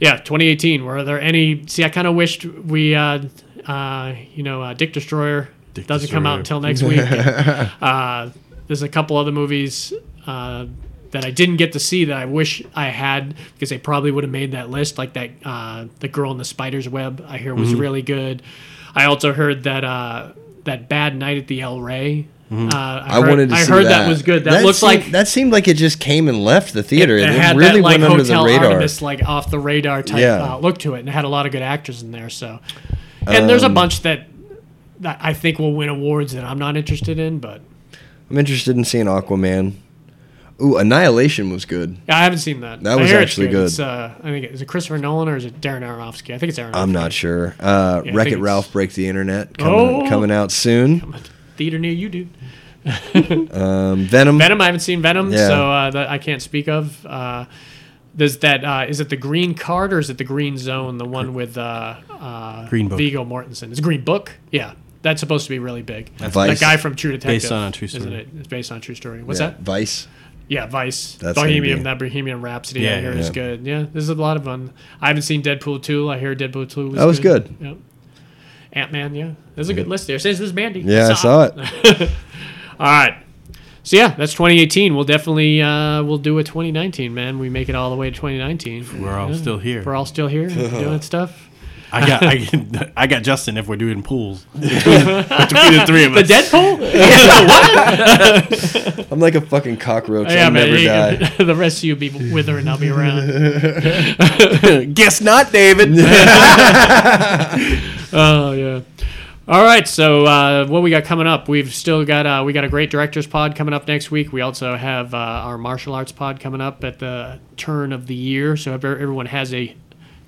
S4: Yeah, 2018. Were there any? See, I kind of wished we, uh, uh, you know, uh, Dick Destroyer
S3: Dick
S4: doesn't come out
S3: Destroyer.
S4: until next week. uh, there's a couple other movies uh, that I didn't get to see that I wish I had because they probably would have made that list. Like that, uh, the Girl in the Spider's Web. I hear was
S5: Mm-hmm.
S4: really good. I also heard that uh, that Bad Night at the El Rey. Uh,
S5: Mm-hmm. I
S4: heard-
S5: wanted to
S4: I
S5: see
S4: heard
S5: that.
S4: that. was good. That, looks
S5: seemed,
S4: like
S5: that seemed like it just came and left the theater. It,
S4: it had
S5: really
S4: that, like,
S5: went under the
S4: Hotel
S5: radar.
S4: Artemis, like off the radar type
S5: Yeah.
S4: uh, look to it, and it had a lot of good actors in there. So, and there's
S5: Um,
S4: a bunch that that I think will win awards that I'm not interested in, but
S5: I'm interested in seeing Aquaman. Ooh, Annihilation was good.
S4: yeah, I haven't seen that.
S5: That
S4: I
S5: was
S4: hear it's
S5: actually good.
S4: It's, uh, I think it, is it Christopher Nolan or is it Darren Aronofsky? I think it's Aronofsky.
S5: I'm not sure. Uh,
S4: Yeah,
S5: Wreck
S4: I think
S5: It
S4: it's-
S5: Ralph Break the Internet coming,
S4: Oh.
S5: coming out soon.
S4: Theater near you, dude.
S5: Um, Venom.
S4: Venom. I haven't seen Venom,
S5: Yeah.
S4: so uh, that I can't speak of. Uh, there's that. Uh, is it the Green Card or is it the Green Zone? The one with uh, uh,
S3: Green Book.
S4: Viggo Mortensen. It's Green Book. Yeah, that's supposed to be really big. That's
S5: Vice.
S4: that guy from True Detective.
S3: Based on a true
S4: Isn't
S3: story.
S4: it? It's based on a true story. What's
S5: Yeah,
S4: that?
S5: Vice.
S4: Yeah, Vice.
S5: That's gonna
S4: Bohemian.
S5: be-
S4: That Bohemian Rhapsody. I
S3: Yeah,
S4: hear
S3: yeah.
S4: is good. Yeah, this is a lot of fun. I haven't seen Deadpool two. I hear Deadpool two was
S5: That was good.
S4: Yep. Ant Man. Yeah, there's a good list there. Says this is Mandy. uh,
S5: Yeah, I saw it.
S4: All right. So yeah, that's 2018. We'll definitely uh, we'll do a 2019, man. We make it all the way to 2019.
S3: We're all
S4: Yeah.
S3: still here.
S4: We're all still here doing stuff.
S3: I got I, I got Justin if we're doing pools between, between the three of us.
S4: Deadpool?
S5: I'm like a fucking cockroach.
S4: yeah,
S5: I'll
S4: man.
S5: never
S4: yeah,
S5: die.
S4: the rest of you be wither and I'll be around.
S3: Guess not, David.
S4: Oh yeah. All right, so uh, what we got coming up? We've still got uh, we got a great directors pod coming up next week. We also have uh, our martial arts pod coming up at the turn of the year. So ever- everyone has a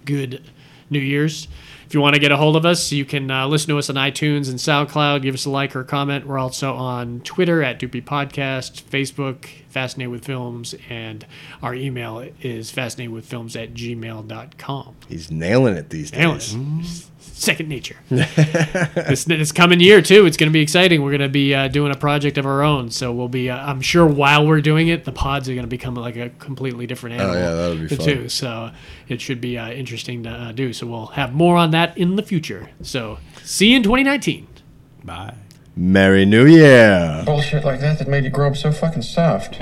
S4: good New Year's. If you want to get a hold of us, you can uh, listen to us on iTunes and SoundCloud. Give us a like or comment. We're also on Twitter at Doopy Podcast, Facebook, Fascinated with Films, and our email is fascinatedwithfilms at gmail.com.
S5: He's nailing it these days.
S4: Alien. Second nature. this, this coming year too, it's going to be exciting. We're going to be uh, doing a project of our own, so we'll be. Uh, I'm sure while we're doing it, the pods are going to become like a completely different animal.
S5: Oh, yeah, that'll be fun.
S4: Too, so it should be uh, interesting to uh, do. So we'll have more on that in the future. So see you in 2019.
S3: Bye.
S5: Merry New Year.
S6: Bullshit like that that made you grow up so fucking soft.